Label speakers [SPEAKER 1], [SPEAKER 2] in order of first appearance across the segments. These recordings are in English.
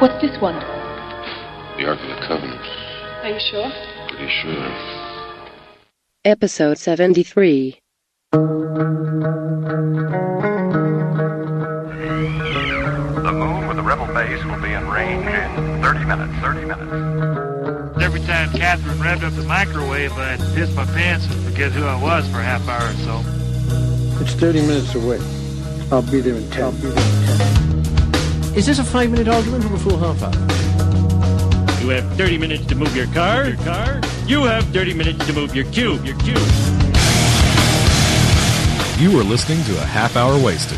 [SPEAKER 1] What's this one?
[SPEAKER 2] The Ark of the Covenant.
[SPEAKER 1] Are you sure?
[SPEAKER 2] Pretty sure.
[SPEAKER 3] Episode 73.
[SPEAKER 4] The moon with the rebel base will be in range in 30 minutes. 30 minutes.
[SPEAKER 5] Every time Catherine revved up the microwave, I'd piss my pants and forget who I was for a half hour or so.
[SPEAKER 6] It's 30 minutes away. I'll be there in 10. I'll be there in 10.
[SPEAKER 7] Is this a five minute argument or a full half hour?
[SPEAKER 8] You have 30 minutes to move your car. Your car. You have 30 minutes to move your cube. Your cube.
[SPEAKER 9] You are listening to a half hour wasted.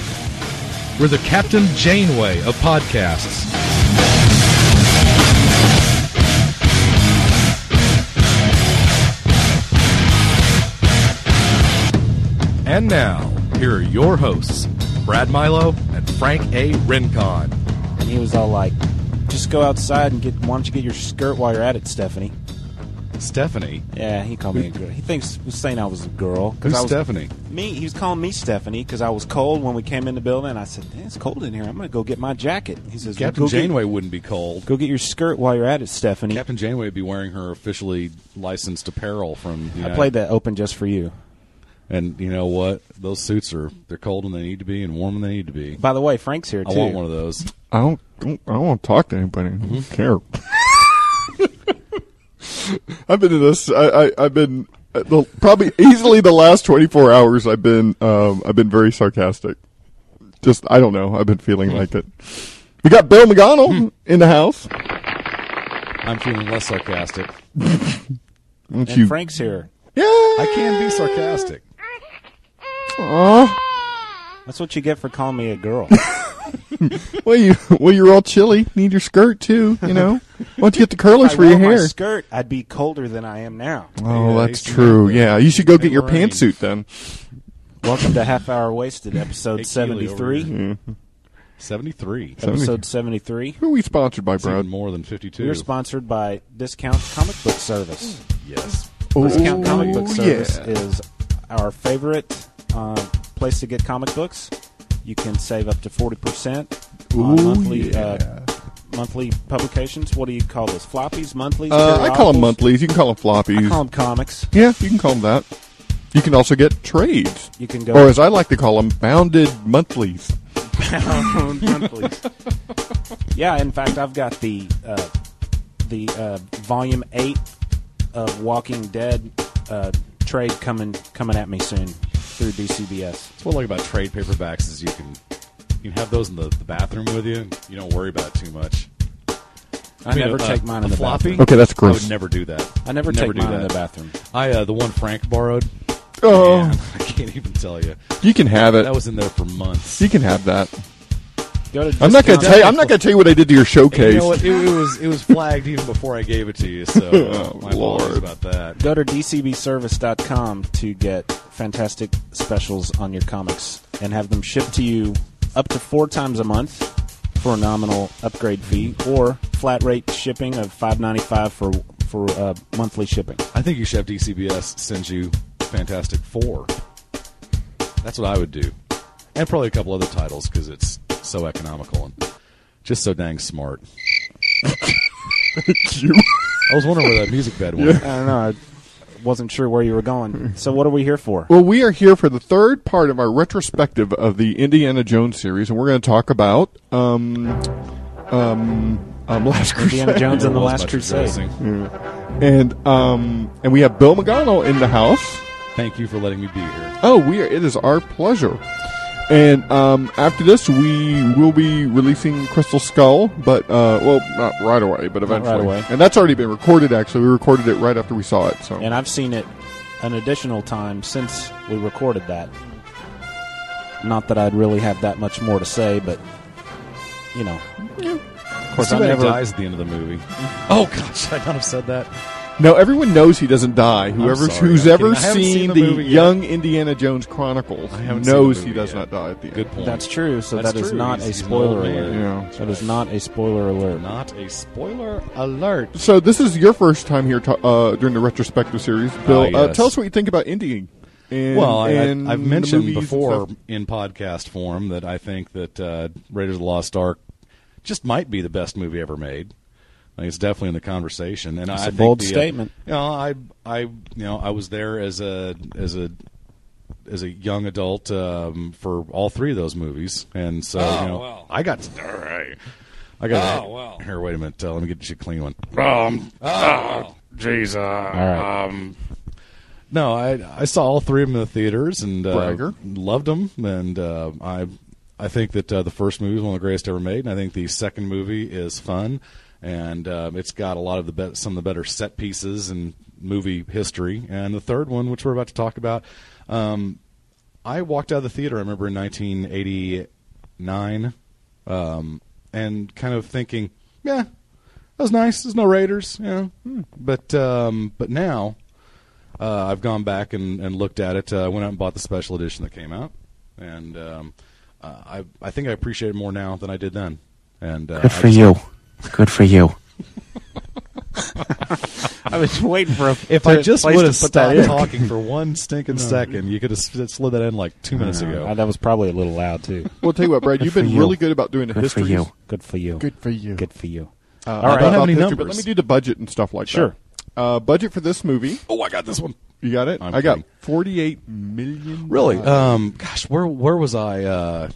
[SPEAKER 9] We're the Captain Janeway of podcasts. And now, here are your hosts, Brad Milo and Frank A. Rincon.
[SPEAKER 10] And he was all like, "Just go outside and get. Why don't you get your skirt while you're at it, Stephanie?"
[SPEAKER 9] Stephanie,
[SPEAKER 10] Yeah, he called me a girl. He thinks he was saying I was a girl. 'cause
[SPEAKER 9] who's
[SPEAKER 10] I was,
[SPEAKER 9] Stephanie?
[SPEAKER 10] Me. He was calling me Stephanie because I was cold when we came in the building. And I said, "Man, "It's cold in here. I'm gonna go get my jacket." He says,
[SPEAKER 9] Captain
[SPEAKER 10] "Well, go
[SPEAKER 9] Janeway wouldn't be cold.
[SPEAKER 10] Get, go get your skirt while you're at it, Stephanie."
[SPEAKER 9] Captain Janeway would be wearing her officially licensed apparel from.
[SPEAKER 10] I played that open just for you.
[SPEAKER 9] And you know what? Those suits are they're cold when they need to be and warm when they need to be.
[SPEAKER 10] By the way, Frank's here too.
[SPEAKER 9] I want one of those.
[SPEAKER 11] I don't, don't I don't want to talk to anybody. I
[SPEAKER 9] Mm-hmm.
[SPEAKER 11] don't care. I've been in this. I, I I've been uh, the, probably easily the last twenty four hours. I've been um I've been very sarcastic. Just I don't know. I've been feeling like it. We got Bill
[SPEAKER 9] Hmm.
[SPEAKER 11] McDonald in the house.
[SPEAKER 9] I'm feeling less sarcastic.
[SPEAKER 11] Won't
[SPEAKER 10] And
[SPEAKER 11] you?
[SPEAKER 10] Frank's here.
[SPEAKER 11] yeah,
[SPEAKER 9] I can be sarcastic.
[SPEAKER 11] Aw.
[SPEAKER 10] That's what you get for calling me a girl.
[SPEAKER 11] Well, you well you're all chilly. Need your skirt too. You know. Why don't you get the curlers
[SPEAKER 10] I
[SPEAKER 11] for your
[SPEAKER 10] wore my
[SPEAKER 11] hair?
[SPEAKER 10] skirt, I'd be colder than I am now.
[SPEAKER 11] Oh,
[SPEAKER 9] Yeah,
[SPEAKER 11] that's
[SPEAKER 9] you see
[SPEAKER 11] true.
[SPEAKER 9] that?
[SPEAKER 11] Yeah, you should go get your
[SPEAKER 9] rain.
[SPEAKER 11] pantsuit then.
[SPEAKER 10] Welcome to Half Hour Wasted, episode
[SPEAKER 9] Hey, Keely over
[SPEAKER 10] 73.
[SPEAKER 9] here. Mm-hmm. 73. That's
[SPEAKER 10] Episode 73.
[SPEAKER 11] Who are we sponsored by,
[SPEAKER 9] even
[SPEAKER 11] Brad?
[SPEAKER 9] more than 52.
[SPEAKER 10] We're sponsored by Discount Comic Book Service.
[SPEAKER 9] yes.
[SPEAKER 10] Discount Comic Book
[SPEAKER 11] yeah.
[SPEAKER 10] Service is our favorite uh, place to get comic books. You can save up to 40% on
[SPEAKER 11] Ooh,
[SPEAKER 10] monthly
[SPEAKER 11] yeah.
[SPEAKER 10] uh, monthly publications. What do you call those? Floppies? Monthlies?
[SPEAKER 11] Uh, I call
[SPEAKER 10] periodicals?
[SPEAKER 11] them monthlies. You can call them floppies.
[SPEAKER 10] I call them comics.
[SPEAKER 11] yeah, you can call them that. You can also get trades,
[SPEAKER 10] You can go
[SPEAKER 11] or as I like to call them, bounded monthlies.
[SPEAKER 10] pound monthlies. yeah, in fact, I've got the uh, the uh, volume eight of Walking Dead uh, trade coming coming at me soon through DCBS.
[SPEAKER 9] That's what I like about trade paperbacks is you can you can have those in the, the bathroom with you. and You don't worry about it too much.
[SPEAKER 10] I, never take mine in the
[SPEAKER 9] uh, floppy.
[SPEAKER 10] bathroom.
[SPEAKER 11] Okay, that's
[SPEAKER 9] I
[SPEAKER 11] gross.
[SPEAKER 9] would never do that.
[SPEAKER 10] I never, take
[SPEAKER 9] do
[SPEAKER 10] mine
[SPEAKER 9] that.
[SPEAKER 10] in the bathroom.
[SPEAKER 9] I uh, the one Frank borrowed.
[SPEAKER 11] Oh,
[SPEAKER 9] Man, I can't even tell you.
[SPEAKER 11] you can have it.
[SPEAKER 9] That was in there for months.
[SPEAKER 11] you can have that.
[SPEAKER 10] Go to
[SPEAKER 11] I'm not gonna
[SPEAKER 10] discount-
[SPEAKER 11] tell you. I'm not gonna tell you what I did to your
[SPEAKER 9] And
[SPEAKER 11] showcase.
[SPEAKER 9] You know what? It, it was it was flagged even before I gave it to you. So uh,
[SPEAKER 11] Oh,
[SPEAKER 9] my apologies
[SPEAKER 11] Lord.
[SPEAKER 9] about that.
[SPEAKER 10] Go to dcbservice.com to get fantastic specials on your comics and have them shipped to you up to four times a month for a nominal upgrade fee or flat rate shipping of five ninety five for for uh, monthly shipping.
[SPEAKER 9] I think you should have DCBS send you Fantastic Four. That's what I would do, and probably a couple other titles because it's so economical and just so dang smart.
[SPEAKER 11] You-
[SPEAKER 9] I was wondering where that music bed went.
[SPEAKER 10] I don't know. I wasn't sure where you were going. So what are we here for?
[SPEAKER 11] Well, we are here for the third part of our retrospective of the Indiana Jones series, and we're going to talk about um, um, um, Last Crusade.
[SPEAKER 10] Indiana Jones and the
[SPEAKER 9] That was
[SPEAKER 10] Last
[SPEAKER 9] much
[SPEAKER 10] Crusade.
[SPEAKER 11] Mm.
[SPEAKER 9] rejoicing.
[SPEAKER 11] and um, and we have Bill McGonnell in the house.
[SPEAKER 9] Thank you for letting me be here.
[SPEAKER 11] Oh, we are. It is our pleasure. And um, after this, we will be releasing Crystal Skull, but uh, well, not right away, but
[SPEAKER 10] right
[SPEAKER 11] eventually.
[SPEAKER 10] away.
[SPEAKER 11] And that's already been recorded. Actually, we recorded it right after we saw it. So
[SPEAKER 10] And I've seen it an additional time since we recorded that. Not that I'd really have that much more to say, but you know,
[SPEAKER 9] Of
[SPEAKER 10] course, I never-
[SPEAKER 9] dies at the end of the movie. Oh God, should I not have said that?
[SPEAKER 11] no, everyone knows he doesn't die. Whoever
[SPEAKER 9] sorry,
[SPEAKER 11] who's
[SPEAKER 9] I'm
[SPEAKER 11] ever
[SPEAKER 9] kidding. I haven't
[SPEAKER 11] seen,
[SPEAKER 9] seen the
[SPEAKER 11] the,
[SPEAKER 9] movie yet.
[SPEAKER 11] Young Indiana Jones Chronicles
[SPEAKER 9] I haven't seen the
[SPEAKER 11] knows
[SPEAKER 9] movie
[SPEAKER 11] he does
[SPEAKER 9] yet.
[SPEAKER 11] not die at the end.
[SPEAKER 9] Good point.
[SPEAKER 10] That's true. So
[SPEAKER 9] That's
[SPEAKER 10] that is
[SPEAKER 9] true.
[SPEAKER 10] not
[SPEAKER 9] He's-
[SPEAKER 10] a
[SPEAKER 9] he's an old
[SPEAKER 10] spoiler
[SPEAKER 9] man.
[SPEAKER 10] alert.
[SPEAKER 11] Yeah.
[SPEAKER 10] That is not a spoiler alert.
[SPEAKER 9] Not a spoiler alert.
[SPEAKER 11] So this is your first time here to, uh, during the retrospective series, Bill. uh,
[SPEAKER 9] Ah, yes.
[SPEAKER 11] tell us what you think about Indy. And,
[SPEAKER 9] Well, I,
[SPEAKER 11] and
[SPEAKER 9] I, I've
[SPEAKER 11] the
[SPEAKER 9] mentioned
[SPEAKER 11] movies and
[SPEAKER 9] before
[SPEAKER 11] stuff.
[SPEAKER 9] in podcast form that I think that uh, Raiders of the Lost Ark just might be the best movie ever made. I think it's definitely in the conversation. And
[SPEAKER 10] That's
[SPEAKER 9] I
[SPEAKER 10] a
[SPEAKER 9] think
[SPEAKER 10] bold
[SPEAKER 9] the, uh,
[SPEAKER 10] statement.
[SPEAKER 9] you know, I I you know I was there as a as a as a young adult um, for all three of those movies, and so
[SPEAKER 1] Oh,
[SPEAKER 9] you know
[SPEAKER 1] wow.
[SPEAKER 9] I got to, all right. I got
[SPEAKER 1] Oh, wow.
[SPEAKER 9] here. Wait a minute. Uh, let me get you a clean one.
[SPEAKER 1] Um,
[SPEAKER 9] oh, jeez. Uh, Um, no, I I saw all three of them in the theaters and uh,
[SPEAKER 1] Bragger.
[SPEAKER 9] loved them, and uh, I I think that uh, the first movie is one of the greatest ever made, and I think the second movie is fun, and um, it's got a lot of the be- some of the better set pieces in movie history, and the third one, which we're about to talk about, um, I walked out of the theater. I remember in 1989, um, and kind of thinking, yeah, that was nice. There's no Raiders, you know. But um, but now uh, I've gone back and, and looked at it. Uh, I went out and bought the special edition that came out, and um, uh, I I think I appreciate it more now than I did then. And uh,
[SPEAKER 10] Good
[SPEAKER 9] I
[SPEAKER 10] for
[SPEAKER 9] just-
[SPEAKER 10] you. Good for you. I was waiting for a
[SPEAKER 9] If I
[SPEAKER 10] to-
[SPEAKER 9] just
[SPEAKER 10] place
[SPEAKER 9] would
[SPEAKER 10] to
[SPEAKER 9] have
[SPEAKER 10] put that
[SPEAKER 9] stopped
[SPEAKER 10] in.
[SPEAKER 9] talking for one stinking second, you could have s- slid that in like two minutes
[SPEAKER 10] Uh,
[SPEAKER 9] ago.
[SPEAKER 10] that was probably a little loud too.
[SPEAKER 11] Well, tell you what, Brad,
[SPEAKER 10] Good
[SPEAKER 11] you've
[SPEAKER 10] for
[SPEAKER 11] been
[SPEAKER 10] you.
[SPEAKER 11] really good about doing the
[SPEAKER 10] Good for
[SPEAKER 11] histories.
[SPEAKER 10] you. Good for you.
[SPEAKER 11] Good for you.
[SPEAKER 10] Good for you.
[SPEAKER 11] Uh,
[SPEAKER 10] All
[SPEAKER 11] I
[SPEAKER 10] right.
[SPEAKER 11] don't
[SPEAKER 9] have
[SPEAKER 11] know
[SPEAKER 9] any
[SPEAKER 11] about history, but
[SPEAKER 9] numbers.
[SPEAKER 11] Let me do the budget and stuff like
[SPEAKER 10] Sure.
[SPEAKER 11] that. Uh, budget for this movie.
[SPEAKER 9] Oh, I got this one.
[SPEAKER 11] You got it.
[SPEAKER 9] I'm
[SPEAKER 11] I got
[SPEAKER 9] kidding.
[SPEAKER 11] forty-eight million.
[SPEAKER 9] Really?
[SPEAKER 10] Uh,
[SPEAKER 11] dollars.
[SPEAKER 9] Um, gosh, where where was I? Uh,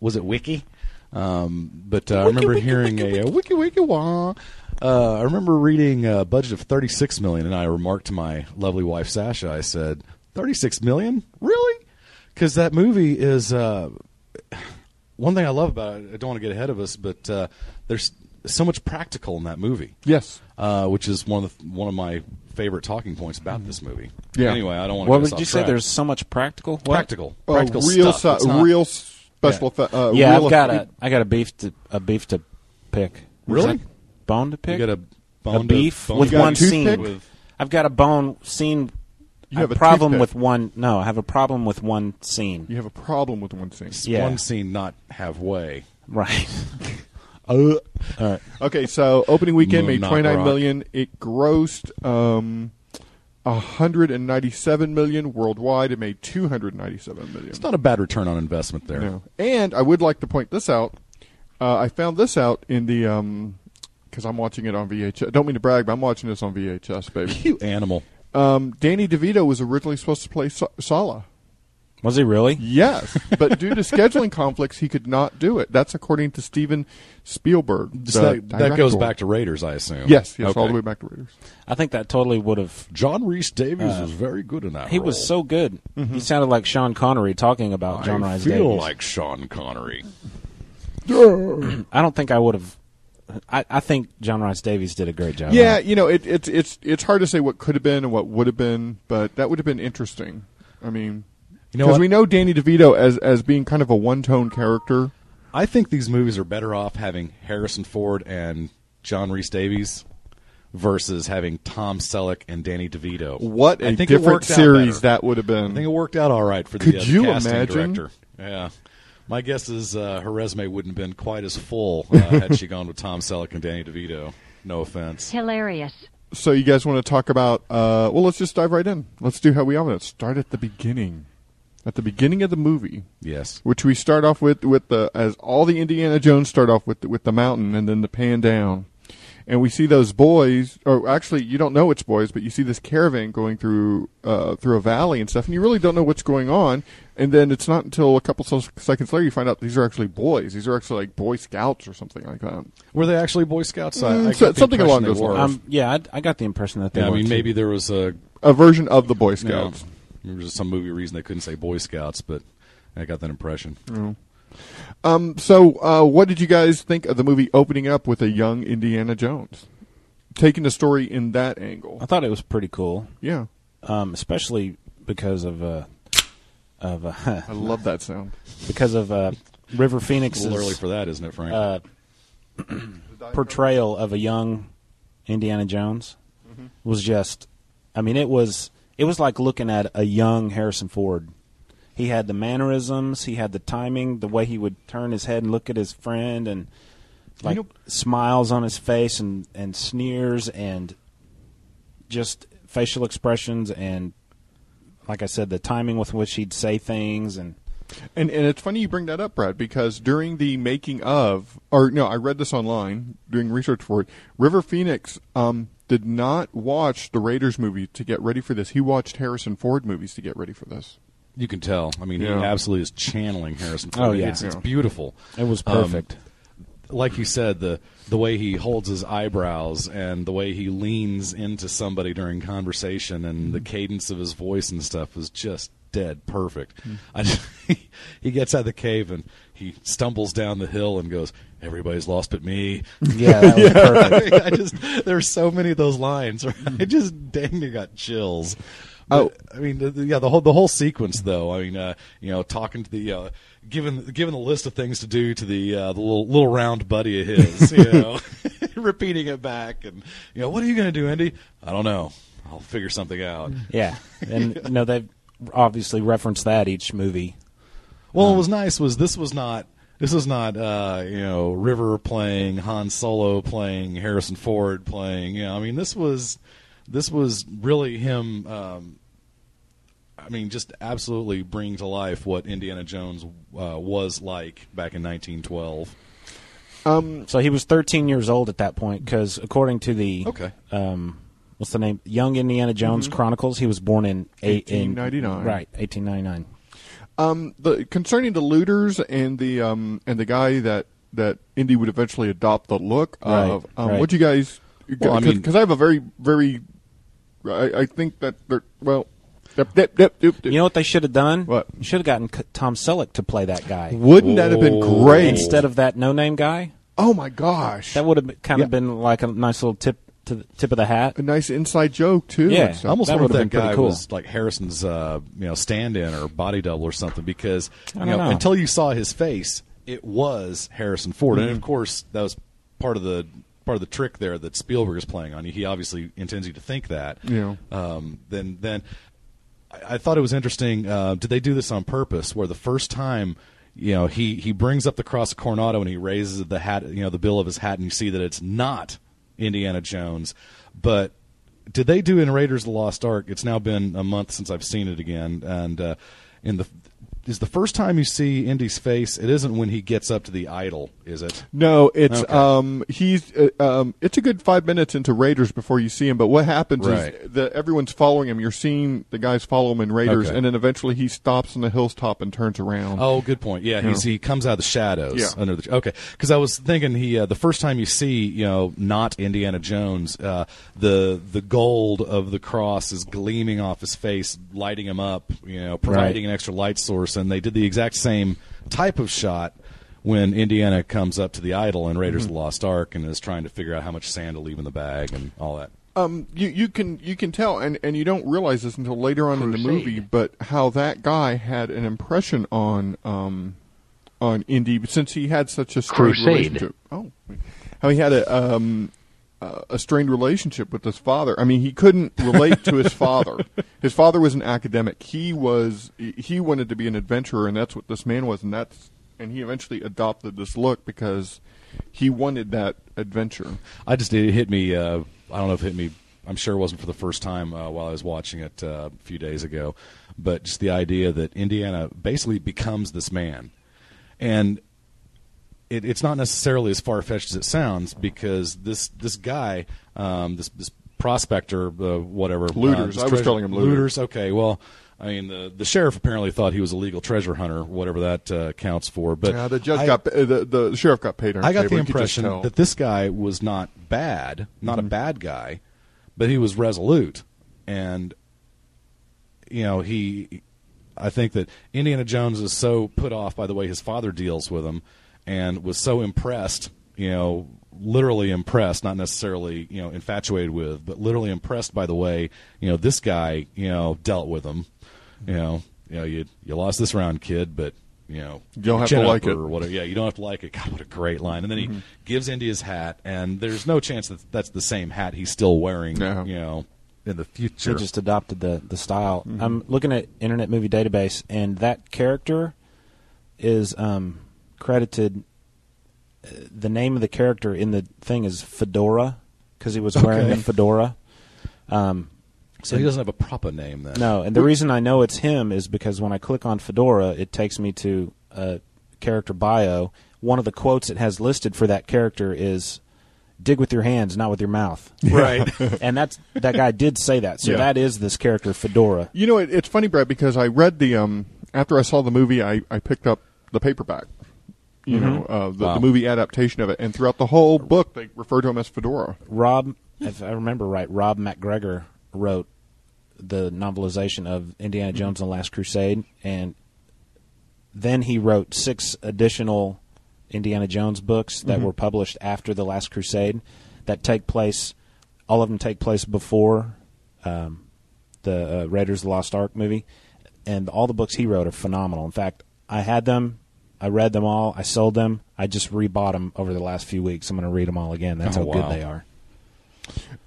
[SPEAKER 9] was it Wiki? Um, but uh, I remember hearing a uh, wiki wiki wah. Uh, I remember reading a budget of thirty six million, and I remarked to my lovely wife Sasha. I said, 36 million? Really?" Because that movie is uh, one thing I love about it. I don't want to get ahead of us, but uh, there's so much practical in that movie
[SPEAKER 11] yes.
[SPEAKER 9] uh, which is one of the, one of my favorite talking points about this movie.
[SPEAKER 11] Yeah.
[SPEAKER 9] Anyway, I don't want to.
[SPEAKER 10] What
[SPEAKER 9] get us
[SPEAKER 10] would
[SPEAKER 9] off
[SPEAKER 10] you say?
[SPEAKER 9] track.
[SPEAKER 10] There's so much practical. What?
[SPEAKER 9] practical,
[SPEAKER 11] Uh,
[SPEAKER 9] practical
[SPEAKER 11] real
[SPEAKER 9] stuff. It's
[SPEAKER 11] si-
[SPEAKER 9] not-
[SPEAKER 11] real special.
[SPEAKER 9] Yeah.
[SPEAKER 11] effect- uh,
[SPEAKER 10] yeah,
[SPEAKER 11] real
[SPEAKER 10] I've got
[SPEAKER 11] effect-
[SPEAKER 10] a I got a beef to a beef to pick. Is
[SPEAKER 9] Really?
[SPEAKER 10] that Bone to
[SPEAKER 9] You
[SPEAKER 10] pick?
[SPEAKER 9] got a bone
[SPEAKER 10] a beef
[SPEAKER 9] to, bone
[SPEAKER 10] with
[SPEAKER 9] to-
[SPEAKER 11] got a
[SPEAKER 10] one
[SPEAKER 11] toothpick?
[SPEAKER 10] scene.
[SPEAKER 9] With-
[SPEAKER 10] I've got a bone scene.
[SPEAKER 11] You
[SPEAKER 10] I
[SPEAKER 11] have a
[SPEAKER 10] problem
[SPEAKER 11] toothpick.
[SPEAKER 10] with one. No, I have a problem with one scene.
[SPEAKER 11] You have a problem with one scene.
[SPEAKER 10] Yeah.
[SPEAKER 9] one scene not have way.
[SPEAKER 10] Right. Uh, All right.
[SPEAKER 11] Okay, so opening weekend
[SPEAKER 9] Moon
[SPEAKER 11] made
[SPEAKER 9] Knock
[SPEAKER 11] twenty nine
[SPEAKER 9] Rock.
[SPEAKER 11] million. It grossed um, hundred and ninety seven million worldwide. It made two hundred ninety seven million.
[SPEAKER 9] It's not a bad return on investment there.
[SPEAKER 11] No. And I would like to point this out. Uh, I found this out in the because I'm watching it on VHS. Don't mean to brag, but I'm watching this on VHS, baby.
[SPEAKER 9] You animal.
[SPEAKER 11] Um, Danny DeVito was originally supposed to play Sa- Sala.
[SPEAKER 10] Was he really?
[SPEAKER 11] Yes, but due to scheduling conflicts, he could not do it. That's according to Steven Spielberg.
[SPEAKER 9] So
[SPEAKER 11] the
[SPEAKER 9] that, that goes
[SPEAKER 11] director.
[SPEAKER 9] back to Raiders, I assume.
[SPEAKER 11] yes, yes, all
[SPEAKER 9] Okay. Uh-huh.
[SPEAKER 11] the way back to Raiders.
[SPEAKER 10] I think that totally would have.
[SPEAKER 9] John Reese Davies was very good in that.
[SPEAKER 10] Uh, He was
[SPEAKER 9] role.
[SPEAKER 10] so good. He sounded like Sean Connery talking about John
[SPEAKER 9] Mm-hmm. I
[SPEAKER 10] Rhys
[SPEAKER 9] feel
[SPEAKER 10] Davies.
[SPEAKER 9] like Sean Connery.
[SPEAKER 10] I don't think I would have. I, I think John Rice Davies did a great job.
[SPEAKER 11] Yeah, you know, it, it's it's it's hard to say what could have been and what would have been, but that would have been interesting. I mean,
[SPEAKER 9] You know
[SPEAKER 11] because
[SPEAKER 9] what?
[SPEAKER 11] we know Danny DeVito as as being kind of a one tone character.
[SPEAKER 9] I think these movies are better off having Harrison Ford and John Reese Davies versus having Tom Selleck and Danny DeVito.
[SPEAKER 11] What
[SPEAKER 9] I
[SPEAKER 11] a
[SPEAKER 9] think it
[SPEAKER 11] different
[SPEAKER 9] worked out
[SPEAKER 11] series
[SPEAKER 9] better.
[SPEAKER 11] that would have been.
[SPEAKER 9] I think it worked out all right for the
[SPEAKER 11] Could
[SPEAKER 9] uh,
[SPEAKER 11] you
[SPEAKER 9] casting
[SPEAKER 11] imagine?
[SPEAKER 9] director. Yeah. My guess is uh, her resume wouldn't have been quite as full uh, had she gone with Tom Selleck and Danny DeVito. No offense.
[SPEAKER 12] Hilarious.
[SPEAKER 11] so you guys want to talk about? Uh, well, let's just dive right in. Let's do how we often start at the beginning, at the beginning of the movie,
[SPEAKER 9] Yes.
[SPEAKER 11] which we start off with with the as all the Indiana Jones start off with with the mountain and then the pan down, and we see those boys, or actually you don't know it's boys, but you see this caravan going through uh, through a valley and stuff, and you really don't know what's going on, and then it's not until a couple se- seconds later you find out these are actually boys, these are actually like Boy Scouts or something like that.
[SPEAKER 9] Were they actually Boy Scouts? I- I,
[SPEAKER 11] Mm,
[SPEAKER 9] got
[SPEAKER 11] so-
[SPEAKER 9] the
[SPEAKER 11] something
[SPEAKER 9] impression
[SPEAKER 11] along
[SPEAKER 9] they
[SPEAKER 11] those
[SPEAKER 9] were.
[SPEAKER 11] lines.
[SPEAKER 10] Um, yeah, I, I got the impression that they.
[SPEAKER 9] yeah, I
[SPEAKER 10] were,
[SPEAKER 9] mean,
[SPEAKER 10] too.
[SPEAKER 9] maybe there was a
[SPEAKER 11] A version of the Boy
[SPEAKER 9] you know,
[SPEAKER 11] Scouts.
[SPEAKER 9] maybe there was some movie reason they couldn't say Boy Scouts, but I got that impression.
[SPEAKER 11] Um, so, uh, what did you guys think of the movie opening up with a young Indiana Jones, taking the story in that
[SPEAKER 10] I
[SPEAKER 11] angle?
[SPEAKER 10] thought it was pretty cool,
[SPEAKER 11] Yeah,
[SPEAKER 10] um, especially because of uh, of uh,
[SPEAKER 11] I love that sound.
[SPEAKER 10] because of uh, River
[SPEAKER 9] It's a little early
[SPEAKER 10] Phoenix's
[SPEAKER 9] for that, isn't it, Frank?
[SPEAKER 10] uh, portrayal of a young Indiana Jones was just. I mean, it was it was like looking at a young Harrison Ford. He had the mannerisms, he had the timing, the way he would turn his head and look at his friend, and like
[SPEAKER 11] know-
[SPEAKER 10] smiles on his face and and sneers and just facial expressions and like I said, the timing with which he'd say things and
[SPEAKER 11] And and it's funny you bring that up, Brad, because during the making of, or no, I read this online doing research for it. River Phoenix um, did not watch the Raiders movie to get ready for this. He watched Harrison Ford movies to get ready for this.
[SPEAKER 9] You can tell. I mean,
[SPEAKER 11] Yeah.
[SPEAKER 9] he absolutely is channeling Harrison. Ford.
[SPEAKER 10] Oh, yeah.
[SPEAKER 9] it's, it's
[SPEAKER 11] Yeah.
[SPEAKER 9] beautiful.
[SPEAKER 10] It was
[SPEAKER 9] Um,
[SPEAKER 10] perfect.
[SPEAKER 9] like you said, the the way he holds his eyebrows and the way he leans into somebody during conversation and
[SPEAKER 10] Mm-hmm.
[SPEAKER 9] the cadence of his voice and stuff was just dead perfect.
[SPEAKER 10] Mm-hmm.
[SPEAKER 9] I just, he gets out of the cave and he stumbles down the hill and goes, "Everybody's lost but me."
[SPEAKER 10] yeah, that was perfect.
[SPEAKER 9] I, mean, I just there's so many of those lines. Right? I just dang near got chills.
[SPEAKER 11] Oh,
[SPEAKER 9] But, I mean, the, the- yeah, the whole the whole sequence though. I mean, uh, you know, talking to the uh, giving giving the list of things to do to the uh, the little little round buddy of his, you know, repeating it back, and you know, what are you going to do, Andy? I don't know. I'll figure something out.
[SPEAKER 10] Yeah, and you know they've obviously referenced that each movie.
[SPEAKER 9] Well, what was nice was this was not this was not uh, you know River playing Han Solo playing Harrison Ford playing you know I mean this was this was really him. Um, I mean, just absolutely bringing to life what Indiana Jones uh, was like back in 1912.
[SPEAKER 11] Um,
[SPEAKER 10] So he was 13 years old at that point because according to the
[SPEAKER 9] Okay.
[SPEAKER 10] um, what's the name? Young Indiana Jones
[SPEAKER 11] Mm-hmm.
[SPEAKER 10] Chronicles. He was born in eight- in-
[SPEAKER 11] 1899.
[SPEAKER 10] right, 1899.
[SPEAKER 11] Um, the concerning the looters and the um and the guy that that Indy would eventually adopt the look
[SPEAKER 10] Right,
[SPEAKER 11] of. Um,
[SPEAKER 10] right.
[SPEAKER 11] What you guys?
[SPEAKER 9] Well, I
[SPEAKER 11] cause,
[SPEAKER 9] mean-
[SPEAKER 11] 'cause I have a very very, I, I think that they're well. Dip, dip, dip, dip, dip.
[SPEAKER 10] You know what they should have done?
[SPEAKER 11] What?
[SPEAKER 10] should have gotten C- Tom Selleck to play that guy
[SPEAKER 11] Wouldn't that have been
[SPEAKER 9] Whoa.
[SPEAKER 11] great?
[SPEAKER 10] instead of that no-name guy?
[SPEAKER 11] oh my gosh,
[SPEAKER 10] That would have kind
[SPEAKER 11] Yeah.
[SPEAKER 10] of been like a nice little tip to the tip of the hat.
[SPEAKER 11] a nice inside joke too.
[SPEAKER 10] Yeah.
[SPEAKER 11] and
[SPEAKER 9] I
[SPEAKER 11] stuff.
[SPEAKER 9] almost
[SPEAKER 10] That
[SPEAKER 9] wonder if
[SPEAKER 10] would've
[SPEAKER 9] that
[SPEAKER 10] been pretty
[SPEAKER 9] guy
[SPEAKER 10] cool.
[SPEAKER 9] was like Harrison's, uh, you know, stand-in or body double or something. Because you
[SPEAKER 10] don't
[SPEAKER 9] know,
[SPEAKER 10] know.
[SPEAKER 9] until you saw his face, it was Harrison Ford,
[SPEAKER 10] Mm.
[SPEAKER 9] and of course that was part of the part of the trick there that Spielberg is playing on you. He obviously intends you to think that.
[SPEAKER 11] Yeah.
[SPEAKER 9] Um, then then I, I thought it was interesting. Uh, did they do this on purpose? Where the first time. You know, he, he brings up the cross of Coronado and he raises the hat, you know, the bill of his hat, and you see that it's not Indiana Jones. But did they do in Raiders of the Lost Ark? It's now been a month since I've seen it again, and uh, in the is the first time you see Indy's face. It isn't when he gets up to the idol, is it?
[SPEAKER 11] No, it's
[SPEAKER 9] Okay.
[SPEAKER 11] um he's uh, um it's a good five minutes into Raiders before you see him. But what happens is
[SPEAKER 9] Right.
[SPEAKER 11] that everyone's following him. You're seeing the guys follow him in Raiders,
[SPEAKER 9] Okay.
[SPEAKER 11] and then eventually he stops on the hilltop and turns around.
[SPEAKER 9] Oh, good point. Yeah, he's, he comes out of the shadows
[SPEAKER 11] Yeah.
[SPEAKER 9] under the okay. Because I was thinking he uh, the first time you see you know not Indiana Jones, uh, the the gold of the cross is gleaming off his face, lighting him up. You know, providing
[SPEAKER 10] Right.
[SPEAKER 9] an extra light source, and they did the exact same type of shot. When Indiana comes up to the idol in Raiders of the Lost Ark and is trying to figure out how much sand to leave in the bag and all that,
[SPEAKER 11] Um, you you can you can tell, and and you don't realize this until later on in the movie, but how that guy had an impression on um on Indy since he had such a strained
[SPEAKER 2] Crusade.
[SPEAKER 11] relationship. Oh, how he had a um. Uh, a strained relationship with his father. I mean, he couldn't relate to his father. His father was an academic. He was he wanted to be an adventurer, and that's what this man was. And that's and he eventually adopted this look because he wanted that adventure.
[SPEAKER 9] I just it hit me. Uh, I don't know if it hit me. I'm sure it wasn't for the first time uh, while I was watching it uh, a few days ago, but just the idea that Indiana basically becomes this man, and it, it's not necessarily as far fetched as it sounds because this this guy, um, this this prospector, uh, whatever,
[SPEAKER 11] Looters.
[SPEAKER 9] uh, this
[SPEAKER 11] I was calling him looter.
[SPEAKER 9] looters. Okay, well. I mean, the, the sheriff apparently thought he was a legal treasure hunter, whatever that uh, counts for. But
[SPEAKER 11] Yeah, the judge
[SPEAKER 9] I-
[SPEAKER 11] got uh, the, the sheriff got paid. on
[SPEAKER 9] I got
[SPEAKER 11] paper,
[SPEAKER 9] the
[SPEAKER 11] you could just
[SPEAKER 9] impression
[SPEAKER 11] tell. Mm-hmm.
[SPEAKER 9] that this guy was not bad, not a bad guy, but he was resolute, and you know he. I think that Indiana Jones is so put off by the way his father deals with him, and was so impressed, you know, literally impressed, not necessarily you know infatuated with, but literally impressed by the way you know this guy you know dealt with him, you know, you know you you lost this round, kid, but. You know,
[SPEAKER 11] You don't have to
[SPEAKER 9] chin up
[SPEAKER 11] like it.
[SPEAKER 9] or or whatever. Yeah, you don't have to like it. God, what a great line! And then he gives Indy his hat, and there's no chance that that's the same hat he's still wearing.
[SPEAKER 11] No.
[SPEAKER 9] You know, in the
[SPEAKER 10] They
[SPEAKER 9] future.
[SPEAKER 10] just adopted the the style. I'm looking at Internet Movie Database, and that character is um, credited. uh, The name of the character in the thing is Fedora because he was wearing a fedora. Um,
[SPEAKER 9] So he doesn't have a proper name then.
[SPEAKER 10] No, and the reason I know it's him is because when I click on Fedora, it takes me to a character bio. One of the quotes it has listed for that character is "Dig with your hands, not with your mouth."
[SPEAKER 9] Right.
[SPEAKER 10] and that's that guy did say that. So
[SPEAKER 11] Yeah.
[SPEAKER 10] that is this character Fedora.
[SPEAKER 11] You know, it, it's funny, Brad, because I read the um after I saw the movie, I I picked up the paperback.
[SPEAKER 9] Mm-hmm.
[SPEAKER 11] You know, uh, the,
[SPEAKER 9] Wow.
[SPEAKER 11] the movie adaptation of it, and throughout the whole book, they refer to him as Fedora.
[SPEAKER 10] Rob, if I remember right, Rob MacGregor wrote the novelization of Indiana
[SPEAKER 9] Mm-hmm.
[SPEAKER 10] Jones and the Last Crusade, and then he wrote six additional Indiana Jones books
[SPEAKER 9] Mm-hmm.
[SPEAKER 10] that were published after the Last Crusade that take place. All of them take place before um, the uh, Raiders of the Lost Ark movie, and all the books he wrote are phenomenal. In fact, I had them. I read them all. I sold them. I just rebought them over the last few weeks. I'm going to read them all again. That's
[SPEAKER 9] Oh,
[SPEAKER 10] how
[SPEAKER 9] wow.
[SPEAKER 10] good they are.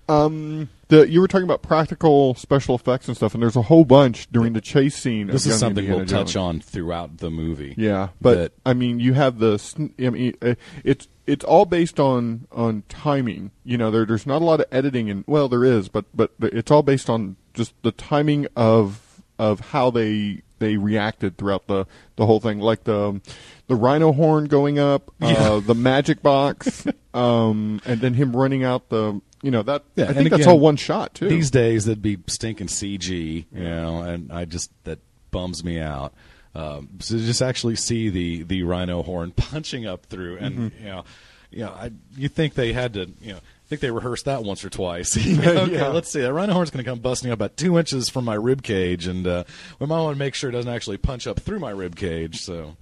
[SPEAKER 11] Um, the, you were talking about practical special effects and stuff, and there's a whole bunch during the chase scene.
[SPEAKER 9] This
[SPEAKER 11] of
[SPEAKER 9] is
[SPEAKER 11] young
[SPEAKER 9] something
[SPEAKER 11] Indiana
[SPEAKER 9] we'll touch
[SPEAKER 11] Jones.
[SPEAKER 9] on throughout the movie.
[SPEAKER 11] Yeah, but
[SPEAKER 9] That-
[SPEAKER 11] I mean, you have the. sn- I mean, uh, it's it's all based on on timing. You know, there there's not a lot of editing, and well, there is, but but it's all based on just the timing of of how they they reacted throughout the the whole thing, like the um, the rhino horn going up, uh, the magic box, um, and then him running out the. You know that
[SPEAKER 9] Yeah,
[SPEAKER 11] I
[SPEAKER 9] and
[SPEAKER 11] think that's
[SPEAKER 9] again,
[SPEAKER 11] all one shot too.
[SPEAKER 9] These days, that'd be stinking CG, you know, and I just that bums me out. Um, so to just actually see the the rhino horn punching up through, and you know, you know, I, you think they had to, you know. I think they rehearsed that once or twice. You know, okay, let's see. That rhino horn's going to come busting up about two inches from my rib cage, and uh, we might want to make sure it doesn't actually punch up through my rib cage. So,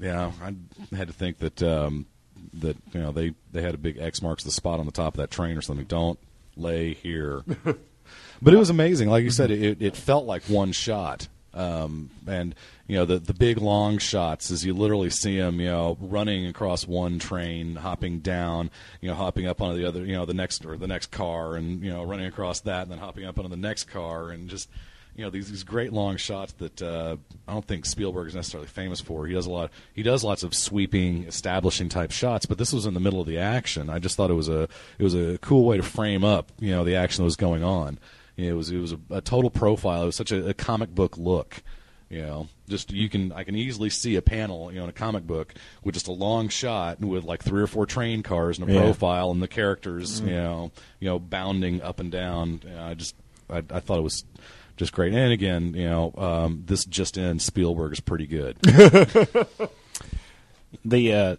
[SPEAKER 9] yeah, I had to think that um, that you know they they had a big X marks the spot on the top of that train or something. Don't lay here. But it was amazing. Like you said, it, it felt like one shot. Um, and you know the the big long shots is you literally see him you know running across one train, hopping down, you know hopping up onto the other, you know the next or the next car, and you know running across that, and then hopping up onto the next car, and just you know these these great long shots that uh, I don't think Spielberg is necessarily famous for. He does a lot. He does lots of sweeping, establishing type shots, but this was in the middle of the action. I just thought it was a it was a cool way to frame up you know the action that was going on. You know, it was it was a, a total profile. It was such a, a comic book look. You know, just you can I can easily see a panel you know in a comic book with just a long shot with like three or four train cars and a
[SPEAKER 10] Yeah. Mm-hmm.
[SPEAKER 9] profile and the characters you know you know bounding up and down. You know, I just I, I thought it was just great. And again, you know, um, this just in Spielberg is pretty good.
[SPEAKER 10] the uh,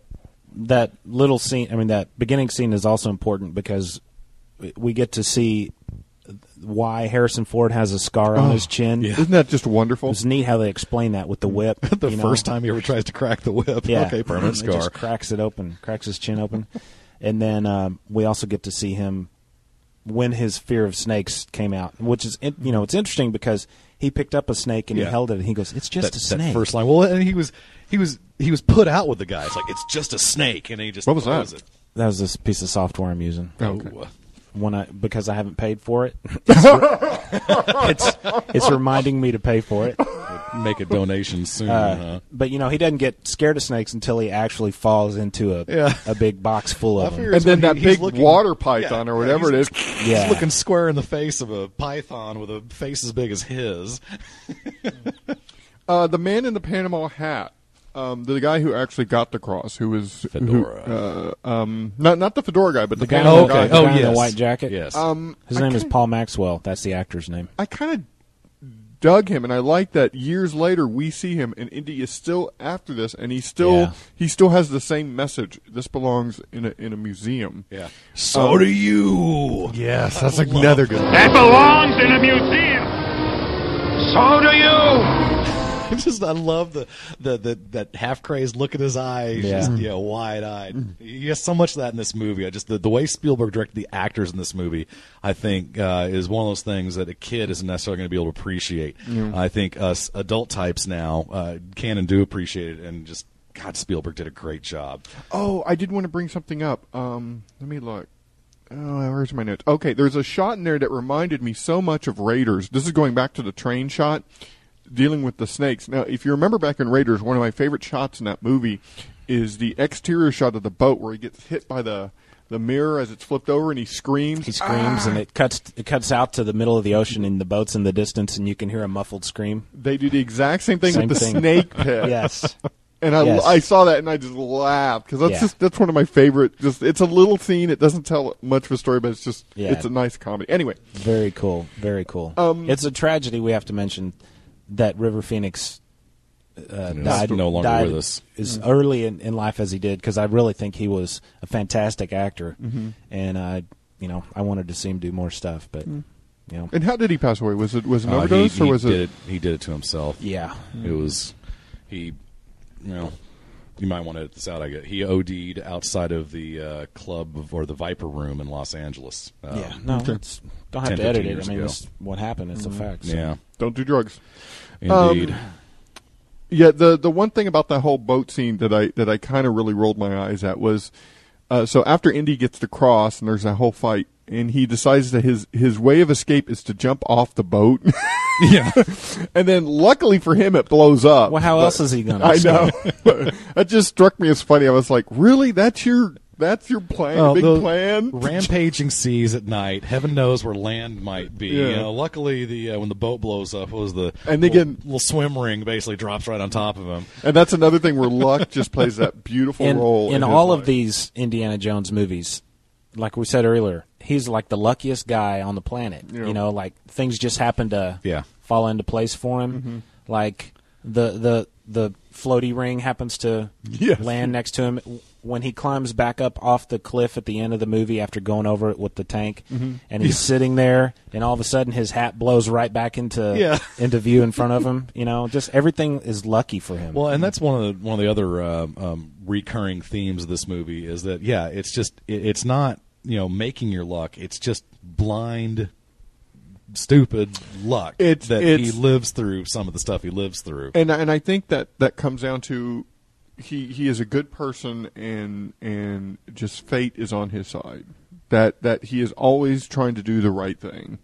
[SPEAKER 10] that little scene. I mean, that beginning scene is also important because we- we get to see why Harrison Ford has a scar on
[SPEAKER 9] Oh,
[SPEAKER 10] his chin. It
[SPEAKER 11] Isn't that just wonderful?
[SPEAKER 10] was neat how they explain that with the whip.
[SPEAKER 9] the
[SPEAKER 10] you know?
[SPEAKER 9] first time he ever tries to crack the whip,
[SPEAKER 10] yeah, Mm-hmm.
[SPEAKER 9] okay, permanent
[SPEAKER 10] He
[SPEAKER 9] scar.
[SPEAKER 10] just cracks it open, cracks his chin open, and then um, we also get to see him when his fear of snakes came out, which is in- you know it's interesting because he picked up a snake and
[SPEAKER 9] Yeah.
[SPEAKER 10] he held it and he goes, "It's just
[SPEAKER 9] that,
[SPEAKER 10] a
[SPEAKER 9] that
[SPEAKER 10] snake."
[SPEAKER 9] first line. Well, and he was he was he was put out with the guy. It's like it's just a snake, and he just
[SPEAKER 11] What was that?
[SPEAKER 9] throws It. Oh,
[SPEAKER 10] that was this piece of software I'm using.
[SPEAKER 9] Ooh.
[SPEAKER 10] when I because I haven't paid for it. It's it's, it's reminding me to pay for it. Uh,
[SPEAKER 9] Make a donation soon.
[SPEAKER 11] Uh-huh.
[SPEAKER 9] huh?
[SPEAKER 10] But you know, he doesn't get scared of snakes until he actually falls into a
[SPEAKER 9] Yeah.
[SPEAKER 10] a big box full of them.
[SPEAKER 11] and
[SPEAKER 9] Here's when
[SPEAKER 11] then that
[SPEAKER 9] he- he's
[SPEAKER 11] big
[SPEAKER 9] looking-
[SPEAKER 11] water python
[SPEAKER 9] Yeah,
[SPEAKER 11] or whatever it
[SPEAKER 9] he's-
[SPEAKER 11] is.
[SPEAKER 10] Yeah.
[SPEAKER 9] He's looking square in the face of a python with a face as big as his.
[SPEAKER 11] Uh, the man in the Panama hat, um, the guy who actually got the cross, who was who-
[SPEAKER 9] Fedora.
[SPEAKER 11] uh, um, not not the fedora guy, but the,
[SPEAKER 10] The guy in
[SPEAKER 11] Panama
[SPEAKER 10] the-
[SPEAKER 11] guy.
[SPEAKER 10] the guy in the white jacket?
[SPEAKER 9] Yes.
[SPEAKER 11] Um,
[SPEAKER 10] His
[SPEAKER 11] I
[SPEAKER 10] name is
[SPEAKER 11] kin-
[SPEAKER 10] Paul Maxwell. That's the actor's name.
[SPEAKER 11] I kind of dug him, and I like that. Years later, we see him, and Indy is still after this, and he still
[SPEAKER 10] Yeah.
[SPEAKER 11] he still has the same message. This belongs in a in a museum.
[SPEAKER 9] yeah. Um, So do you.
[SPEAKER 11] Yes, that's another good.
[SPEAKER 4] That belongs in a museum. So do you.
[SPEAKER 9] I just I love the the, the that half crazed look in his eyes,
[SPEAKER 10] Yeah. Mm.
[SPEAKER 9] just yeah, wide eyed. You get so much of that in this movie. I just the, the way Spielberg directed the actors in this movie, I think, uh, is one of those things that a kid isn't necessarily going to be able to appreciate. I think us adult types now uh, can and do appreciate it, and just God, Spielberg did a great job.
[SPEAKER 11] Oh, I did want to bring something up. Um, let me look. Oh, where's my notes? Okay, there's a shot in there that reminded me so much of Raiders. This is going back to the train shot dealing with the snakes. Now, if you remember back in Raiders, one of my favorite shots in that movie is the exterior shot of the boat where he gets hit by the the mirror as it's flipped over, and he screams.
[SPEAKER 10] He screams, and it cuts it cuts out to the middle of the ocean, and the boat's in the distance, and you can hear a muffled scream.
[SPEAKER 11] They do the exact same thing
[SPEAKER 10] Same
[SPEAKER 11] with the
[SPEAKER 10] thing.
[SPEAKER 11] snake pit.
[SPEAKER 10] Yes,
[SPEAKER 11] And I,
[SPEAKER 10] Yes.
[SPEAKER 11] I saw that and I just laughed because that's
[SPEAKER 10] Yeah.
[SPEAKER 11] just that's one of my favorite. Just it's a little scene. It doesn't tell much of a story, but it's just
[SPEAKER 10] Yeah.
[SPEAKER 11] it's a nice comedy. Anyway,
[SPEAKER 10] very cool, very cool.
[SPEAKER 11] Um,
[SPEAKER 10] it's a tragedy we have to mention that River Phoenix uh, died.
[SPEAKER 9] no longer
[SPEAKER 10] died
[SPEAKER 9] with us.
[SPEAKER 10] as early in, in life as he did because I really think he was a fantastic actor, and I, you know, I wanted to see him do more stuff, but you know,
[SPEAKER 11] and how did he pass away? Was it was it an
[SPEAKER 9] Uh, he,
[SPEAKER 11] overdose
[SPEAKER 9] he
[SPEAKER 11] or was
[SPEAKER 9] did
[SPEAKER 11] it?
[SPEAKER 9] He did it to himself.
[SPEAKER 10] yeah,
[SPEAKER 9] It was he, you know, you might want to edit this out. I get he OD'd outside of the uh, club or the Viper Room in Los Angeles. Um,
[SPEAKER 10] yeah. No, it's, don't
[SPEAKER 9] 10,
[SPEAKER 10] have to
[SPEAKER 9] 15
[SPEAKER 10] edit it. I
[SPEAKER 9] years
[SPEAKER 10] mean,
[SPEAKER 9] ago.
[SPEAKER 10] it's what happened. It's a fact. so.
[SPEAKER 9] yeah,
[SPEAKER 11] Don't do drugs.
[SPEAKER 9] indeed.
[SPEAKER 11] Yeah, the the one thing about that whole boat scene that I that I kind of really rolled my eyes at was, uh, so after Indy gets the cross and there's that whole fight, and he decides that his his way of escape is to jump off the boat,
[SPEAKER 9] yeah,
[SPEAKER 11] and then luckily for him it blows up.
[SPEAKER 10] Well, how
[SPEAKER 11] But-
[SPEAKER 10] else is he gonna?
[SPEAKER 11] I
[SPEAKER 10] escape?
[SPEAKER 11] know. that just struck me as funny. I was like, really? That's your that's your plan? your big
[SPEAKER 9] uh, the
[SPEAKER 11] plan?
[SPEAKER 9] Rampaging seas at night. Heaven knows where land might be.
[SPEAKER 11] Yeah.
[SPEAKER 9] You know, luckily, the uh, when the boat blows up, it was the
[SPEAKER 11] And they
[SPEAKER 9] little,
[SPEAKER 11] get-
[SPEAKER 9] little swim ring basically drops right on top of him.
[SPEAKER 11] and that's another thing where luck just plays that beautiful
[SPEAKER 10] in,
[SPEAKER 11] role
[SPEAKER 10] in
[SPEAKER 11] his
[SPEAKER 10] all
[SPEAKER 11] life.
[SPEAKER 10] of these Indiana Jones movies, like we said earlier, he's like the luckiest guy on the planet. You know, like things just happen to
[SPEAKER 9] Yeah.
[SPEAKER 10] fall into place for him.
[SPEAKER 11] Mm-hmm.
[SPEAKER 10] Like the the the floaty ring happens to
[SPEAKER 11] Yes.
[SPEAKER 10] land next to him when he climbs back up off the cliff at the end of the movie after going over it with the tank
[SPEAKER 11] Mm-hmm.
[SPEAKER 10] and he's sitting there and all of a sudden his hat blows right back into
[SPEAKER 9] Yeah.
[SPEAKER 10] into view in front of him you know just everything is lucky for him
[SPEAKER 9] Well,
[SPEAKER 11] Mm-hmm.
[SPEAKER 9] and that's one of the one of the other um, um, recurring themes of this movie is that yeah, it's just it, it's not you know making your luck; it's just blind, stupid luck
[SPEAKER 11] It's-
[SPEAKER 9] that he
[SPEAKER 11] it's-
[SPEAKER 9] lives through some of the stuff he lives through.
[SPEAKER 11] and and I think that that comes down to he he is a good person and and just fate is on his side that that he is always trying to do the right thing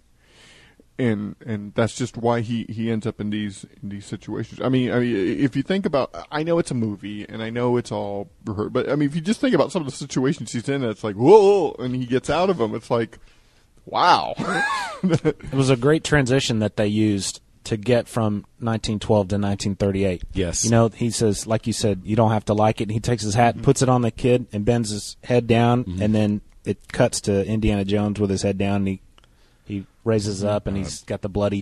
[SPEAKER 11] and and that's just why he he ends up in these in these situations i mean i mean if you think about i know it's a movie and i know it's all rehearsed but i mean if you just think about some of the situations he's in it's like whoa and he gets out of them it's like wow
[SPEAKER 10] It was a great transition that they used to get from 1912 to 1938.
[SPEAKER 9] Yes. Mm-hmm.
[SPEAKER 10] You know, he says, like you said, you don't have to like it. And he takes his hat, and puts it on the kid, and bends his head down, and then it cuts to Indiana Jones with his head down, and he he raises up,
[SPEAKER 9] Mm-hmm.
[SPEAKER 10] and he's got the bloody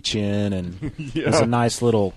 [SPEAKER 10] chin, and it's a nice little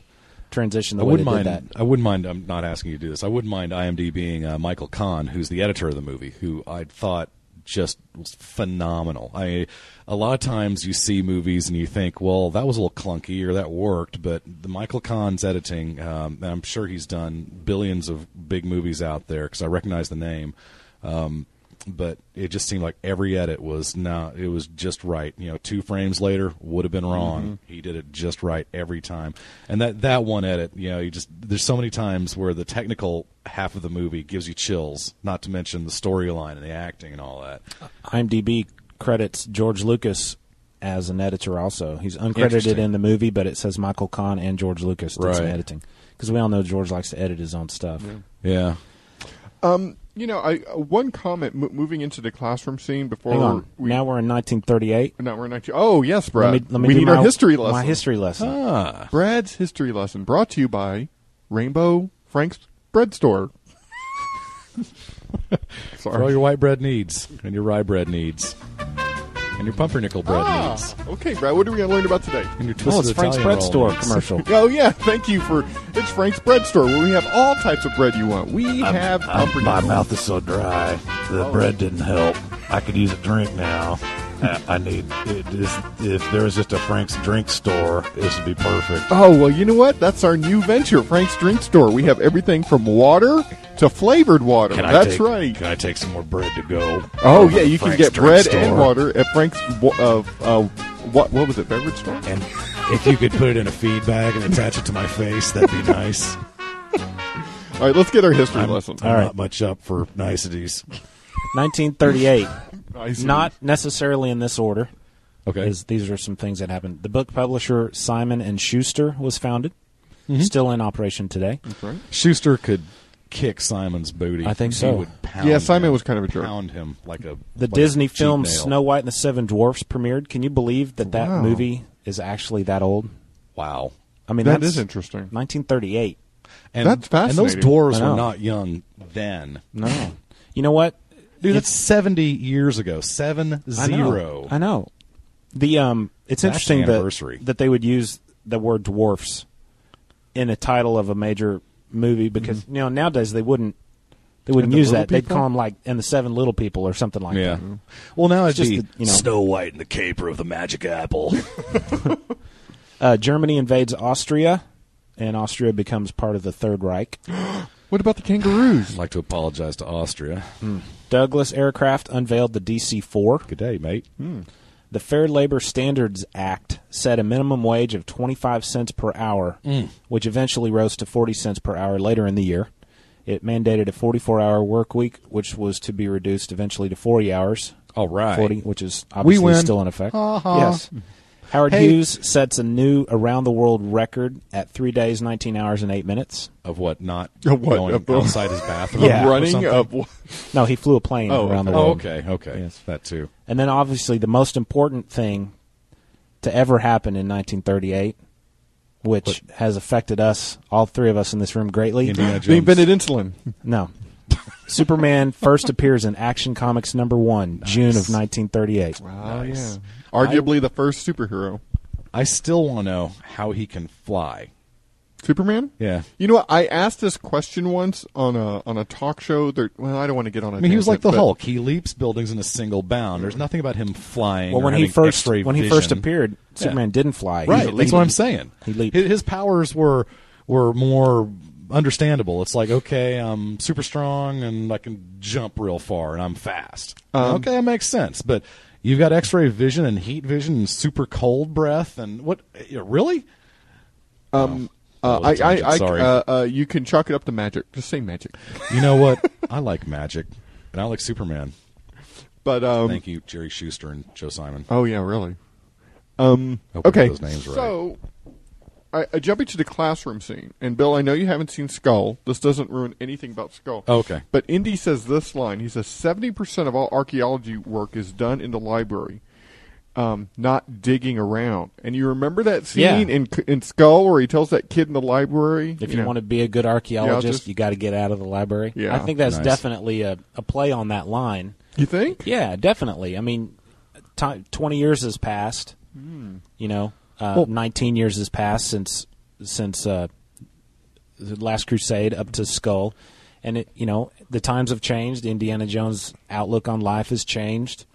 [SPEAKER 10] transition. The
[SPEAKER 9] I
[SPEAKER 10] way
[SPEAKER 9] wouldn't
[SPEAKER 10] they
[SPEAKER 9] mind.
[SPEAKER 10] did that.
[SPEAKER 9] I wouldn't mind. I'm not asking you to do this. I wouldn't mind IMDbing uh, Michael Kahn, who's the editor of the movie, who I thought just was phenomenal. I a lot of times you see movies and you think, well, that was a little clunky or that worked, but the Michael Kahn's editing, um, and I'm sure he's done billions of big movies out there because I recognize the name. Um, but it just seemed like every edit was no, it was just right. You know, two frames later would have been wrong.
[SPEAKER 10] Mm-hmm.
[SPEAKER 9] He did it just right every time. And that that one edit, you know, you just there's so many times where the technical half of the movie gives you chills, not to mention the storyline and the acting and all that.
[SPEAKER 10] IMDb credits George Lucas as an editor. Also, he's uncredited
[SPEAKER 9] Interesting.
[SPEAKER 10] in the movie, but it says Michael Kahn and George Lucas did some
[SPEAKER 9] Right.
[SPEAKER 10] editing because we all know George likes to edit his own stuff.
[SPEAKER 9] Yeah.
[SPEAKER 11] Um, you know i one comment mo- moving into the classroom scene before
[SPEAKER 10] Hang on,
[SPEAKER 11] we
[SPEAKER 10] now we're in 1938.
[SPEAKER 11] No, we're not. Oh, yes, Brad.
[SPEAKER 10] Let me, let me
[SPEAKER 11] we
[SPEAKER 10] do
[SPEAKER 11] need
[SPEAKER 10] my,
[SPEAKER 11] our history lesson.
[SPEAKER 10] My history lesson.
[SPEAKER 9] Ah.
[SPEAKER 11] Brad's history lesson brought to you by Rainbow Frank's Bread Store.
[SPEAKER 9] For all
[SPEAKER 11] Sorry.
[SPEAKER 9] your white bread needs and your rye bread needs. And your pumpernickel bread needs.
[SPEAKER 11] Ah, Okay, Brad. What are we going to learn about today?
[SPEAKER 9] And your twisted
[SPEAKER 10] oh, it's Frank's
[SPEAKER 9] Italian
[SPEAKER 10] Bread
[SPEAKER 9] roll
[SPEAKER 10] Store
[SPEAKER 9] needs.
[SPEAKER 10] commercial.
[SPEAKER 11] Oh yeah, thank you for it's Frank's Bread Store where we have all types of bread you want. We have upper-
[SPEAKER 1] My mouth is so dry. The bread didn't help. I could use a drink now. I- I need it is, if there was just a Frank's drink store, this would be perfect.
[SPEAKER 11] Oh well, you know what? That's our new venture, Frank's Drink Store. We have everything from water to flavored water.
[SPEAKER 1] Can I
[SPEAKER 11] That's
[SPEAKER 1] take-
[SPEAKER 11] right.
[SPEAKER 1] Can I take some more bread to go?
[SPEAKER 11] Oh
[SPEAKER 1] from
[SPEAKER 11] yeah, you
[SPEAKER 1] Frank's
[SPEAKER 11] can get
[SPEAKER 1] drink
[SPEAKER 11] bread
[SPEAKER 1] store?
[SPEAKER 11] and water at Frank's. wa- Uh, uh, what what was it? Beverage store.
[SPEAKER 1] And if you could put it in a feed bag and attach it to my face, that'd be nice.
[SPEAKER 11] All right, let's get our history
[SPEAKER 1] I'm,
[SPEAKER 11] lesson.
[SPEAKER 1] I'm not much up for niceties.
[SPEAKER 10] 1938.
[SPEAKER 11] I see.
[SPEAKER 10] Not necessarily in this order.
[SPEAKER 9] Okay.
[SPEAKER 10] Is these are some things that happened. The book publisher Simon and Schuster was founded. Still in operation today.
[SPEAKER 9] Schuster could kick Simon's booty.
[SPEAKER 10] I think
[SPEAKER 9] He
[SPEAKER 10] so.
[SPEAKER 9] would pound
[SPEAKER 11] Yeah, Simon
[SPEAKER 9] him,
[SPEAKER 11] was kind of a jerk.
[SPEAKER 9] Pound him like a
[SPEAKER 10] The
[SPEAKER 9] like a
[SPEAKER 10] Disney
[SPEAKER 9] cheap
[SPEAKER 10] film
[SPEAKER 9] nail.
[SPEAKER 10] Snow White and the Seven Dwarfs premiered. Can you believe that that
[SPEAKER 11] Wow.
[SPEAKER 10] movie is actually that old?
[SPEAKER 9] Wow,
[SPEAKER 10] I mean,
[SPEAKER 11] That
[SPEAKER 10] that's
[SPEAKER 11] is interesting.
[SPEAKER 10] 1938.
[SPEAKER 9] and
[SPEAKER 11] That's
[SPEAKER 9] And those
[SPEAKER 11] fascinating.
[SPEAKER 9] dwarves
[SPEAKER 10] I know.
[SPEAKER 9] were not young then.
[SPEAKER 10] No, you know what?
[SPEAKER 9] Dude, that's seventy years ago. Seven
[SPEAKER 10] I know.
[SPEAKER 9] zero.
[SPEAKER 10] I know. The um, it's
[SPEAKER 9] That's
[SPEAKER 10] interesting
[SPEAKER 9] the
[SPEAKER 10] that
[SPEAKER 9] anniversary.
[SPEAKER 10] that they would use the word dwarfs in a title of a major movie because you know nowadays they wouldn't they wouldn't
[SPEAKER 11] the
[SPEAKER 10] use
[SPEAKER 11] little
[SPEAKER 10] that. They'd
[SPEAKER 11] people?
[SPEAKER 10] call them like and the seven little people or something like
[SPEAKER 9] Yeah.
[SPEAKER 10] that.
[SPEAKER 9] Well, now
[SPEAKER 10] It's
[SPEAKER 9] it's
[SPEAKER 10] just
[SPEAKER 9] just
[SPEAKER 10] that, you know-
[SPEAKER 9] Snow White and the Caper of the Magic Apple.
[SPEAKER 10] Uh, Germany invades Austria, and Austria becomes part of the Third Reich.
[SPEAKER 11] What about the kangaroos?
[SPEAKER 9] I'd like to apologize to Austria.
[SPEAKER 10] Douglas Aircraft unveiled the DC 4.
[SPEAKER 9] Good day, mate.
[SPEAKER 10] The Fair Labor Standards Act set a minimum wage of 25 cents per hour,
[SPEAKER 9] Mm.
[SPEAKER 10] which eventually rose to 40 cents per hour later in the year. It mandated a 44 hour work week, which was to be reduced eventually to 40 hours.
[SPEAKER 9] All right.
[SPEAKER 10] 40, which is obviously
[SPEAKER 11] win.
[SPEAKER 10] still in effect.
[SPEAKER 11] Uh-huh.
[SPEAKER 10] Yes. Howard
[SPEAKER 9] Hey.
[SPEAKER 10] Hughes sets a new around the world record at three days, 19 hours, and eight minutes.
[SPEAKER 9] Of what? Not
[SPEAKER 11] Of what?
[SPEAKER 9] going
[SPEAKER 11] Of the-
[SPEAKER 9] outside his bathroom.
[SPEAKER 10] Yeah.
[SPEAKER 9] or
[SPEAKER 11] running
[SPEAKER 9] something?
[SPEAKER 11] up.
[SPEAKER 10] No, he flew a plane
[SPEAKER 11] Oh,
[SPEAKER 10] around the
[SPEAKER 9] Oh,
[SPEAKER 10] world.
[SPEAKER 9] okay, okay.
[SPEAKER 10] Yes.
[SPEAKER 9] That too.
[SPEAKER 10] And then obviously the most important thing to ever happen in 1938, which has affected us, all three of us in this room greatly.
[SPEAKER 9] Indiana
[SPEAKER 11] They
[SPEAKER 9] Jones.
[SPEAKER 11] invented insulin.
[SPEAKER 10] No. Superman first appears in Action Comics number 1, June of 1938.
[SPEAKER 11] Oh yeah. Arguably the first superhero.
[SPEAKER 9] I still want to know how he can fly.
[SPEAKER 11] Superman?
[SPEAKER 9] Yeah.
[SPEAKER 11] You know what? I asked this question once on a on a talk show. There, well, I don't want to get on a.
[SPEAKER 9] I mean, he was like the
[SPEAKER 11] tangent, but-
[SPEAKER 9] Hulk. He leaps buildings in a single bound. There's nothing about him flying.
[SPEAKER 10] Well,
[SPEAKER 9] or
[SPEAKER 10] when he
[SPEAKER 9] having
[SPEAKER 10] first
[SPEAKER 9] X-ray
[SPEAKER 10] when he first
[SPEAKER 9] vision.
[SPEAKER 10] appeared, Superman didn't fly. He
[SPEAKER 9] right?
[SPEAKER 10] leaped.
[SPEAKER 9] That's what I'm saying.
[SPEAKER 10] He leaped.
[SPEAKER 9] His, his powers were were more understandable. It's like, okay, I'm super strong and I can jump real far and I'm fast.
[SPEAKER 11] Um,
[SPEAKER 9] okay, that makes sense. But you've got X-ray vision and heat vision and super cold breath and what? yeah, Really?
[SPEAKER 11] Um, uh,
[SPEAKER 9] Oh,
[SPEAKER 11] I,
[SPEAKER 9] tangent,
[SPEAKER 11] I, I,
[SPEAKER 9] sorry.
[SPEAKER 11] uh, uh, you can chalk it up to magic. Just say magic.
[SPEAKER 9] You know what? I like magic and I like Superman.
[SPEAKER 11] But um,
[SPEAKER 9] Thank you, Jerry Schuster and Joe Simon.
[SPEAKER 11] Oh yeah, really. Um,
[SPEAKER 9] Hope I
[SPEAKER 11] okay,
[SPEAKER 9] got those names right.
[SPEAKER 11] so I, I jump into the classroom scene, and Bill, I know you haven't seen Skull. This doesn't ruin anything about Skull.
[SPEAKER 9] Oh, okay.
[SPEAKER 11] but Indy says this line. He says seventy percent of all archaeology work is done in the library, um, not digging around. And you remember that
[SPEAKER 10] Yeah.
[SPEAKER 11] scene in in Skull where he tells that kid in the library,
[SPEAKER 10] If you want to be a good archaeologist,
[SPEAKER 11] Yeah, just-
[SPEAKER 10] you got to get out of the library.
[SPEAKER 11] Yeah.
[SPEAKER 10] I think that's
[SPEAKER 9] Nice.
[SPEAKER 10] definitely a, a play on that line.
[SPEAKER 11] you think?
[SPEAKER 10] Yeah, definitely. I mean, ti 20 years has passed. You know, uh, 19 years has passed since since uh, the Last Crusade up to Skull, and it, you know the times have changed. Indiana Jones' outlook on life has changed.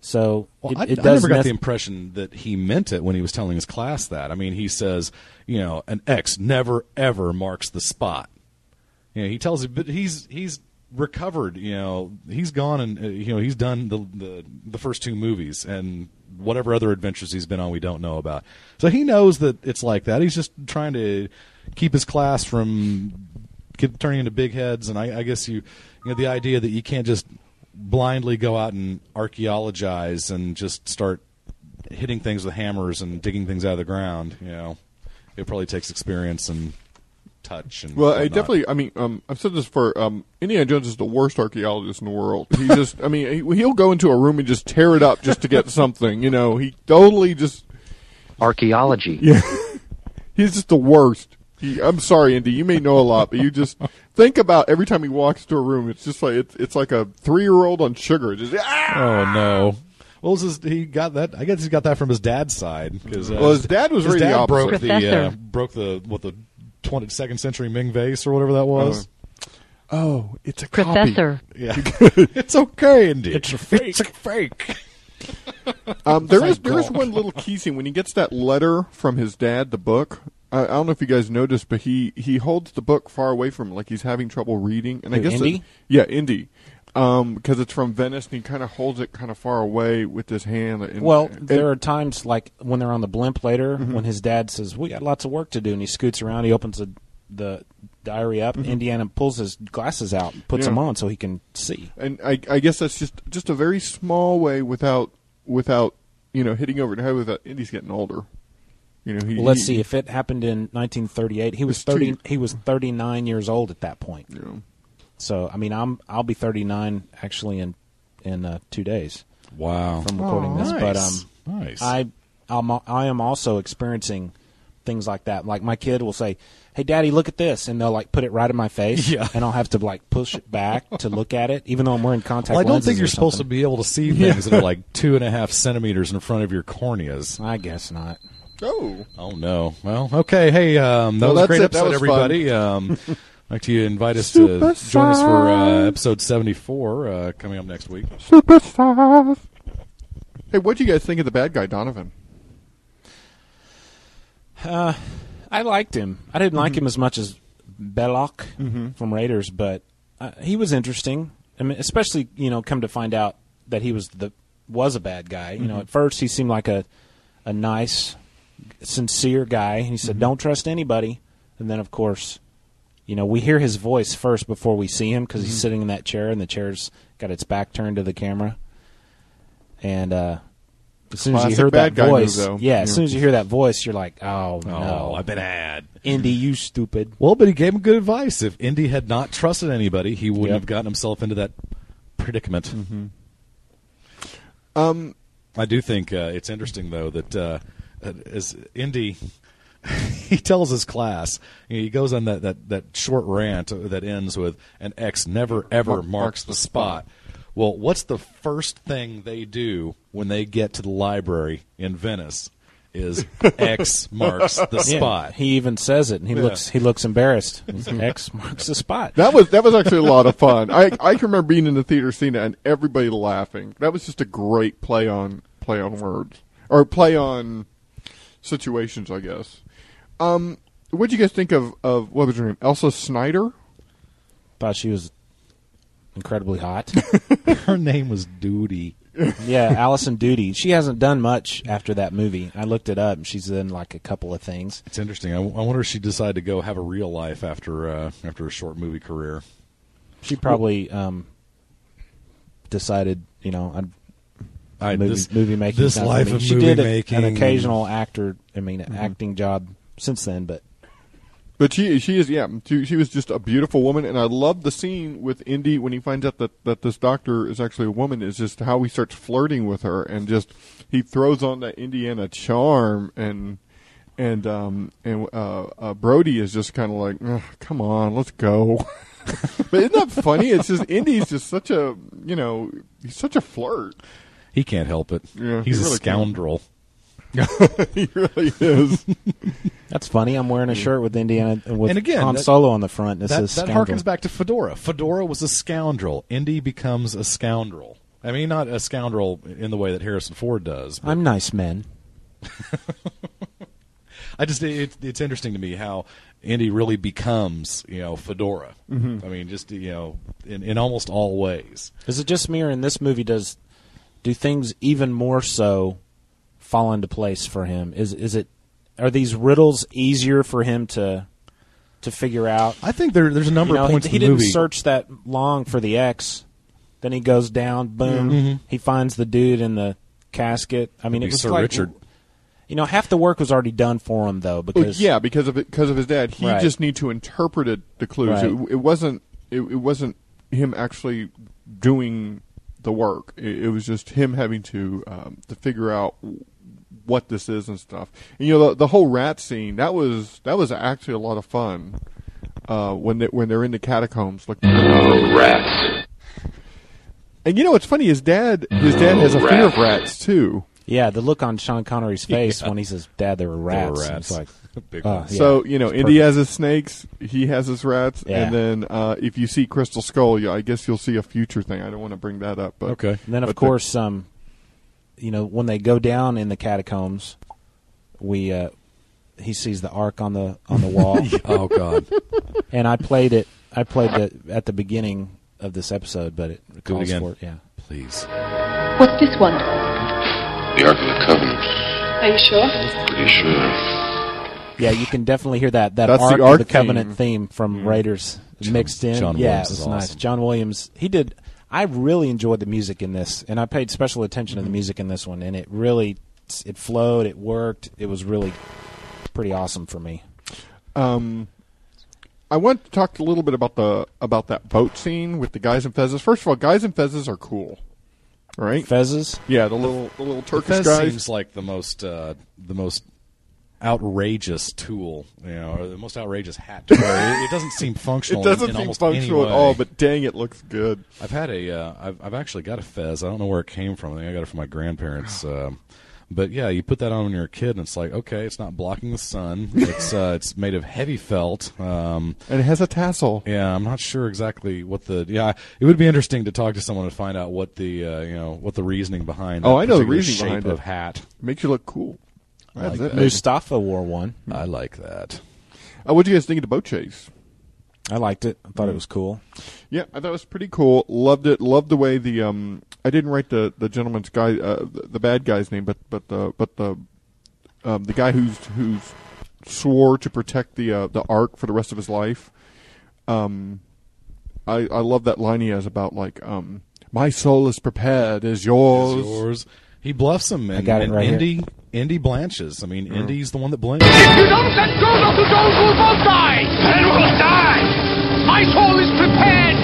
[SPEAKER 10] So
[SPEAKER 9] Well,
[SPEAKER 10] it,
[SPEAKER 9] I,
[SPEAKER 10] it
[SPEAKER 9] I
[SPEAKER 10] does
[SPEAKER 9] never got
[SPEAKER 10] nec-
[SPEAKER 9] the impression that he meant it when he was telling his class that. I mean, he says, you know, an X never ever marks the spot. You know, he tells it, but he's he's recovered. You know, he's gone and uh, you know he's done the the the first two movies and whatever other adventures he's been on we don't know about. So he knows that it's like that. He's just trying to keep his class from get, turning into big heads. And I, I guess you you know the idea that you can't just blindly go out and archaeologize and just start hitting things with hammers and digging things out of the ground. You know, it probably takes experience and touch and
[SPEAKER 11] Well, I
[SPEAKER 9] whatnot.
[SPEAKER 11] definitely. I mean, um, I've said this for um, Indiana Jones is the worst archaeologist in the world. He just, I mean, he, he'll go into a room and just tear it up just to get something. You know, he totally just.
[SPEAKER 12] Archaeology.
[SPEAKER 11] He's just the worst. He, I'm sorry, Indy. You may know a lot, but you just think about every time he walks into a room. It's just like it's, it's like a three year old on sugar. Just ah!
[SPEAKER 9] Oh no. Well, this is, he got that. I guess he got that from his dad's side because uh,
[SPEAKER 11] Well, his dad was
[SPEAKER 9] his
[SPEAKER 11] really the
[SPEAKER 9] dad
[SPEAKER 11] opposite.
[SPEAKER 9] broke the uh,
[SPEAKER 12] Professor.
[SPEAKER 9] broke the what the twenty second century Ming vase or whatever that was.
[SPEAKER 11] oh, it's a copy.
[SPEAKER 12] Professor.
[SPEAKER 9] yeah, it's okay, indeed.
[SPEAKER 10] It's a fake.
[SPEAKER 9] It's a fake.
[SPEAKER 11] Um, there is there is one little key scene when he gets that letter from his dad, the book. I, I don't know if you guys noticed, but he he holds the book far away from him, like he's having trouble reading. And I
[SPEAKER 10] Who,
[SPEAKER 11] guess
[SPEAKER 10] Indy?
[SPEAKER 11] it- yeah, Indy, um, because it's from Venice, and he kind of holds it kind of far away with his hand. And,
[SPEAKER 10] Well,
[SPEAKER 11] and-
[SPEAKER 10] there are times like when they're on the blimp later, when his dad says, "We got lots of work to do," and he scoots around. He opens the the diary up. Indiana pulls his glasses out, and puts
[SPEAKER 11] Yeah.
[SPEAKER 10] them on so he can see.
[SPEAKER 11] and I, I guess that's just just a very small way without without you know hitting over the head with that. Indy's getting older. You know, he,
[SPEAKER 10] Well, let's
[SPEAKER 11] he-
[SPEAKER 10] see if it happened in 1938. He was
[SPEAKER 11] It's
[SPEAKER 10] 30.
[SPEAKER 11] too-
[SPEAKER 10] He was 39 years old at that point. So I mean, I'm I'll be 39 actually in in uh, two days.
[SPEAKER 9] Wow.
[SPEAKER 10] From recording
[SPEAKER 9] Oh,
[SPEAKER 10] this, but
[SPEAKER 9] nice.
[SPEAKER 10] um,
[SPEAKER 9] Nice.
[SPEAKER 10] I I'm, I am also experiencing things like that. Like my kid will say, "Hey, Daddy, look at this," and they'll like put it right in my face. Yeah. And I'll have to like push it back to look at it, even though I'm wearing contact
[SPEAKER 9] Well, I don't
[SPEAKER 10] lenses
[SPEAKER 9] think you're
[SPEAKER 10] or
[SPEAKER 9] supposed to
[SPEAKER 10] something.
[SPEAKER 9] be able to see
[SPEAKER 10] Yeah.
[SPEAKER 9] things that are like two and a half centimeters in front of your corneas.
[SPEAKER 10] I guess not.
[SPEAKER 11] Oh.
[SPEAKER 9] Oh no. Well, okay. Hey, um, that
[SPEAKER 11] Well,
[SPEAKER 9] was a
[SPEAKER 11] that's
[SPEAKER 9] great
[SPEAKER 11] it. That
[SPEAKER 9] episode,
[SPEAKER 11] was
[SPEAKER 9] everybody. Um, I'd like to invite us to join us for uh, episode seventy-four uh, coming up next week.
[SPEAKER 11] Superstar. Hey, what do you guys think of the bad guy, Donovan?
[SPEAKER 10] Uh, I liked him. I didn't
[SPEAKER 13] Mm-hmm.
[SPEAKER 10] like him as much as Belloc from Raiders, but uh, he was interesting. I mean, especially you know, come to find out that he was the was a bad guy. You know,
[SPEAKER 13] Mhm.
[SPEAKER 10] at first he seemed like a a nice, sincere guy. He
[SPEAKER 13] Mm-hmm.
[SPEAKER 10] said, "Don't trust anybody," and then of course, you know, we hear his voice first before we see him because
[SPEAKER 13] Mhm.
[SPEAKER 10] he's sitting in that chair and the chair's got its back turned to the camera, and. uh as soon as
[SPEAKER 13] Classic
[SPEAKER 10] you heard
[SPEAKER 13] bad
[SPEAKER 10] that
[SPEAKER 13] guy move,
[SPEAKER 10] voice,
[SPEAKER 13] though.
[SPEAKER 10] yeah, as
[SPEAKER 13] Yeah.
[SPEAKER 10] soon as you hear that voice, you're like, oh, no,
[SPEAKER 9] Oh, I've been had.
[SPEAKER 10] Indy, you stupid.
[SPEAKER 9] Well, but he gave him good advice. If Indy had not trusted anybody, he wouldn't have gotten himself into that predicament.
[SPEAKER 11] Um,
[SPEAKER 9] I do think uh, it's interesting though that uh, as Indy. He tells his class. He goes on that, that, that short rant that ends with "an X never ever
[SPEAKER 11] Mark-
[SPEAKER 9] marks the spot." Well, what's the first thing they do when they get to the library in Venice? Is X marks the
[SPEAKER 10] Yeah,
[SPEAKER 9] spot?
[SPEAKER 10] He even says it, and he
[SPEAKER 9] Yeah.
[SPEAKER 10] looks he looks embarrassed. He's like, X marks the spot.
[SPEAKER 11] That was that was actually a lot of fun. I I can remember being in the theater seeing that and everybody laughing. That was just a great play on play on words or play on situations, I guess. Um, what would you guys think of of what was her name? Elsa Snyder.
[SPEAKER 10] Thought she was incredibly hot.
[SPEAKER 9] Her name was Duty.
[SPEAKER 10] yeah, Allison Duty. She hasn't done much after that movie. I looked it up. and She's in like a couple of things.
[SPEAKER 9] It's interesting. I, I wonder if she decided to go have a real life after uh, after a short movie career.
[SPEAKER 10] She probably um, decided, you know, I'm
[SPEAKER 9] I-
[SPEAKER 10] movie,
[SPEAKER 9] this-
[SPEAKER 10] movie making.
[SPEAKER 9] this
[SPEAKER 10] not for
[SPEAKER 9] life
[SPEAKER 10] me.
[SPEAKER 9] of
[SPEAKER 10] she
[SPEAKER 9] movie
[SPEAKER 10] did a-
[SPEAKER 9] making. Mm-hmm.
[SPEAKER 10] an occasional actor. I mean, acting job since then, but
[SPEAKER 11] But she she is yeah she, she was just a beautiful woman and I love the scene with Indy when he finds out that, that this doctor is actually a woman is just how he starts flirting with her and just he throws on that Indiana charm and and um and uh, uh Brody is just kind of like "Ugh, come on let's go but isn't that funny it's just Indy's just such a you know he's such a flirt
[SPEAKER 9] He can't help it.
[SPEAKER 11] Yeah,
[SPEAKER 9] He's
[SPEAKER 11] he
[SPEAKER 9] a
[SPEAKER 11] really can't.
[SPEAKER 9] scoundrel.
[SPEAKER 11] he really is
[SPEAKER 10] That's funny. I'm wearing a shirt with Indiana with
[SPEAKER 9] Mm-hmm. and again,
[SPEAKER 10] Han
[SPEAKER 9] that-
[SPEAKER 10] Solo on the front. This
[SPEAKER 9] that,
[SPEAKER 10] is
[SPEAKER 9] that harkens back to Fedora. Fedora was a scoundrel. Indy becomes a scoundrel. I mean, not a scoundrel in the way that Harrison Ford does. but-
[SPEAKER 10] I'm nice men.
[SPEAKER 9] I just it, it's interesting to me how Indy really becomes you know Fedora.
[SPEAKER 11] Mm-hmm.
[SPEAKER 9] I mean, just you know, in, in almost all ways.
[SPEAKER 10] Is it just me or in this movie does do things even more so fall into place for him? Is is it are these riddles easier for him to to figure out?
[SPEAKER 9] I think there there's a number
[SPEAKER 10] You know,
[SPEAKER 9] of
[SPEAKER 10] he-
[SPEAKER 9] points
[SPEAKER 10] He,
[SPEAKER 9] in the
[SPEAKER 10] didn't
[SPEAKER 9] movie.
[SPEAKER 10] search that long for the X. Then he goes down. Boom.
[SPEAKER 9] Yeah. Mhm.
[SPEAKER 10] He finds the dude in the casket. I mean,
[SPEAKER 9] Could
[SPEAKER 10] it
[SPEAKER 9] be
[SPEAKER 10] was
[SPEAKER 9] Sir
[SPEAKER 10] like,
[SPEAKER 9] Richard.
[SPEAKER 10] You know, half the work was already done for him though
[SPEAKER 11] Well,
[SPEAKER 10] because
[SPEAKER 11] yeah, because of it, because of his dad, he
[SPEAKER 10] Right.
[SPEAKER 11] just need to interpret it, the clues.
[SPEAKER 10] Right.
[SPEAKER 11] It, it wasn't it, it wasn't him actually doing the work. It, it was just him having to um, to figure out what this is and stuff. And you know the, the whole rat scene that was that was actually a lot of fun uh, when they, when they're in the catacombs looking for
[SPEAKER 2] rats.
[SPEAKER 11] And you know what's funny? His dad his dad has a fear
[SPEAKER 10] Rats.
[SPEAKER 11] of rats too.
[SPEAKER 10] Yeah, the look on Sean Connery's face when he says, "Dad, there were rats."
[SPEAKER 9] rats.
[SPEAKER 10] It's like,
[SPEAKER 9] Big
[SPEAKER 10] oh,
[SPEAKER 9] ones.
[SPEAKER 10] yeah.
[SPEAKER 11] So you know,
[SPEAKER 10] It's
[SPEAKER 11] Indy
[SPEAKER 10] perfect.
[SPEAKER 11] has his snakes. He has his rats,
[SPEAKER 10] Yeah.
[SPEAKER 11] and then uh, if you see Crystal Skull, yeah, I guess you'll see a future thing. I don't want to bring that up, but
[SPEAKER 10] And then of
[SPEAKER 11] but the-
[SPEAKER 10] course, um, you know, when they go down in the catacombs, we uh, he sees the ark on the on the wall.
[SPEAKER 9] Oh, God.
[SPEAKER 10] And I played it. I played it at the beginning of this episode, but it
[SPEAKER 9] Do it
[SPEAKER 10] calls
[SPEAKER 9] again.
[SPEAKER 10] for it. Yeah,
[SPEAKER 9] please.
[SPEAKER 14] What's this one?
[SPEAKER 2] The Ark of the Covenant.
[SPEAKER 14] Are you sure?
[SPEAKER 2] Pretty sure.
[SPEAKER 10] Yeah, you can definitely hear that that
[SPEAKER 11] That's
[SPEAKER 10] Ark,
[SPEAKER 11] the
[SPEAKER 10] of
[SPEAKER 11] Ark
[SPEAKER 10] the Covenant theme,
[SPEAKER 11] theme.
[SPEAKER 10] from Raiders mixed in.
[SPEAKER 9] Mm-hmm. John
[SPEAKER 10] yeah,
[SPEAKER 9] Williams
[SPEAKER 10] it
[SPEAKER 9] is
[SPEAKER 10] was nice.
[SPEAKER 9] awesome.
[SPEAKER 10] John Williams, he did. I really enjoyed the music in this, and I paid
[SPEAKER 9] Mm-hmm.
[SPEAKER 10] special attention to the music in this one, and it really it flowed, it worked, it was really pretty awesome for me.
[SPEAKER 11] Um, I want to talk a little bit about the about that boat scene with the guys in fezzes. First of all, guys in fezzes are cool, right?
[SPEAKER 10] Fezzes,
[SPEAKER 11] yeah, the little the little
[SPEAKER 9] The
[SPEAKER 11] Turkish
[SPEAKER 9] fez
[SPEAKER 11] guys.
[SPEAKER 9] seems like the most uh, the most outrageous tool, you know, or the most outrageous hat. To wear. it, it doesn't seem functional.
[SPEAKER 11] It
[SPEAKER 9] in,
[SPEAKER 11] doesn't
[SPEAKER 9] in
[SPEAKER 11] seem
[SPEAKER 9] almost
[SPEAKER 11] functional
[SPEAKER 9] any
[SPEAKER 11] at
[SPEAKER 9] way.
[SPEAKER 11] all, but dang, it looks good.
[SPEAKER 9] I've had a, uh, I've, I've actually got a fez. I don't know where it came from. I think I got it from my grandparents. Um, but yeah, you put that on when you're a kid, and it's like, okay, it's not blocking the sun. It's uh, it's made of heavy felt. Um,
[SPEAKER 11] and it has a tassel.
[SPEAKER 9] Yeah, I'm not sure exactly what the. Yeah, it would be interesting to talk to someone and find out what the uh, you know what the reasoning behind.
[SPEAKER 11] Oh,
[SPEAKER 9] that
[SPEAKER 11] I know the
[SPEAKER 9] particular
[SPEAKER 11] reasoning
[SPEAKER 9] shape
[SPEAKER 11] behind
[SPEAKER 9] of
[SPEAKER 11] it.
[SPEAKER 9] hat.
[SPEAKER 11] Makes you look cool.
[SPEAKER 9] I like
[SPEAKER 11] That's
[SPEAKER 9] that.
[SPEAKER 11] it.
[SPEAKER 10] Mustafa wore one.
[SPEAKER 11] Hmm.
[SPEAKER 9] I like that.
[SPEAKER 11] Uh, what do you guys think of the boat chase?
[SPEAKER 10] I liked it. I thought
[SPEAKER 11] Mm.
[SPEAKER 10] it was cool.
[SPEAKER 11] Yeah, I thought it was pretty cool. Loved it. Loved the way the um. I didn't write the the gentleman's guy, uh, the, the bad guy's name, but but the but the um, the guy who's who's swore to protect the uh, the ark for the rest of his life. Um, I I love that line he has about like um, my soul is prepared as yours.
[SPEAKER 9] Is yours. He bluffs him,
[SPEAKER 11] I
[SPEAKER 9] and,
[SPEAKER 11] got it
[SPEAKER 9] and
[SPEAKER 11] right here. Hmm.
[SPEAKER 9] Indy Indy blanches. I mean,
[SPEAKER 11] Yeah.
[SPEAKER 9] Indy's the one that blinks.
[SPEAKER 13] you don't let go of the dogs, we'll both die. And we'll die. My soul is prepared.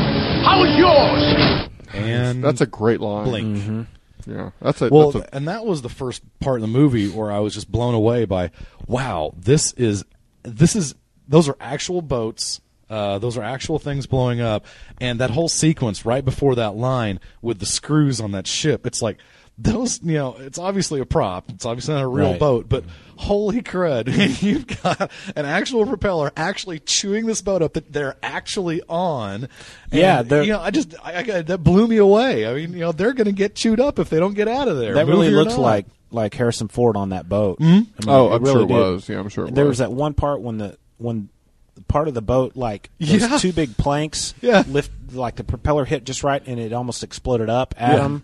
[SPEAKER 13] How's yours?
[SPEAKER 9] And
[SPEAKER 11] that's a Mm-hmm. great line.
[SPEAKER 9] Blink.
[SPEAKER 11] Yeah, that's a
[SPEAKER 9] well,
[SPEAKER 11] that's a-
[SPEAKER 9] and that was the first part of the movie where I was just blown away by, wow, this is, this is, those are actual boats. Uh, those are actual things blowing up, and that whole sequence right before that line with the screws on that ship. It's like those, you know, it's obviously a prop. It's obviously not a real
[SPEAKER 10] Right.
[SPEAKER 9] boat, but holy crud, you've got an actual propeller actually chewing this boat up that they're actually on. And,
[SPEAKER 10] Yeah, they're-
[SPEAKER 9] you know, I just I, I, that blew me away. I mean, you know, they're going to get chewed up if they don't get out of there.
[SPEAKER 10] That
[SPEAKER 9] Move
[SPEAKER 10] really
[SPEAKER 9] your
[SPEAKER 10] looked
[SPEAKER 9] knob.
[SPEAKER 10] like like Harrison Ford on that boat.
[SPEAKER 9] Mhm.
[SPEAKER 11] Oh,
[SPEAKER 10] it
[SPEAKER 11] I'm sure it was. Yeah, I'm sure it
[SPEAKER 10] there
[SPEAKER 11] was.
[SPEAKER 10] was that one part when the when part of the boat like those
[SPEAKER 9] Yeah.
[SPEAKER 10] two big planks
[SPEAKER 9] Yeah.
[SPEAKER 10] lift like the propeller hit just right and it almost exploded up at
[SPEAKER 9] Yeah.
[SPEAKER 10] him.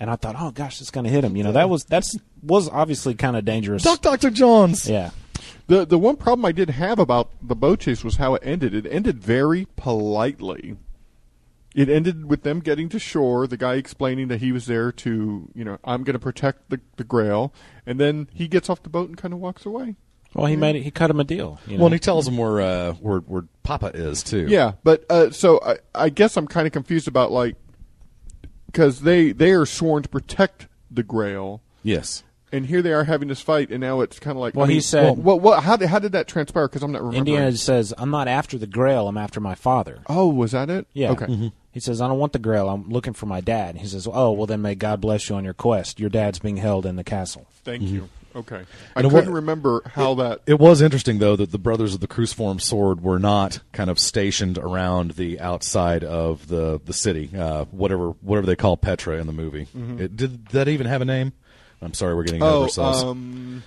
[SPEAKER 10] And I thought, oh gosh, it's going to hit him. You know, that was that's was obviously kind of dangerous.
[SPEAKER 9] Duck, Doctor Johns.
[SPEAKER 10] Yeah.
[SPEAKER 11] The the one problem I did have about the boat chase was how it ended. It ended very politely. It ended with them getting to shore, the guy explaining that he was there to, you know, I'm going to protect the, the Grail, and then he gets off the boat and kind of walks away.
[SPEAKER 10] Well, he made it. He cut him a deal. You know?
[SPEAKER 9] Well, and he tells him where uh, where where Papa is too.
[SPEAKER 11] Yeah, but uh, so I, I guess I'm kind of confused about like because they they are sworn to protect the Grail,
[SPEAKER 9] Yes.
[SPEAKER 11] and here they are having this fight, and now it's kind of like
[SPEAKER 10] Well,
[SPEAKER 11] I
[SPEAKER 10] he
[SPEAKER 11] mean,
[SPEAKER 10] said-
[SPEAKER 11] well, what, what how did how did that transpire? Because I'm not remembering.
[SPEAKER 10] Indiana says, "I'm not after the Grail. I'm after my father."
[SPEAKER 11] Oh, was that it?
[SPEAKER 10] Yeah.
[SPEAKER 11] Okay.
[SPEAKER 10] He says, "I don't want the Grail. I'm looking for my dad." And he says, "Oh, well then, may God bless you on your quest. Your dad's being held in the castle."
[SPEAKER 11] Thank
[SPEAKER 9] Mm-hmm.
[SPEAKER 11] you. Okay. I
[SPEAKER 9] And it wa-
[SPEAKER 11] couldn't remember how that.
[SPEAKER 9] It was interesting though that the brothers of the cruciform sword were not kind of stationed around the outside of the the city, uh, whatever whatever they call Petra in the movie.
[SPEAKER 10] Mm-hmm.
[SPEAKER 11] Mhm.
[SPEAKER 9] It, did that even have a name? I'm sorry, we're getting ahead of
[SPEAKER 11] Oh,
[SPEAKER 9] ourselves.
[SPEAKER 11] um,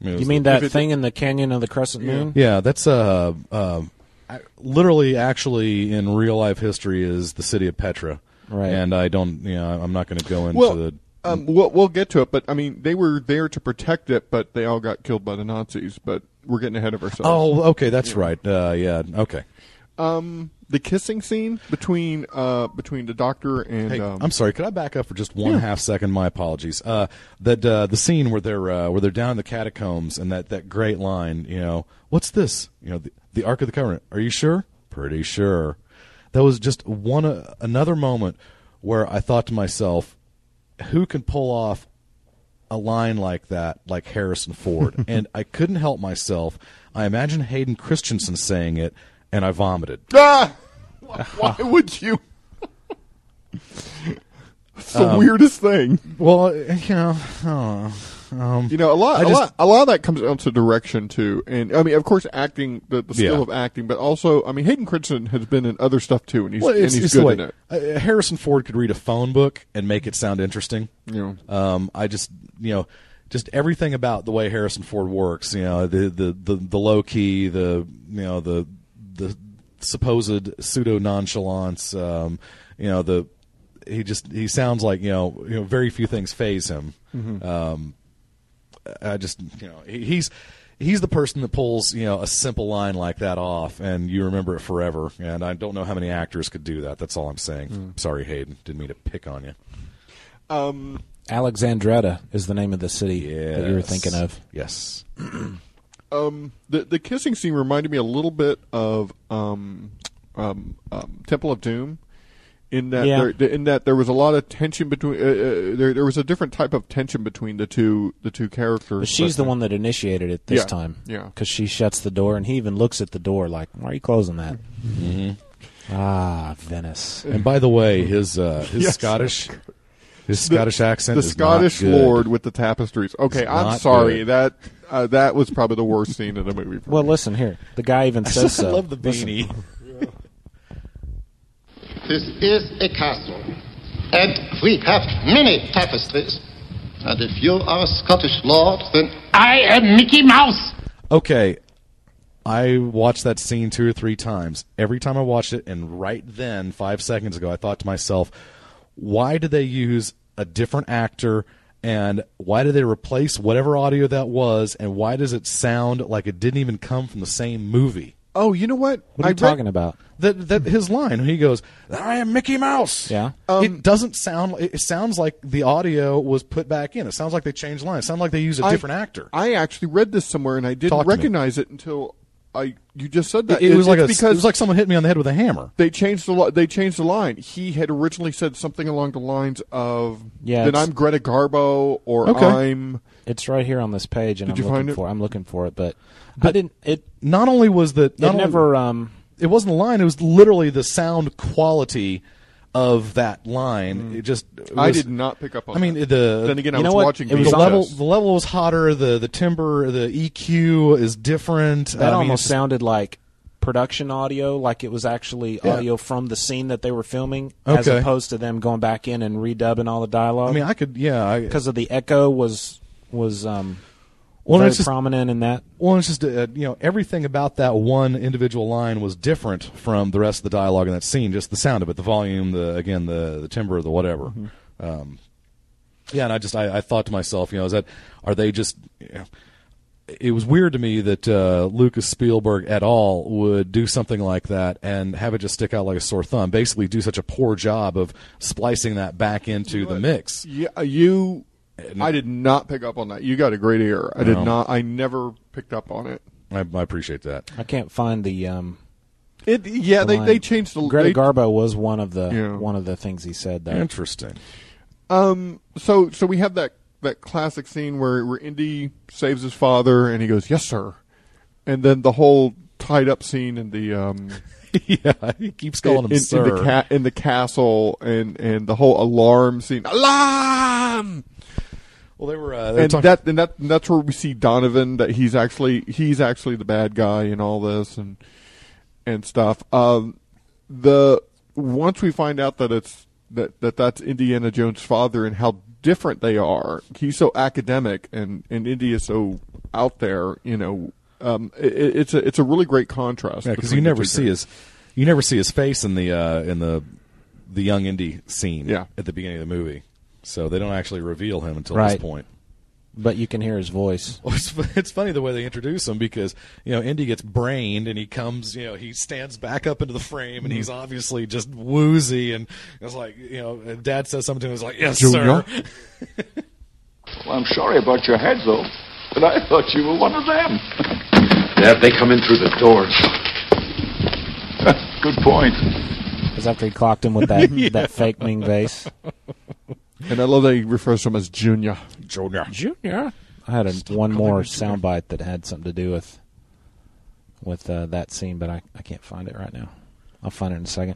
[SPEAKER 9] I mean, it
[SPEAKER 10] You
[SPEAKER 9] was
[SPEAKER 10] mean
[SPEAKER 9] the-
[SPEAKER 10] that thing in the canyon of the crescent moon?
[SPEAKER 9] Yeah, that's uh, um, I- literally, actually, in real life history, is the city of Petra.
[SPEAKER 10] Right.
[SPEAKER 9] And I don't, you know, I'm not going to go into
[SPEAKER 11] well,
[SPEAKER 9] the.
[SPEAKER 11] um, we'll we'll get to it, but I mean, they were there to protect it, but they all got killed by the Nazis. But we're getting ahead of ourselves.
[SPEAKER 9] Oh, okay, that's right. Uh, yeah, okay. Oh.
[SPEAKER 11] Um, the kissing scene between uh between the doctor and
[SPEAKER 9] Hey,
[SPEAKER 11] um,
[SPEAKER 9] I'm sorry. Could I back up for just one half second? My apologies. Uh, that uh, the scene where they're uh, where they're down in the catacombs and that, that great line. You know, what's this? You know, the, the Ark of the Covenant. Are you sure? Pretty sure. That was just one uh, another moment where I thought to myself, who can pull off a line like that, like Harrison Ford? and I couldn't help myself. I imagined Hayden Christensen saying it, and I vomited.
[SPEAKER 11] Ah! Why would you? it's the
[SPEAKER 9] Um,
[SPEAKER 11] weirdest thing.
[SPEAKER 9] Well, uh, you know, um,
[SPEAKER 11] you know a lot,
[SPEAKER 9] I
[SPEAKER 11] a
[SPEAKER 9] just-
[SPEAKER 11] lot, a lot of that comes down to direction too, and I mean, of course, acting, the, the skill
[SPEAKER 9] Yeah.
[SPEAKER 11] of acting, but also, I mean, Hayden Christensen has been in other stuff too, and he's
[SPEAKER 9] Well, it's-
[SPEAKER 11] and he's
[SPEAKER 9] it's the
[SPEAKER 11] good
[SPEAKER 9] way-
[SPEAKER 11] in it.
[SPEAKER 9] uh, Harrison Ford could read a phone book and make it sound interesting.
[SPEAKER 11] Yeah.
[SPEAKER 9] Um, I just, you know, just everything about the way Harrison Ford works, you know, the the the, the low key, the you know, the the supposed pseudo nonchalance, um, you know, the he just he sounds like you know you know very few things phase him.
[SPEAKER 11] Mhm.
[SPEAKER 9] Um, I just you know he- he's he's the person that pulls you know a simple line like that off, and you remember it forever. And I don't know how many
[SPEAKER 10] Hmm.
[SPEAKER 9] actors could do that. That's all I'm saying. Sorry, Hayden, didn't mean to pick on you.
[SPEAKER 11] Um,
[SPEAKER 10] Alexandretta is the name of the city that you were
[SPEAKER 9] Yes.
[SPEAKER 10] thinking of.
[SPEAKER 9] Yes.
[SPEAKER 11] Um, the the kissing scene reminded me a little bit of um, um, um, Temple of Doom, in that
[SPEAKER 10] Yeah.
[SPEAKER 11] there, in that there was a lot of tension between uh, uh, there there was a different type of tension between the two the two characters.
[SPEAKER 10] But she's the one that initiated it this
[SPEAKER 11] Yeah,
[SPEAKER 10] time.
[SPEAKER 11] yeah.
[SPEAKER 10] Because she shuts the door, and he even looks at the door like, why are you closing that? Mm-hmm. Ah, Venice.
[SPEAKER 9] And by the way, his uh, his
[SPEAKER 11] Yes.
[SPEAKER 9] Scottish his
[SPEAKER 11] The-
[SPEAKER 9] Scottish accent.
[SPEAKER 11] The
[SPEAKER 9] is not
[SPEAKER 11] Scottish
[SPEAKER 9] good.
[SPEAKER 11] lord with the tapestries. Okay,
[SPEAKER 9] It's
[SPEAKER 11] I'm
[SPEAKER 9] not
[SPEAKER 11] sorry
[SPEAKER 9] good.
[SPEAKER 11] that uh, that was probably the worst scene in the movie. for
[SPEAKER 10] Well,
[SPEAKER 11] me.
[SPEAKER 10] listen here. The guy even says so. Listen.
[SPEAKER 15] This is a castle, and we have many tapestries. And if you are a Scottish lord, then I am Mickey Mouse.
[SPEAKER 9] Okay, I watched that scene two or three times. Every time I watched it, and right then, five seconds ago, I thought to myself, why did they use a different actor? And why did they replace whatever audio that was? And why does it sound like it didn't even come from the same movie?
[SPEAKER 11] Oh, you know what?
[SPEAKER 9] What are you talking
[SPEAKER 10] about?
[SPEAKER 9] That that his line when he goes, "I am Mickey Mouse."
[SPEAKER 10] Yeah.
[SPEAKER 11] Um,
[SPEAKER 9] it doesn't sound. It sounds like the audio was put back in. It sounds like they changed lines. It sounds like they used a
[SPEAKER 11] I-
[SPEAKER 9] different actor.
[SPEAKER 11] I actually read this somewhere and I didn't
[SPEAKER 9] Talk to me.
[SPEAKER 11] recognize it until I you just said that.
[SPEAKER 9] It, it was
[SPEAKER 11] It's
[SPEAKER 9] like a,
[SPEAKER 11] because
[SPEAKER 9] it was like someone hit me on the head with a hammer.
[SPEAKER 11] they changed the li- they changed the line. He had originally said something along the lines of
[SPEAKER 10] Yeah,
[SPEAKER 11] then
[SPEAKER 10] it's-
[SPEAKER 11] I'm Greta Garbo or
[SPEAKER 10] Okay.
[SPEAKER 11] I'm
[SPEAKER 10] It's right here on this page, and
[SPEAKER 11] Did
[SPEAKER 10] I'm
[SPEAKER 11] you
[SPEAKER 10] looking
[SPEAKER 11] find it?
[SPEAKER 10] for. I'm looking for it, but, I didn't. It
[SPEAKER 9] not only was the not
[SPEAKER 10] it
[SPEAKER 9] only-
[SPEAKER 10] never. Um,
[SPEAKER 9] it wasn't a line. It was literally the sound quality of that line. It just it
[SPEAKER 11] Mm. I
[SPEAKER 9] was-
[SPEAKER 11] did not pick up on
[SPEAKER 9] I mean
[SPEAKER 11] that.
[SPEAKER 9] the
[SPEAKER 11] Then again, I You know was what? watching It
[SPEAKER 9] it
[SPEAKER 11] was
[SPEAKER 9] the
[SPEAKER 11] on-
[SPEAKER 9] level. The level was hotter. The the timber, the EQ is different.
[SPEAKER 10] that
[SPEAKER 9] I mean,
[SPEAKER 10] almost
[SPEAKER 9] it's-
[SPEAKER 10] sounded like production audio, like it was actually
[SPEAKER 9] Yeah.
[SPEAKER 10] audio from the scene that they were filming, as
[SPEAKER 9] Okay.
[SPEAKER 10] opposed to them going back in and redubbing all the dialogue.
[SPEAKER 9] I mean, I could yeah. I,
[SPEAKER 10] because of the echo was was um
[SPEAKER 9] Well,
[SPEAKER 10] very
[SPEAKER 9] it's just-
[SPEAKER 10] prominent in that.
[SPEAKER 9] Well, it's just uh, you know everything about that one individual line was different from the rest of the dialogue in that scene. Just the sound of it, the volume, the again the the timbre, the whatever.
[SPEAKER 11] Mm-hmm.
[SPEAKER 9] Um, yeah, and I just I, I thought to myself, you know, is that are they just? You know, it was weird to me that uh, Lucas Spielberg et al. would do something like that and have it just stick out like a sore thumb. Basically, do such a poor job of splicing that back into the mix.
[SPEAKER 11] Yeah, uh, you. I did not pick up on that. You got a great ear. I did
[SPEAKER 9] No.
[SPEAKER 11] not. I never picked up on it.
[SPEAKER 9] I, I appreciate that.
[SPEAKER 10] I can't find the um
[SPEAKER 11] It yeah.
[SPEAKER 10] the
[SPEAKER 11] They,
[SPEAKER 10] line.
[SPEAKER 11] they changed the
[SPEAKER 10] Greta
[SPEAKER 11] they-
[SPEAKER 10] Garbo was one of the
[SPEAKER 11] Yeah.
[SPEAKER 10] one of the things he said though.
[SPEAKER 9] Interesting.
[SPEAKER 11] Um. So so we have that that classic scene where where Indy saves his father and he goes yes sir, and then the whole tied up scene in the um.
[SPEAKER 9] yeah, he keeps calling
[SPEAKER 11] in,
[SPEAKER 9] him
[SPEAKER 11] in,
[SPEAKER 9] sir.
[SPEAKER 11] in the ca- in the castle and and the whole alarm scene alarm.
[SPEAKER 9] Well, they were. Uh, they were
[SPEAKER 11] and
[SPEAKER 9] talking-
[SPEAKER 11] that and that and that's where we see Donovan that he's actually he's actually the bad guy in all this and and stuff. Um, the once we find out that it's that, that that's Indiana Jones' father and how different they are. He's so academic and and India so out there. You know, um, it, it- it's a it's a really great contrast
[SPEAKER 9] Yeah, because you
[SPEAKER 11] between the
[SPEAKER 9] never
[SPEAKER 11] two
[SPEAKER 9] see
[SPEAKER 11] characters.
[SPEAKER 9] his, you never see his face in the uh, in the the young indie scene.
[SPEAKER 11] Yeah.
[SPEAKER 9] at the beginning of the movie, so they don't actually reveal him until
[SPEAKER 10] Right.
[SPEAKER 9] this point.
[SPEAKER 10] But you can hear his voice.
[SPEAKER 9] Well, It's, it's funny the way they introduce him because you know Indy gets brained and he comes you know he stands back up into the frame and he's obviously just woozy and it's like you know and Dad says something and he's like yes
[SPEAKER 16] Junior?
[SPEAKER 9] sir
[SPEAKER 16] Well, I'm sorry about your head, though, but I thought you were one of them.
[SPEAKER 2] Dad, they come in through the doors.
[SPEAKER 16] Good point.
[SPEAKER 10] Because after he clocked him with that
[SPEAKER 11] Yeah.
[SPEAKER 10] that fake Ming vase.
[SPEAKER 11] And I love that he refers to him as Junior.
[SPEAKER 9] Junior.
[SPEAKER 10] Junior. I had a, one more soundbite that had something to do with with uh, that scene, but I, I can't find it right now. I'll find it in a second.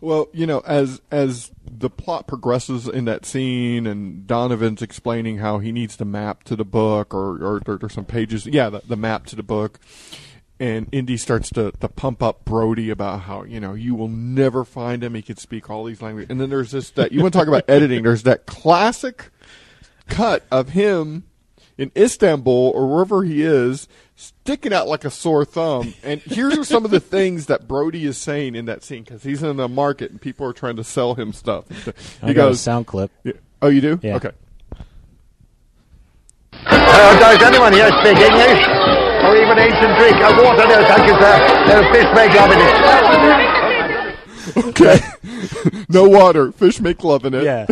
[SPEAKER 11] Well, you know, as as the plot progresses in that scene, and Donovan's explaining how he needs the map to the book, or or, or, or some pages, yeah, the, the map to the book, and Indy starts to, to pump up Brody about how you know you will never find him. He can speak all these languages, and then there's this that you want to talk about editing. There's that classic cut of him in Istanbul or wherever he is, sticking out like a sore thumb. And here's are some of the things that Brody is saying in that scene because he's in the market and people are trying to sell him stuff. And so
[SPEAKER 10] I
[SPEAKER 11] he
[SPEAKER 10] got
[SPEAKER 11] goes,
[SPEAKER 10] a sound clip.
[SPEAKER 11] Yeah. "Oh, you do?
[SPEAKER 10] Yeah.
[SPEAKER 11] Okay."
[SPEAKER 17] Uh, does anyone here speak English? Or Uh, even ancient Greek? I want to know, thank you, sir. There's fish may go in it.
[SPEAKER 11] okay. no water. Fish make love in it.
[SPEAKER 10] Yeah.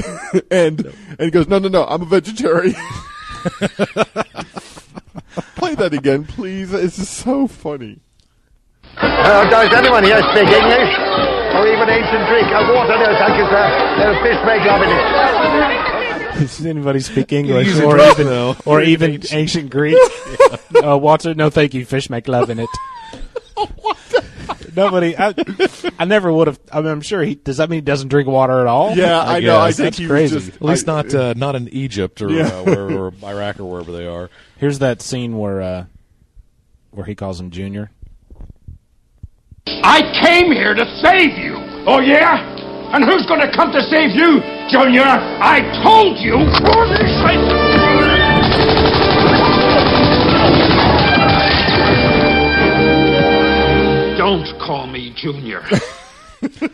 [SPEAKER 11] and and he goes, no, no, no. I'm a vegetarian. Play that again, please. It's just so funny.
[SPEAKER 17] Uh, does anyone here speak English? Or even ancient Greek? Uh, water, no, thank you, sir. Uh, fish make love in it.
[SPEAKER 10] Does anybody speak English
[SPEAKER 9] Easy
[SPEAKER 10] or
[SPEAKER 9] drop,
[SPEAKER 10] even
[SPEAKER 9] though.
[SPEAKER 10] or even ancient Greek? uh, water? No, thank you. Fish make love in it. Nobody. I, I never would have. I mean, I'm sure he. Does that mean he doesn't drink water at all?
[SPEAKER 9] guess.
[SPEAKER 10] That's crazy.
[SPEAKER 9] at least not uh, not in Egypt or
[SPEAKER 10] Yeah.
[SPEAKER 9] uh, where, or Iraq or wherever they are.
[SPEAKER 10] Here's that scene where uh, where he calls him Junior.
[SPEAKER 13] I came here to save you. Oh, yeah? And who's going to come to save you, Junior? I told you. Don't call me Junior.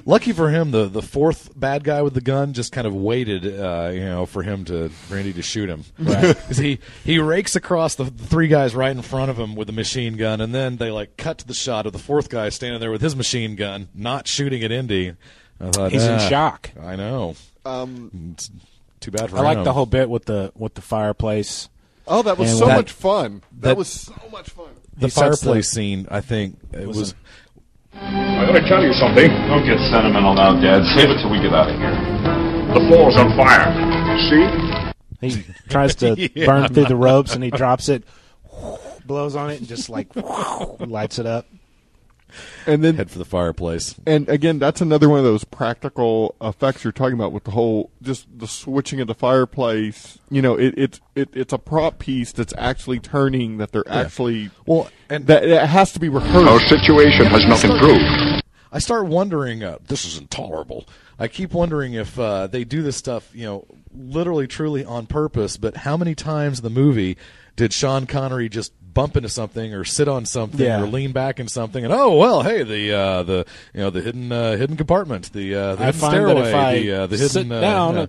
[SPEAKER 9] Lucky for him, the, the fourth bad guy with the gun just kind of waited, uh, you know, for him to Randy to shoot him.
[SPEAKER 1] Right.
[SPEAKER 9] 'Cause he he rakes across the three guys right in front of him with the machine gun, and then they like cut to the shot of the fourth guy standing there with his machine gun, not shooting at Indy. I thought,
[SPEAKER 10] He's in
[SPEAKER 9] ah,
[SPEAKER 10] shock.
[SPEAKER 9] I know.
[SPEAKER 11] Um,
[SPEAKER 9] It's too bad for
[SPEAKER 10] I like
[SPEAKER 9] him.
[SPEAKER 10] the whole bit with the with the fireplace.
[SPEAKER 11] Oh, that was
[SPEAKER 10] And
[SPEAKER 11] so
[SPEAKER 10] that-
[SPEAKER 11] much fun. That,
[SPEAKER 9] that-
[SPEAKER 11] was so much fun.
[SPEAKER 9] the
[SPEAKER 10] He sets
[SPEAKER 9] fireplace scene. I think it was.
[SPEAKER 16] I gotta tell you something. Don't get sentimental now, Dad. Save it till we get out of here. The floor's on fire. See?
[SPEAKER 10] He tries to
[SPEAKER 16] Yeah.
[SPEAKER 10] burn through the ropes and he drops it, blows on it, and just like lights it up.
[SPEAKER 11] And then
[SPEAKER 9] head for the fireplace.
[SPEAKER 11] And again, that's another one of those practical effects you're talking about with the whole just the switching of the fireplace. You know, it, it, it it's a prop piece that's actually turning that they're
[SPEAKER 9] Yeah.
[SPEAKER 11] actually
[SPEAKER 9] well
[SPEAKER 11] and that it has to be rehearsed.
[SPEAKER 16] Our situation has not improved.
[SPEAKER 9] I start wondering. Uh, this is intolerable. I keep wondering if uh, they do this stuff, you know, literally, truly on purpose. But how many times in the movie did Sean Connery just bump into something or sit on something
[SPEAKER 1] Yeah.
[SPEAKER 9] or lean back in something? And oh well, hey, the uh, the you know the hidden uh, hidden compartment, the, uh, the
[SPEAKER 10] I
[SPEAKER 9] hidden
[SPEAKER 10] find
[SPEAKER 9] stairway,
[SPEAKER 10] that if I
[SPEAKER 9] the, uh, the
[SPEAKER 10] sit
[SPEAKER 9] hidden uh,
[SPEAKER 10] down,
[SPEAKER 9] yeah.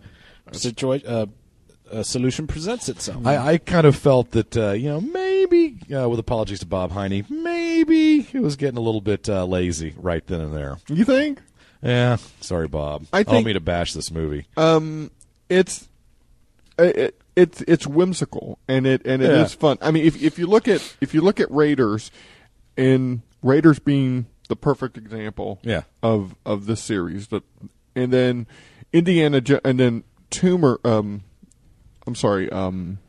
[SPEAKER 10] a, situa- uh, a solution presents itself.
[SPEAKER 9] I, I kind of felt that uh, you know maybe uh, with apologies to Bob Heine, maybe he was getting a little bit uh, lazy right then and there.
[SPEAKER 11] You think?
[SPEAKER 9] Yeah, sorry, Bob.
[SPEAKER 11] I
[SPEAKER 9] I, don't
[SPEAKER 11] think-
[SPEAKER 9] mean to bash this movie.
[SPEAKER 11] Um, it's it, it, it's it's whimsical and it and it is
[SPEAKER 9] Yeah.
[SPEAKER 11] fun. I mean, if if you look at if you look at Raiders, and Raiders being the perfect example,
[SPEAKER 9] Yeah.
[SPEAKER 11] of of this series. That and then Indiana Jo- and then Tumor. Um, I'm sorry. Um,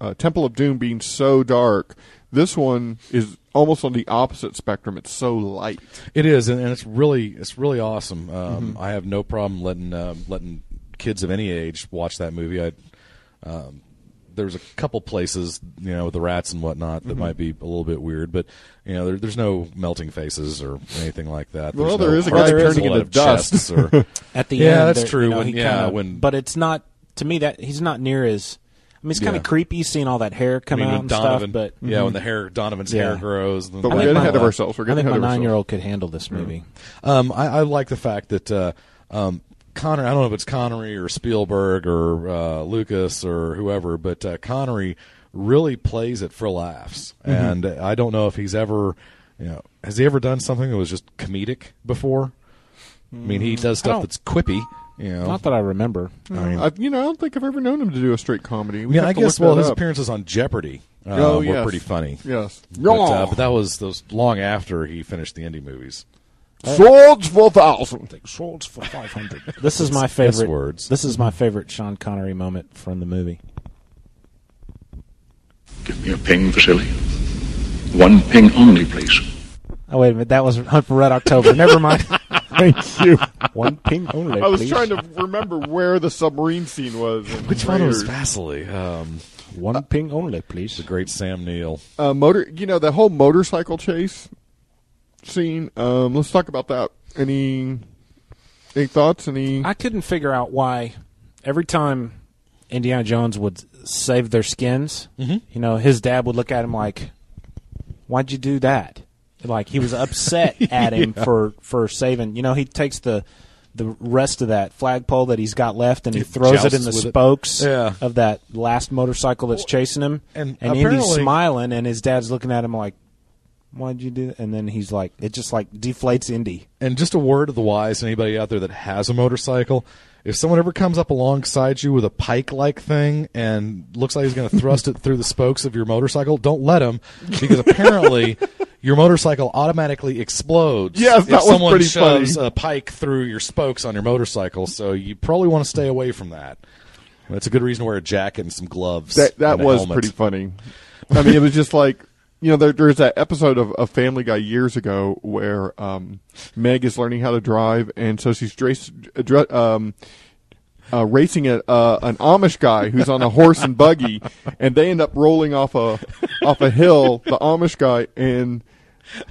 [SPEAKER 11] uh, Temple of Doom being so dark. This one is almost on the opposite spectrum. It's so light.
[SPEAKER 9] It is, and, and it's really it's really awesome. Um,
[SPEAKER 11] Mm-hmm.
[SPEAKER 9] I have no problem letting um letting kids of any age watch that movie. I um, there's a couple places, you know, with the rats and whatnot that
[SPEAKER 11] Mhm.
[SPEAKER 9] might be a little bit weird, but you know, there, there's no melting faces or anything like that.
[SPEAKER 11] Well,
[SPEAKER 9] There's
[SPEAKER 11] there
[SPEAKER 9] no
[SPEAKER 11] is a
[SPEAKER 9] hearts
[SPEAKER 11] guy
[SPEAKER 9] visible
[SPEAKER 11] turning
[SPEAKER 9] out
[SPEAKER 11] into
[SPEAKER 9] of chests
[SPEAKER 11] dust.
[SPEAKER 9] or-
[SPEAKER 10] at the
[SPEAKER 9] yeah,
[SPEAKER 10] end.
[SPEAKER 9] that's
[SPEAKER 10] there-
[SPEAKER 9] true.
[SPEAKER 10] you know,
[SPEAKER 9] when,
[SPEAKER 10] he
[SPEAKER 9] yeah,
[SPEAKER 10] kinda-
[SPEAKER 9] when
[SPEAKER 10] but it's not to me that he's not near as. I mean, it's kind
[SPEAKER 9] Yeah.
[SPEAKER 10] of creepy seeing all that hair come
[SPEAKER 9] I mean,
[SPEAKER 10] out
[SPEAKER 9] when
[SPEAKER 10] and
[SPEAKER 9] Donovan,
[SPEAKER 10] stuff. But mm-hmm.
[SPEAKER 9] yeah, when the hair Donovan's hair
[SPEAKER 10] Yeah.
[SPEAKER 9] grows.
[SPEAKER 10] I
[SPEAKER 9] I
[SPEAKER 10] think
[SPEAKER 9] think
[SPEAKER 10] my-
[SPEAKER 9] my-
[SPEAKER 10] I think my nine-year-old could handle this movie.
[SPEAKER 9] Um, I, I like the fact that uh, um, Connery. I don't know if it's Connery or Spielberg or uh, Lucas or whoever, but uh, Connery really plays it for laughs,
[SPEAKER 11] Mm-hmm.
[SPEAKER 1] Mhm.
[SPEAKER 9] and I don't know if he's ever, you know, has he ever done something that was just comedic before? I mean, he
[SPEAKER 11] Mm,
[SPEAKER 9] does
[SPEAKER 11] I
[SPEAKER 9] stuff
[SPEAKER 11] don't-
[SPEAKER 9] that's quippy. You know,
[SPEAKER 10] Not that I remember.
[SPEAKER 9] I mean,
[SPEAKER 11] I've, you know, I don't think I've ever known him to do a straight comedy. We
[SPEAKER 9] yeah,
[SPEAKER 11] have
[SPEAKER 9] I
[SPEAKER 11] to look
[SPEAKER 9] guess. Well,
[SPEAKER 11] that
[SPEAKER 9] his
[SPEAKER 11] up.
[SPEAKER 9] appearances on Jeopardy uh,
[SPEAKER 11] Oh,
[SPEAKER 9] were
[SPEAKER 11] yes.
[SPEAKER 9] pretty funny.
[SPEAKER 11] Yes.
[SPEAKER 9] but, uh,
[SPEAKER 11] Yeah.
[SPEAKER 9] but that was those long after he finished the indie movies.
[SPEAKER 11] Swords for thousand.
[SPEAKER 9] Swords for five hundred.
[SPEAKER 10] This is my
[SPEAKER 9] S
[SPEAKER 10] favorite.
[SPEAKER 9] words.
[SPEAKER 10] This is my favorite Sean Connery moment from the movie.
[SPEAKER 16] Give me a ping, Vasily. One ping only, please.
[SPEAKER 10] Oh wait a minute, that was Hunt for Red October. Never mind. Thank you. One ping only.
[SPEAKER 11] I was
[SPEAKER 10] please.
[SPEAKER 11] trying to remember where the submarine scene was. in
[SPEAKER 9] Which one was
[SPEAKER 11] Raiders.
[SPEAKER 9] Vasily? Um,
[SPEAKER 10] One ping only, please. The
[SPEAKER 9] great Sam Neill.
[SPEAKER 11] Uh, motor, you know, the whole motorcycle chase scene. Um, let's talk about that. Any, any thoughts? Any?
[SPEAKER 10] I couldn't figure out why every time Indiana Jones would save their skins,
[SPEAKER 9] Mm-hmm.
[SPEAKER 10] you know, his dad would look at him like, "Why'd you do that?" Like he was upset at him
[SPEAKER 9] Yeah.
[SPEAKER 10] for for saving. You know, he takes the the rest of that flagpole that he's got left and he,
[SPEAKER 9] He
[SPEAKER 10] throws it in
[SPEAKER 9] jousts
[SPEAKER 10] the
[SPEAKER 9] with it.
[SPEAKER 10] spokes
[SPEAKER 9] Yeah.
[SPEAKER 10] of that last motorcycle that's chasing him.
[SPEAKER 9] and
[SPEAKER 10] and Indy's
[SPEAKER 9] apparently-
[SPEAKER 10] smiling, and his dad's looking at him like, why'd you do that? And then he's like, it just like deflates Indy.
[SPEAKER 9] And just a word of the wise to anybody out there that has a motorcycle. If someone ever comes up alongside you with a pike-like thing and looks like he's going to thrust it through the spokes of your motorcycle, don't let him because apparently your motorcycle automatically explodes.
[SPEAKER 11] Yes,
[SPEAKER 9] if
[SPEAKER 11] that was
[SPEAKER 9] someone
[SPEAKER 11] pretty
[SPEAKER 9] shoves
[SPEAKER 11] funny.
[SPEAKER 9] a pike through your spokes on your motorcycle, so you probably want to stay away from that. That's a good reason to wear a jacket and some gloves.
[SPEAKER 11] That that
[SPEAKER 9] and a
[SPEAKER 11] was
[SPEAKER 9] helmet.
[SPEAKER 11] pretty funny. I mean, it was just like you know, there, there's that episode of, of Family Guy years ago where um, Meg is learning how to drive, and so she's drace, dra- um, uh, racing a, uh, an Amish guy who's on a horse and buggy, and they end up rolling off a off a hill. The Amish guy and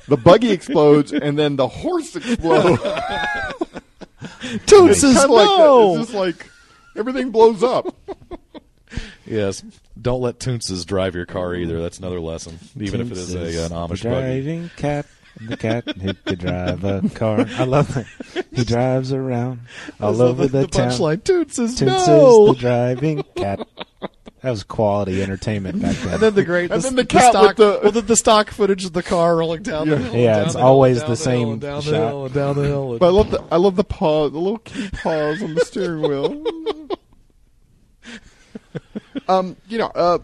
[SPEAKER 11] the buggy explodes, and then the horse explodes.
[SPEAKER 9] Toots
[SPEAKER 11] It's
[SPEAKER 9] says
[SPEAKER 11] kinda like that.
[SPEAKER 9] no.
[SPEAKER 11] It's just like everything blows up.
[SPEAKER 9] Yes. Don't let Toonses drive your car either. That's another lesson, even if it is a, an Amish buggy.
[SPEAKER 10] driving cat. The cat who could drive a car. I love that. He drives around all
[SPEAKER 9] love
[SPEAKER 10] over
[SPEAKER 9] the-
[SPEAKER 10] the,
[SPEAKER 9] the
[SPEAKER 10] town.
[SPEAKER 9] punchline, "Toots is
[SPEAKER 10] Toots
[SPEAKER 9] no."
[SPEAKER 10] is the driving cat. That was quality entertainment back then.
[SPEAKER 9] And then the great,
[SPEAKER 11] And then the cat
[SPEAKER 9] stock,
[SPEAKER 11] with the-
[SPEAKER 9] well, the, the stock footage of the car rolling down
[SPEAKER 11] Yeah.
[SPEAKER 9] the hill.
[SPEAKER 10] Yeah,
[SPEAKER 9] down
[SPEAKER 10] it's
[SPEAKER 9] the hill,
[SPEAKER 10] always
[SPEAKER 9] down
[SPEAKER 10] the
[SPEAKER 9] hill,
[SPEAKER 10] same
[SPEAKER 9] and down the
[SPEAKER 10] shot.
[SPEAKER 9] hill, and down the hill.
[SPEAKER 11] But I love the I love the paw, the little key paws on the steering wheel. um, you know, uh,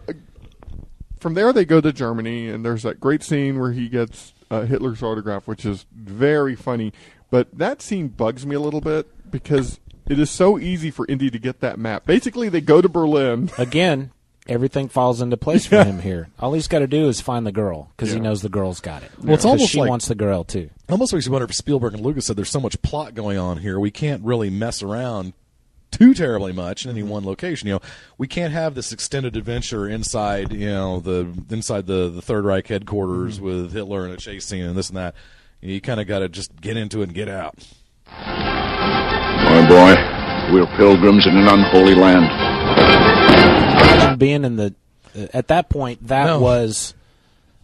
[SPEAKER 11] from there they go to Germany, and there's that great scene where he gets uh, Hitler's autograph, which is very funny. But that scene bugs me a little bit because it is so easy for Indy to get that map. Basically, they go to Berlin.
[SPEAKER 10] Again, everything falls into place for him here. All he's got to do is find the girl because he knows the girl's got it.
[SPEAKER 9] Well, it's
[SPEAKER 10] 'Cause
[SPEAKER 9] almost
[SPEAKER 10] she
[SPEAKER 9] like-
[SPEAKER 10] wants the girl too.
[SPEAKER 9] Almost makes you wonder if Spielberg and Lucas said there's so much plot going on here, we can't really mess around too terribly much in any one location. You know, we can't have this extended adventure inside, you know, the inside the, the Third Reich headquarters with Hitler and a chase scene and this and that. You kind of got to just get into it and get out.
[SPEAKER 2] My boy, we're pilgrims in an unholy land.
[SPEAKER 10] Imagine being in the at that point that was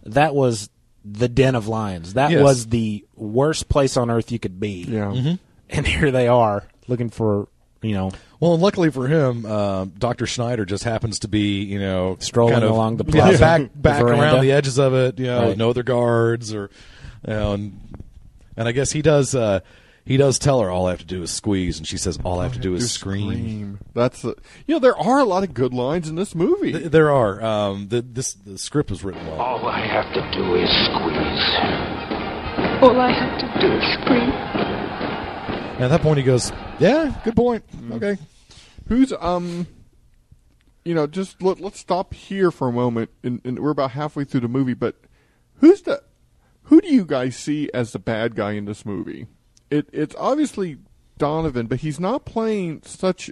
[SPEAKER 10] that was the den of lions. That
[SPEAKER 9] Yes.
[SPEAKER 10] was the worst place on earth you could be. Yeah.
[SPEAKER 9] Mhm.
[SPEAKER 10] And here they are looking for you know
[SPEAKER 9] Well, and luckily for him, uh, Doctor Schneider just happens to be, you know,
[SPEAKER 10] Strolling
[SPEAKER 9] kind of-
[SPEAKER 10] along the
[SPEAKER 9] yeah,
[SPEAKER 10] plaza.
[SPEAKER 9] back
[SPEAKER 10] The
[SPEAKER 9] back
[SPEAKER 10] veranda.
[SPEAKER 9] around the edges of it, you know,
[SPEAKER 10] Right.
[SPEAKER 9] with no other guards or, you know, and, and I guess he does. Uh, he does tell her all I have to do is squeeze, and she says all I have to do is scream.
[SPEAKER 11] That's the, you know there are a lot of good lines in this movie.
[SPEAKER 9] Th- there are. Um, the, this the script was written well.
[SPEAKER 2] All I have to do is squeeze.
[SPEAKER 17] All I have to do is scream.
[SPEAKER 9] And at that point, he goes, "Yeah, good point.
[SPEAKER 10] Mm-hmm.
[SPEAKER 9] Okay."
[SPEAKER 11] Who's um, you know, just let, let's stop here for a moment, and, and we're about halfway through the movie. But who's the, who do you guys see as the bad guy in this movie? It it's obviously Donovan, but he's not playing such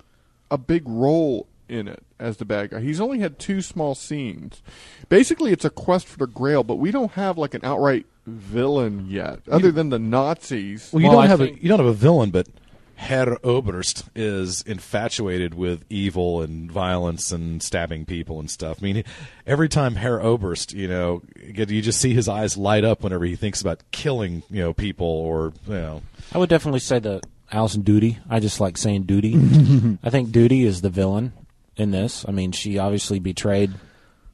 [SPEAKER 11] a big role in it as the bad guy. He's only had two small scenes. Basically, it's a quest for the Grail, but we don't have like an outright villain yet, other than the Nazis.
[SPEAKER 9] Well, you don't have a you don't have a villain, but Herr Oberst is infatuated with evil and violence and stabbing people and stuff. I mean, every time Herr Oberst, you know, get- you just see his eyes light up whenever he thinks about killing, you know, people or you know.
[SPEAKER 10] I would definitely say the Allison Duty. I just like saying Duty. I think Duty is the villain in this. I mean, she obviously betrayed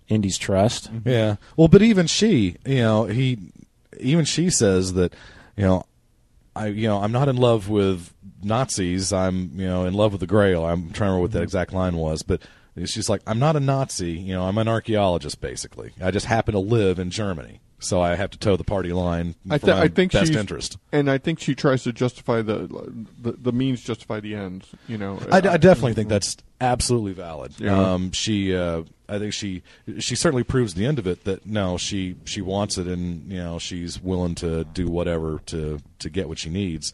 [SPEAKER 10] Indy's trust.
[SPEAKER 11] Mm-hmm.
[SPEAKER 9] Yeah. Well, but even she, you know, he, even she says that, you know, I, you know, I'm not in love with Nazis. I'm, you know, in love with the Grail. I'm trying to remember what
[SPEAKER 11] Mm-hmm.
[SPEAKER 9] that exact line was, but she's like, I'm not a Nazi. You know, I'm an archaeologist basically. I just happen to live in Germany, so I have to toe the party line for
[SPEAKER 11] I, th-
[SPEAKER 9] my
[SPEAKER 11] I think
[SPEAKER 9] best
[SPEAKER 11] she's-
[SPEAKER 9] interest.
[SPEAKER 11] and I think she tries to justify the the, the means justify the ends. You know,
[SPEAKER 9] I, I definitely think that's absolutely valid.
[SPEAKER 11] Yeah.
[SPEAKER 9] Um, she, uh, I think she, she certainly proves the end of it that no, she she wants it, and you know she's willing to do whatever to to get what she needs.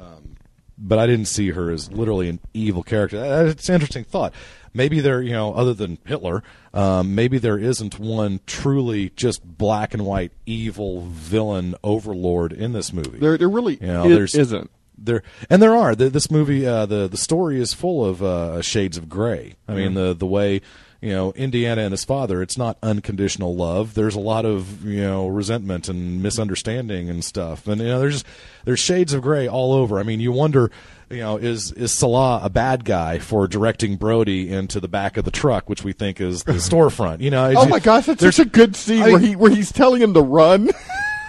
[SPEAKER 9] Um, but I didn't see her as literally an evil character. That- That's an interesting thought. Maybe there, you know, other than Hitler, um, maybe there isn't one truly just black and white evil villain overlord in this movie.
[SPEAKER 11] There, there really
[SPEAKER 9] You know,
[SPEAKER 11] i-
[SPEAKER 9] there's-
[SPEAKER 11] isn't.
[SPEAKER 9] there and there are Th this movie uh, the the story is full of uh, shades of gray i mean
[SPEAKER 11] Mhm.
[SPEAKER 9] the the way you know indiana and his father it's not unconditional love there's a lot of you know resentment and misunderstanding and stuff and you know there's there's shades of gray all over i mean you wonder you know is is salah a bad guy for directing brody into the back of the truck which we think is the storefront you know
[SPEAKER 11] Oh my gosh, that's
[SPEAKER 9] there's
[SPEAKER 11] such a good scene
[SPEAKER 9] I-
[SPEAKER 11] where he where he's telling him to run.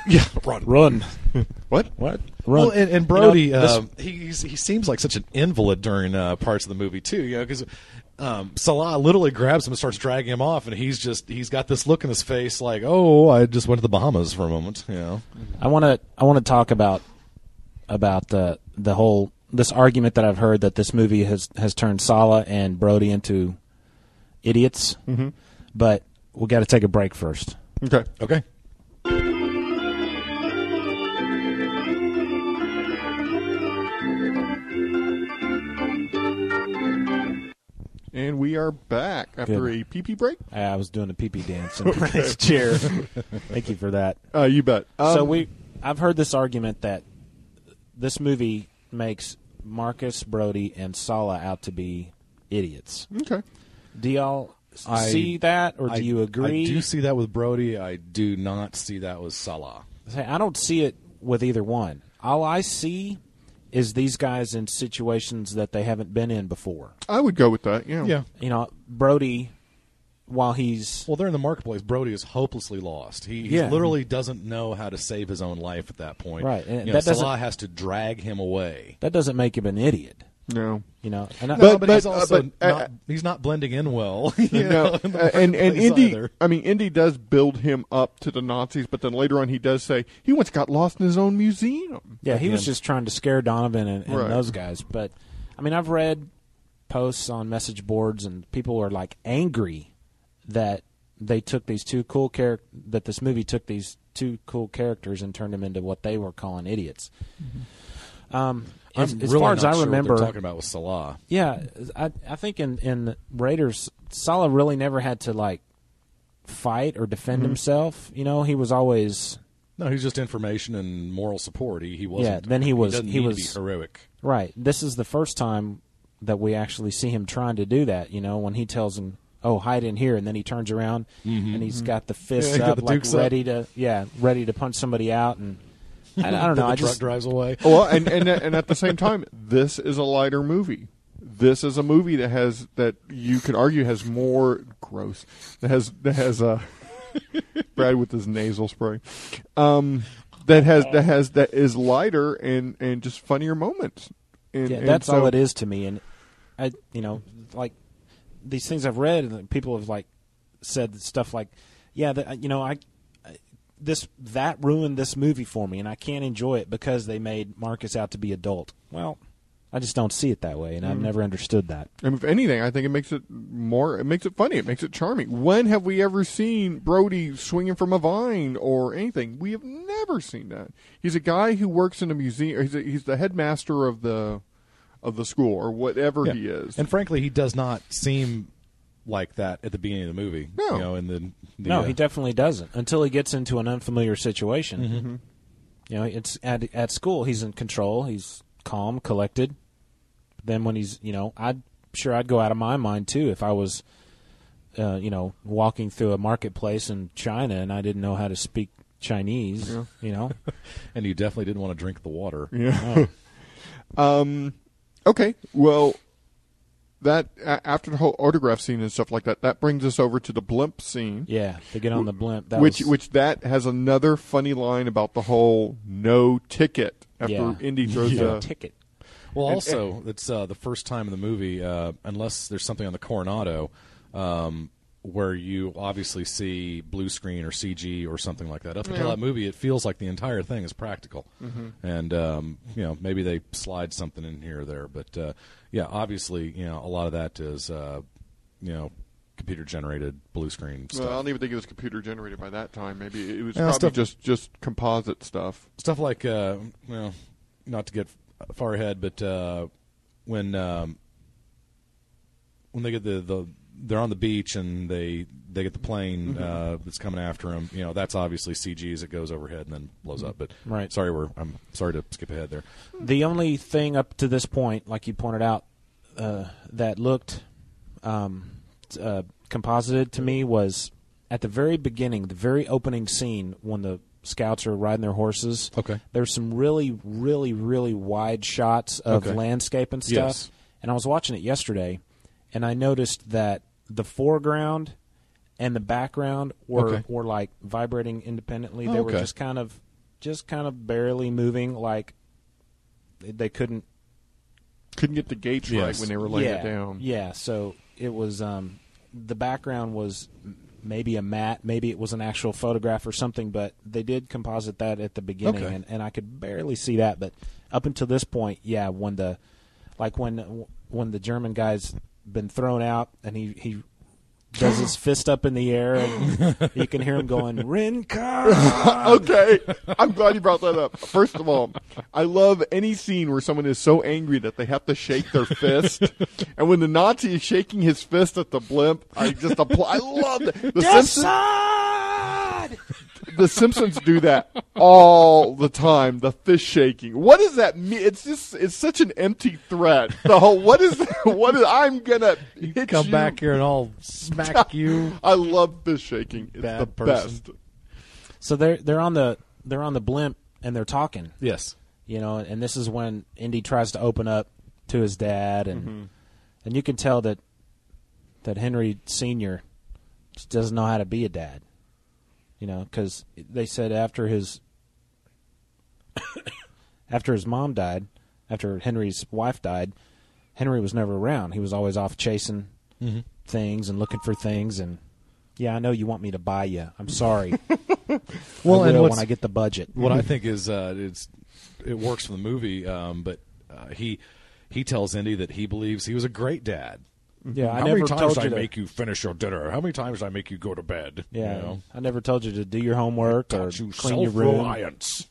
[SPEAKER 9] Yeah, run,
[SPEAKER 10] run.
[SPEAKER 9] what?
[SPEAKER 10] What? Run.
[SPEAKER 9] Well, and, and Brody,
[SPEAKER 10] You know, this-
[SPEAKER 9] um, he he's- he seems like such an invalid during uh, parts of the movie too. You know, because um, Salah literally grabs him and starts dragging him off, and he's just he's got this look in his face like, oh, I just went to the Bahamas for a moment. You know,
[SPEAKER 10] I want to I want to talk about about the the whole this argument that I've heard that this movie has has turned Sala and Brody into idiots.
[SPEAKER 9] Mm-hmm.
[SPEAKER 11] Mhm.
[SPEAKER 10] But we got to take a break first.
[SPEAKER 11] Okay.
[SPEAKER 9] Okay.
[SPEAKER 11] And we are back after
[SPEAKER 10] Good.
[SPEAKER 11] a pee pee break.
[SPEAKER 10] I was doing a pee pee dance in
[SPEAKER 11] Okay.
[SPEAKER 10] Brian's chair. Thank you for that.
[SPEAKER 11] Uh, you bet.
[SPEAKER 10] so
[SPEAKER 11] Um,
[SPEAKER 10] we, I've heard this argument that this movie makes Marcus Brody and Sala out to be idiots.
[SPEAKER 11] Okay.
[SPEAKER 10] Do y'all s-
[SPEAKER 9] I-
[SPEAKER 10] see that, or do
[SPEAKER 9] I-
[SPEAKER 10] you agree?
[SPEAKER 9] I do see that with Brody. I do not see that with Salah.
[SPEAKER 10] Say, I don't see it with either one. All I see is these guys in situations that they haven't been in before.
[SPEAKER 11] I would go with that. Yeah.
[SPEAKER 10] You know, Brody, while he's
[SPEAKER 9] well, they're in the marketplace. Brody is hopelessly lost. He, he
[SPEAKER 10] Yeah.
[SPEAKER 9] literally doesn't know how to save his own life at that point.
[SPEAKER 10] Right, and
[SPEAKER 9] you
[SPEAKER 10] that
[SPEAKER 9] know,
[SPEAKER 10] doesn't-
[SPEAKER 9] Salah has to drag him away.
[SPEAKER 10] That doesn't make him an idiot.
[SPEAKER 11] No.
[SPEAKER 10] You know, and I-
[SPEAKER 9] no, but, he's
[SPEAKER 11] but, uh,
[SPEAKER 9] also
[SPEAKER 11] but, uh,
[SPEAKER 9] not, he's not blending in well.
[SPEAKER 11] No,
[SPEAKER 9] you know, in the
[SPEAKER 11] uh, and and
[SPEAKER 9] marketplace
[SPEAKER 11] Indy,
[SPEAKER 9] either.
[SPEAKER 11] I mean, Indy does build him up to the Nazis, but then later on he does say he once got lost in his own museum.
[SPEAKER 10] Yeah, he was just trying to scare Donovan and, and
[SPEAKER 11] Right.
[SPEAKER 10] those guys. But I mean, I've read posts on message boards, and people are like angry that they took these two cool character that this movie took these two cool characters and turned them into what they were calling idiots. Um,
[SPEAKER 9] Mm-hmm. I'm
[SPEAKER 10] as, as
[SPEAKER 9] really
[SPEAKER 10] far as
[SPEAKER 9] not
[SPEAKER 10] I
[SPEAKER 9] sure what they're
[SPEAKER 10] remember,
[SPEAKER 9] talking about with Salah.
[SPEAKER 10] Yeah, I I think in in Raiders, Salah really never had to like fight or defend
[SPEAKER 9] Mhm.
[SPEAKER 10] himself. You know, he was always
[SPEAKER 9] No, he's just information and moral support. He, he wasn't.
[SPEAKER 10] yeah, then he was.
[SPEAKER 9] doesn't
[SPEAKER 10] He,
[SPEAKER 9] need to
[SPEAKER 10] was
[SPEAKER 9] be heroic.
[SPEAKER 10] Right. This is the first time that we actually see him trying to do that. You know, when he tells him, "Oh, hide in here," and then he turns around and he's got the
[SPEAKER 9] Mm-hmm. Yeah,
[SPEAKER 10] fists
[SPEAKER 9] he got
[SPEAKER 10] up,
[SPEAKER 9] the
[SPEAKER 10] like
[SPEAKER 9] dukes up.
[SPEAKER 10] ready to, yeah, ready to punch somebody out. And I, I don't
[SPEAKER 9] Then
[SPEAKER 10] know.
[SPEAKER 9] the
[SPEAKER 10] I
[SPEAKER 9] truck
[SPEAKER 10] just
[SPEAKER 9] drives away.
[SPEAKER 11] well, and, and and at the same time, this is a lighter movie. This is a movie that has that you could argue has more gross. That has that has uh, Brad with his nasal spray. Um, that has that has that is lighter and and just funnier moments. And,
[SPEAKER 10] yeah,
[SPEAKER 11] and
[SPEAKER 10] that's
[SPEAKER 11] so-
[SPEAKER 10] all it is to me. And I, you know, like these things I've read, and people have like said stuff like, "Yeah, that, you know, I this that ruined this movie for me, and I can't enjoy it because they made Marcus out to be adult." Well, I just don't see it that way, and I've
[SPEAKER 11] Mm.
[SPEAKER 10] never understood that.
[SPEAKER 11] And if anything, I think it makes it more. It makes it funny. It makes it charming. When have we ever seen Brody swinging from a vine or anything? We have never seen that. He's a guy who works in a museum. He's, a, he's the headmaster of the of the school or whatever
[SPEAKER 9] Yeah.
[SPEAKER 11] he is.
[SPEAKER 9] And frankly, he does not seem like that at the beginning of the movie.
[SPEAKER 11] No.
[SPEAKER 9] you know, and then the,
[SPEAKER 10] no,
[SPEAKER 9] uh,
[SPEAKER 10] he definitely doesn't until he gets into an unfamiliar situation.
[SPEAKER 11] Mm-hmm.
[SPEAKER 9] Mhm.
[SPEAKER 10] You know, it's at at school he's in control, he's calm, collected. Then when he's, you know, I'd sure I'd go out of my mind too if I was, uh, you know, walking through a marketplace in China and I didn't know how to speak Chinese.
[SPEAKER 9] Yeah.
[SPEAKER 10] You know,
[SPEAKER 9] and you definitely didn't want to drink the water.
[SPEAKER 11] Yeah. um, okay. Well, that a- after the whole autograph scene and stuff like that, that brings us over to the blimp scene.
[SPEAKER 10] Yeah, they get on the blimp. That
[SPEAKER 11] which
[SPEAKER 10] was-
[SPEAKER 11] which that has another funny line about the whole no ticket after
[SPEAKER 9] Yeah.
[SPEAKER 11] Indy throws
[SPEAKER 9] No
[SPEAKER 11] the
[SPEAKER 10] ticket.
[SPEAKER 9] Well,
[SPEAKER 11] And-
[SPEAKER 9] also, it's uh, the first time in the movie, uh, unless there's something on the Coronado, um, where you obviously see blue screen or CG or something like that. Up until
[SPEAKER 11] Yeah.
[SPEAKER 9] that movie, it feels like the entire thing is practical.
[SPEAKER 11] Mhm.
[SPEAKER 9] And, um, you know, maybe they slide something in here or there. But, uh, yeah, obviously, you know, a lot of that is, uh, you know, computer generated blue screen stuff.
[SPEAKER 11] Well, I don't even think it was computer generated by that time. Maybe it was
[SPEAKER 9] Yeah,
[SPEAKER 11] probably
[SPEAKER 9] stuff-
[SPEAKER 11] just just composite stuff.
[SPEAKER 9] stuff like uh, well, not to get f- far ahead, but uh, when um, when they get the, the they're on the beach and they they get the plane
[SPEAKER 10] Mm-hmm.
[SPEAKER 9] uh, that's coming after them. You know, that's obviously CG as it goes overhead and then blows up. But
[SPEAKER 10] Right.
[SPEAKER 9] sorry, we're I'm sorry to skip ahead there.
[SPEAKER 10] the only thing up to this point, like you pointed out, uh, that looked um, t- uh, composited to me was at the very beginning, the very opening scene when the scouts are riding their horses.
[SPEAKER 9] Okay.
[SPEAKER 10] There's some really, really, really wide shots of
[SPEAKER 9] Okay.
[SPEAKER 10] landscape and stuff.
[SPEAKER 9] Yes.
[SPEAKER 10] And I was watching it yesterday, and I noticed that the foreground and the background were
[SPEAKER 9] Okay.
[SPEAKER 10] were like vibrating independently.
[SPEAKER 9] Oh,
[SPEAKER 10] they were
[SPEAKER 9] okay.
[SPEAKER 10] just kind of just kind of barely moving, like they- they couldn't
[SPEAKER 11] couldn't get the gates right when they were laying
[SPEAKER 10] yeah.
[SPEAKER 11] it down.
[SPEAKER 10] Yeah, so it was um, the background was m- maybe a mat, maybe it was an actual photograph or something, but they did composite that at the beginning,
[SPEAKER 18] Okay.
[SPEAKER 10] and, and I could barely see that. But up until this point, yeah, when the like when when the German guy's been thrown out and he he does his fist up in the air, and you can hear him going Rinka.
[SPEAKER 11] okay, I'm glad you brought that up. First of all, I love any scene where someone is so angry that they have to shake their fist. and when the Nazi is shaking his fist at the blimp, I just apply. I love that. The
[SPEAKER 13] Death
[SPEAKER 11] Simpsons. The Simpsons do that all the time. The fist shaking. What does that mean? It's just it's such an empty threat. The whole what is what is I'm gonna hit
[SPEAKER 9] Come
[SPEAKER 11] you.
[SPEAKER 9] back here and I'll smack you.
[SPEAKER 11] I love fist shaking. It's
[SPEAKER 9] Bad
[SPEAKER 11] the
[SPEAKER 9] person.
[SPEAKER 11] best.
[SPEAKER 10] So they're they're on the they're on the blimp and they're talking.
[SPEAKER 9] Yes.
[SPEAKER 10] You know, and this is when Indy tries to open up to his dad and
[SPEAKER 9] Mm-hmm.
[SPEAKER 10] and you can tell that that Henry Senior just doesn't know how to be a dad. You know, cuz they said after his after his mom died, after Henry's wife died, Henry was never around. He was always off chasing
[SPEAKER 9] Mm-hmm.
[SPEAKER 13] Mhm.
[SPEAKER 10] things and looking for things and yeah, I know you want me to buy you. I'm sorry.
[SPEAKER 9] Well,
[SPEAKER 10] I
[SPEAKER 9] and
[SPEAKER 10] will
[SPEAKER 9] what's-
[SPEAKER 10] when I get the budget.
[SPEAKER 9] What I think is uh, it's it works for the movie, um, but uh, he he tells Indy that he believes he was a great dad.
[SPEAKER 10] Yeah, I
[SPEAKER 9] how
[SPEAKER 10] never
[SPEAKER 9] many times
[SPEAKER 10] told
[SPEAKER 9] did I
[SPEAKER 10] you to-
[SPEAKER 9] make you finish your dinner? How many times did I make you go to bed?
[SPEAKER 10] Yeah,
[SPEAKER 9] you know?
[SPEAKER 10] I never told you to do your homework or
[SPEAKER 9] you
[SPEAKER 10] clean your room.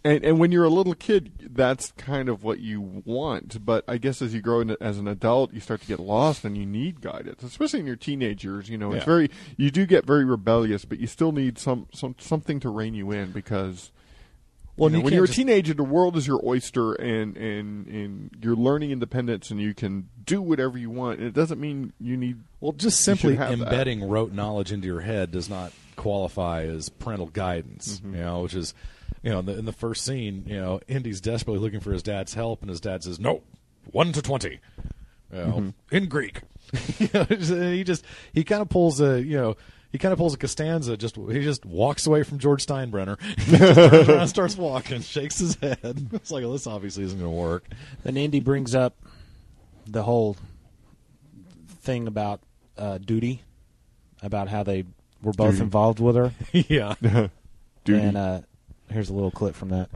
[SPEAKER 11] And, and when you're a little kid, that's kind of what you want. But I guess as you grow into, as an adult, you start to get lost and you need guidance, especially in your teenage years. You know, it's
[SPEAKER 9] Yeah.
[SPEAKER 11] very you do get very rebellious, but you still need some, some something to rein you in because.
[SPEAKER 9] Well,
[SPEAKER 11] you know,
[SPEAKER 9] and you
[SPEAKER 11] when
[SPEAKER 9] can't
[SPEAKER 11] you're a
[SPEAKER 9] just-
[SPEAKER 11] teenager, the world is your oyster, and, and and you're learning independence, and you can do whatever you want. And it doesn't mean you need
[SPEAKER 9] well, just simply embedding rote knowledge into your head does not qualify as parental guidance. You know, which is you know in the, in the first scene, you know, Indy's desperately looking for his dad's help, and his dad says, "No, one to twenty, you know,
[SPEAKER 11] Mhm.
[SPEAKER 9] in Greek." you know, just- and he just he kind of pulls a you know. He kind of pulls a Costanza. Just he just walks away from George Steinbrenner. He just turns around, starts walking, shakes his head. It's like well, this obviously isn't going to work.
[SPEAKER 10] Then Andy brings up the whole thing about uh, duty, about how they were both
[SPEAKER 9] Duty.
[SPEAKER 10] involved with her.
[SPEAKER 9] yeah,
[SPEAKER 11] duty.
[SPEAKER 10] And uh, here's a little clip from that.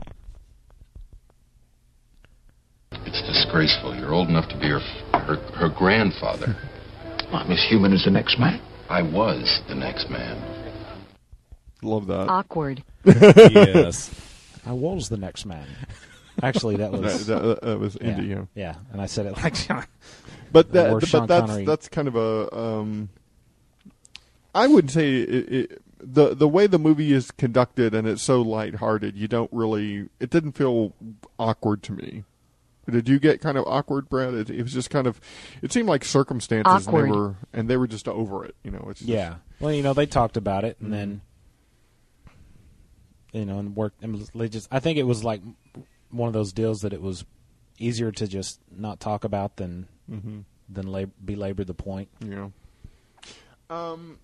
[SPEAKER 19] disgraceful. You're old enough to be her, her, her grandfather. I'm as human as the next man. I was the next man.
[SPEAKER 11] Love that.
[SPEAKER 20] Awkward.
[SPEAKER 9] yes.
[SPEAKER 10] I was the next man. Actually, that was
[SPEAKER 11] That- that- that was
[SPEAKER 10] yeah,
[SPEAKER 11] Andy, yeah.
[SPEAKER 10] yeah, and I said it like Sean.
[SPEAKER 11] But
[SPEAKER 10] the
[SPEAKER 11] that,
[SPEAKER 10] worst
[SPEAKER 11] but
[SPEAKER 10] Sean
[SPEAKER 11] that's
[SPEAKER 10] Connery.
[SPEAKER 11] that's kind of a. Um, I would say it, it, the the way the movie is conducted and it's so lighthearted, you don't really. It didn't feel awkward to me. Did you get kind of awkward, Brad? It, it was just kind of. It seemed like circumstances, and
[SPEAKER 10] Awkward.
[SPEAKER 11] they were and they were just over it. You know, it's just,
[SPEAKER 10] Yeah. Well, you know, they talked about it, and then
[SPEAKER 11] Mm-hmm.
[SPEAKER 10] you know, and worked. And they just, I think it was like one of those deals that it was easier to just not talk about than
[SPEAKER 11] Mhm.
[SPEAKER 10] than lab- belabor the point.
[SPEAKER 11] Yeah. Um,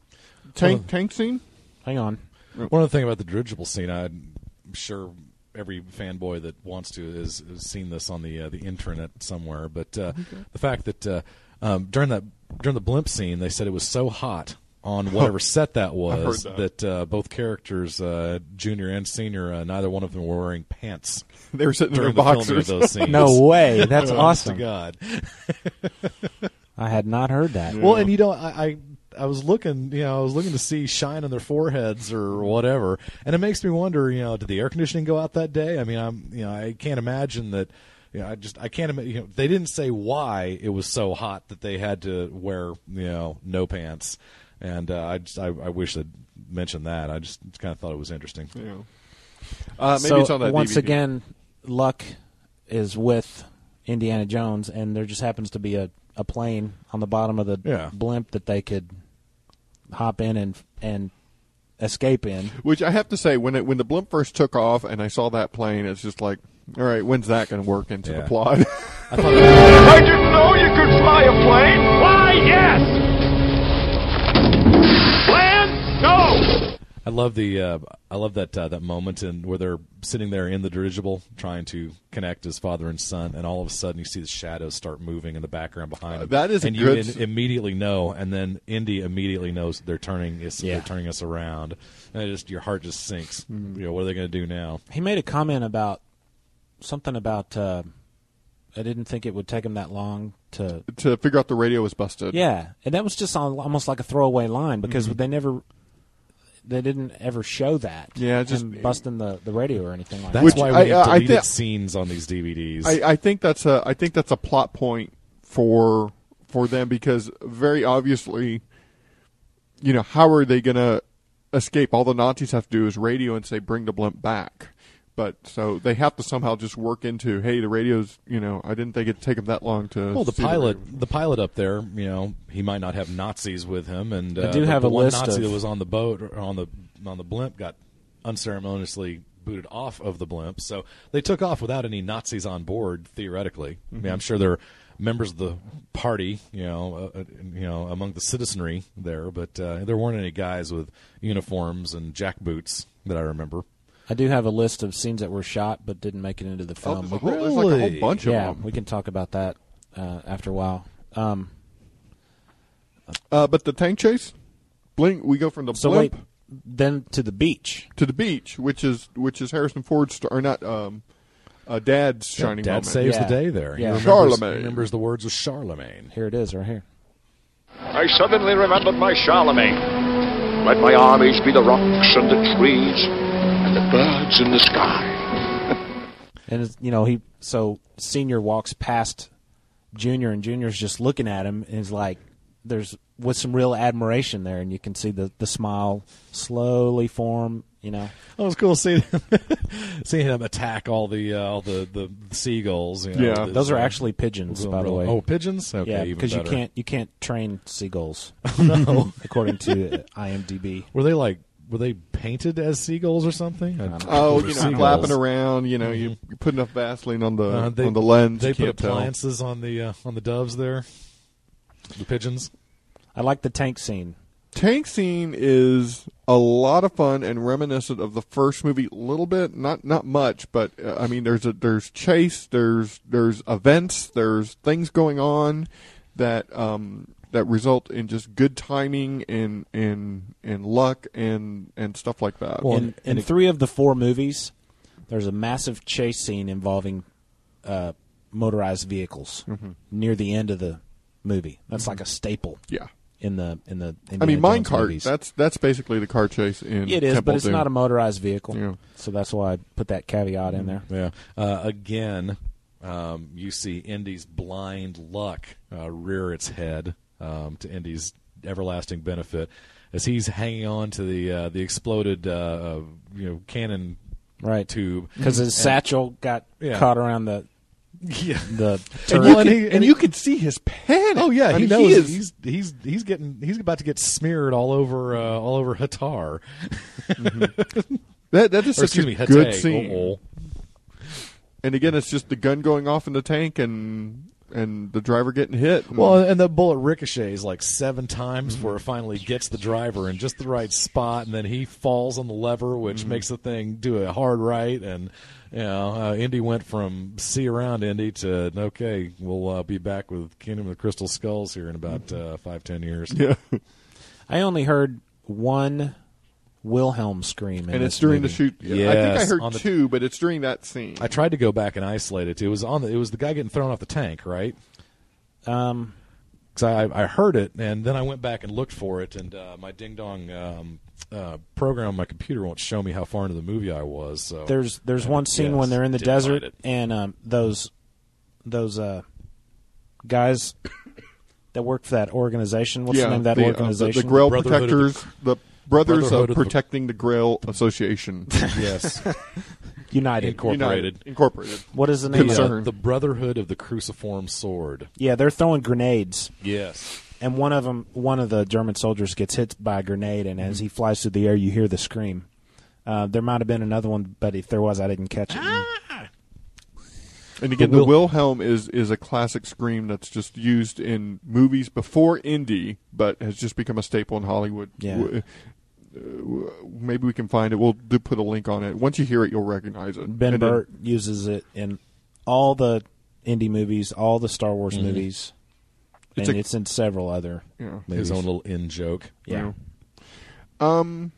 [SPEAKER 11] tank
[SPEAKER 9] Well,
[SPEAKER 11] tank scene.
[SPEAKER 10] Hang on.
[SPEAKER 9] One other thing about the dirigible scene, I'm sure every fanboy that wants to has, has seen this on the uh, the internet somewhere. But uh, the fact that uh, um, during that during the blimp scene, they said it was so hot on whatever set that was
[SPEAKER 11] heard
[SPEAKER 9] that, uh, both characters, uh, junior and senior, uh, neither one of them were wearing pants.
[SPEAKER 11] They were sitting in
[SPEAKER 9] during
[SPEAKER 11] their
[SPEAKER 9] the filming of
[SPEAKER 11] boxers.
[SPEAKER 9] those scenes.
[SPEAKER 10] No way. That's
[SPEAKER 9] Honest to
[SPEAKER 10] awesome.
[SPEAKER 9] God.
[SPEAKER 10] I had not heard that.
[SPEAKER 9] Well, and you know, I, I I was looking, you know, I was looking to see shine on their foreheads or whatever, and it makes me wonder, you know, did the air conditioning go out that day? I mean, I'm, you know, I can't imagine that. You know, I just I can't imagine. You know, they didn't say why it was so hot that they had to wear, you know, no pants, and uh, I just I, I wish they'd mentioned that. I just kind of thought it was interesting.
[SPEAKER 11] Yeah. Uh, maybe
[SPEAKER 10] so
[SPEAKER 11] it's on that
[SPEAKER 10] once
[SPEAKER 11] DVD.
[SPEAKER 10] again, luck is with Indiana Jones, and there just happens to be a, a plane on the bottom of the
[SPEAKER 11] Yeah.
[SPEAKER 10] blimp that they could hop in and and escape in.
[SPEAKER 11] Which I have to say, when it when the blimp first took off and I saw that plane, it's just like, all right, when's that going to work into the plot?
[SPEAKER 13] I didn't know you could fly a plane. Why, yes. Land? No.
[SPEAKER 9] I love the uh, I love that uh, that moment in where they're sitting there in the dirigible trying to connect as father and son, and all of a sudden you see the shadows start moving in the background behind them.
[SPEAKER 11] Uh, that is a
[SPEAKER 9] and
[SPEAKER 11] good
[SPEAKER 9] you
[SPEAKER 11] s-
[SPEAKER 9] in, immediately know, and then Indy immediately knows they're turning us
[SPEAKER 10] Yeah.
[SPEAKER 9] they're turning us around, and it just your heart just sinks.
[SPEAKER 10] Mm.
[SPEAKER 11] Mm-hmm.
[SPEAKER 9] You know what are they going to do now?
[SPEAKER 10] He made a comment about something about uh, I didn't think it would take him that long to
[SPEAKER 11] to figure out the radio was busted.
[SPEAKER 10] Yeah, and that was just al- almost like a throwaway line because
[SPEAKER 11] Mhm.
[SPEAKER 10] they never, they didn't ever show that.
[SPEAKER 11] Yeah, just-
[SPEAKER 10] him busting the, the radio or anything like
[SPEAKER 9] That's
[SPEAKER 10] that.
[SPEAKER 9] why
[SPEAKER 11] I-
[SPEAKER 9] we
[SPEAKER 11] I-
[SPEAKER 9] have
[SPEAKER 11] I
[SPEAKER 9] deleted
[SPEAKER 11] thi-
[SPEAKER 9] scenes on these DVDs.
[SPEAKER 11] I, I think that's a I think that's a plot point for for them because very obviously, you know, how are they gonna escape? All the Nazis have to do is radio and say, "Bring the blimp back." But so they have to somehow just work into, hey, the radio's, you know, I didn't think it'd take them that long to.
[SPEAKER 9] Well, the
[SPEAKER 11] see radio.
[SPEAKER 9] pilot, the pilot up there, you know, he might not have Nazis with him, and
[SPEAKER 10] I
[SPEAKER 9] uh,
[SPEAKER 10] do
[SPEAKER 9] the-
[SPEAKER 10] have
[SPEAKER 9] the
[SPEAKER 10] a
[SPEAKER 9] one
[SPEAKER 10] list
[SPEAKER 9] Nazi
[SPEAKER 10] of-
[SPEAKER 9] that was on the boat or on the on the blimp got unceremoniously booted off of the blimp, so they took off without any Nazis on board. Theoretically, I
[SPEAKER 10] Mm-hmm.
[SPEAKER 9] mean, I'm
[SPEAKER 11] Mhm.
[SPEAKER 9] sure there are members of the party, you know, uh, uh, you know, among the citizenry there, but uh, there weren't any guys with uniforms and jackboots that I remember.
[SPEAKER 10] I do have a list of scenes that were shot but didn't make it into the film.
[SPEAKER 11] there's a whole- there's like a whole Really? bunch of
[SPEAKER 10] um, yeah,
[SPEAKER 11] them.
[SPEAKER 10] we can talk about that uh, after a while. Um,
[SPEAKER 11] Uh, but the tank chase, blink. We go from the
[SPEAKER 10] So
[SPEAKER 11] blimp,
[SPEAKER 10] wait, then to the beach,
[SPEAKER 11] to the beach, which is which is Harrison Ford's st- or not um, uh, Dad's shining
[SPEAKER 9] Dad
[SPEAKER 11] moment.
[SPEAKER 9] saves the day there. He remembers-
[SPEAKER 11] Charlemagne.
[SPEAKER 9] remembers the words of Charlemagne.
[SPEAKER 10] Here it is, right here.
[SPEAKER 18] I suddenly remembered my Charlemagne. Let my armies be the rocks and the trees and the birds in the sky.
[SPEAKER 10] and it's, you know he so senior walks past junior and junior's just looking at him and is like there's with some real admiration there and you can see the the smile slowly form you know
[SPEAKER 9] Oh, it was cool seeing seeing him attack all the uh, all the, the seagulls. You know, with
[SPEAKER 10] those
[SPEAKER 9] his,
[SPEAKER 10] are
[SPEAKER 9] uh,
[SPEAKER 10] actually pigeons
[SPEAKER 9] little-
[SPEAKER 10] by the way
[SPEAKER 9] Oh, pigeons. Okay,
[SPEAKER 10] yeah
[SPEAKER 9] even
[SPEAKER 10] because you
[SPEAKER 9] better.
[SPEAKER 10] can't you can't train seagulls
[SPEAKER 9] No.
[SPEAKER 10] according to uh, imdb
[SPEAKER 9] Were they like were they painted as seagulls or something?
[SPEAKER 11] Oh,
[SPEAKER 9] They were
[SPEAKER 11] you know,
[SPEAKER 9] seagulls.
[SPEAKER 11] flapping around. You know, you, you put enough Vaseline on the
[SPEAKER 9] Uh, they-
[SPEAKER 11] on the lens.
[SPEAKER 9] They
[SPEAKER 11] you
[SPEAKER 9] put
[SPEAKER 11] can't tell.
[SPEAKER 9] appliances on the uh, on the doves there. The pigeons.
[SPEAKER 10] i like the tank scene
[SPEAKER 11] Tank scene is a lot of fun and reminiscent of the first movie a little bit, not not much, but uh, I mean, there's a there's chase, there's there's events, there's things going on that um that result in just good timing and and and luck and and stuff like that.
[SPEAKER 10] Well, in, in three of the four movies, there's a massive chase scene involving uh, motorized vehicles
[SPEAKER 11] Mhm.
[SPEAKER 10] near the end of the movie. That's like a staple.
[SPEAKER 11] Mm-hmm. Yeah.
[SPEAKER 10] In the in the
[SPEAKER 11] I mean,
[SPEAKER 10] Indiana
[SPEAKER 11] mine
[SPEAKER 10] Jones
[SPEAKER 11] cart.
[SPEAKER 10] movies.
[SPEAKER 11] That's that's basically the car chase in.
[SPEAKER 10] it is,
[SPEAKER 11] Temple
[SPEAKER 10] but it's
[SPEAKER 11] Doom.
[SPEAKER 10] not a motorized vehicle.
[SPEAKER 11] Yeah. Mm-hmm.
[SPEAKER 10] So that's why I put that caveat in there.
[SPEAKER 9] Yeah. Uh, again, um, you see Indy's blind luck uh, rear its head um, to Indy's everlasting benefit as he's hanging on to the uh, the exploded uh, uh, you know cannon
[SPEAKER 10] right
[SPEAKER 9] tube
[SPEAKER 10] Because his
[SPEAKER 11] Mm-hmm.
[SPEAKER 9] And-
[SPEAKER 10] satchel got
[SPEAKER 9] Yeah.
[SPEAKER 10] caught around the
[SPEAKER 9] Yeah.
[SPEAKER 10] the
[SPEAKER 9] And
[SPEAKER 10] turret.
[SPEAKER 9] you can- and you
[SPEAKER 11] can see his panic.
[SPEAKER 9] Oh yeah, he
[SPEAKER 10] I mean, he
[SPEAKER 9] knows
[SPEAKER 10] is-
[SPEAKER 9] he's he's he's getting he's about to get smeared all over uh, all over Hatar.
[SPEAKER 11] That that is
[SPEAKER 9] Or
[SPEAKER 11] such
[SPEAKER 9] excuse
[SPEAKER 11] a
[SPEAKER 9] me,
[SPEAKER 11] good
[SPEAKER 9] Hatay.
[SPEAKER 11] scene.
[SPEAKER 9] Uh-oh.
[SPEAKER 11] And again, it's just the gun going off in the tank and and the driver getting hit. And-
[SPEAKER 9] Well, and the bullet ricochets like seven times before it finally gets the driver in just the right spot, and then he falls on the lever, which makes the thing do a hard right. And you know, uh, Indy went from see around Indy to okay, we'll uh, be back with Kingdom of the Crystal Skulls here in about uh, five ten years.
[SPEAKER 11] Yeah.
[SPEAKER 10] I only heard one Wilhelm scream, in
[SPEAKER 11] and it's
[SPEAKER 10] this
[SPEAKER 11] during the
[SPEAKER 10] movie.
[SPEAKER 11] shoot. I think I
[SPEAKER 9] Yes,
[SPEAKER 11] heard
[SPEAKER 9] on the-
[SPEAKER 11] two, but it's during that scene.
[SPEAKER 9] I tried to go back and isolate it. It was on the. It was the guy getting thrown off the tank, right?
[SPEAKER 10] Um,
[SPEAKER 9] because I, I heard it and then I went back and looked for it, and uh, my ding dong um, uh, program on my computer won't show me how far into the movie I was. So
[SPEAKER 10] There's there's
[SPEAKER 9] I
[SPEAKER 10] one scene
[SPEAKER 9] guess
[SPEAKER 10] when they're in the
[SPEAKER 9] didn't find
[SPEAKER 10] desert
[SPEAKER 9] it.
[SPEAKER 10] and um, those those uh, guys that work for that organization. What's the name of that
[SPEAKER 11] the, uh, the-
[SPEAKER 10] organization?
[SPEAKER 11] the, Grail
[SPEAKER 10] Brotherhood of the-
[SPEAKER 11] Protectors, the, Brothers
[SPEAKER 10] Brotherhood
[SPEAKER 11] of
[SPEAKER 10] of the-
[SPEAKER 11] Protecting the Grail Association.
[SPEAKER 9] Yes.
[SPEAKER 10] United
[SPEAKER 9] Incorporated.
[SPEAKER 11] Incorporated.
[SPEAKER 10] What is the name of
[SPEAKER 9] The,
[SPEAKER 10] that?
[SPEAKER 9] uh, the Brotherhood of the Cruciform Sword.
[SPEAKER 10] Yeah, they're throwing grenades.
[SPEAKER 9] Yes.
[SPEAKER 10] And one of them, one of the German soldiers gets hit by a grenade, and
[SPEAKER 11] Mm-hmm.
[SPEAKER 10] as he flies through the air, you hear the scream. Uh, there might have been another one, but if there was, I didn't catch it.
[SPEAKER 11] Ah! And again,
[SPEAKER 10] The
[SPEAKER 11] the
[SPEAKER 10] Wil-
[SPEAKER 11] Wilhelm is is a classic scream that's just used in movies before indie, but has just become a staple in Hollywood.
[SPEAKER 10] Yeah.
[SPEAKER 11] W- uh, w- maybe we can find it. We'll do put a link on it. Once you hear it, you'll recognize it.
[SPEAKER 10] Ben
[SPEAKER 11] And it-
[SPEAKER 10] Burt uses it in all the indie movies, all the Star Wars
[SPEAKER 11] Mhm.
[SPEAKER 10] movies,
[SPEAKER 11] It's
[SPEAKER 10] and
[SPEAKER 11] a-
[SPEAKER 10] it's in several other.
[SPEAKER 11] Yeah.
[SPEAKER 10] movies.
[SPEAKER 9] His own little in joke.
[SPEAKER 10] Yeah.
[SPEAKER 11] Um,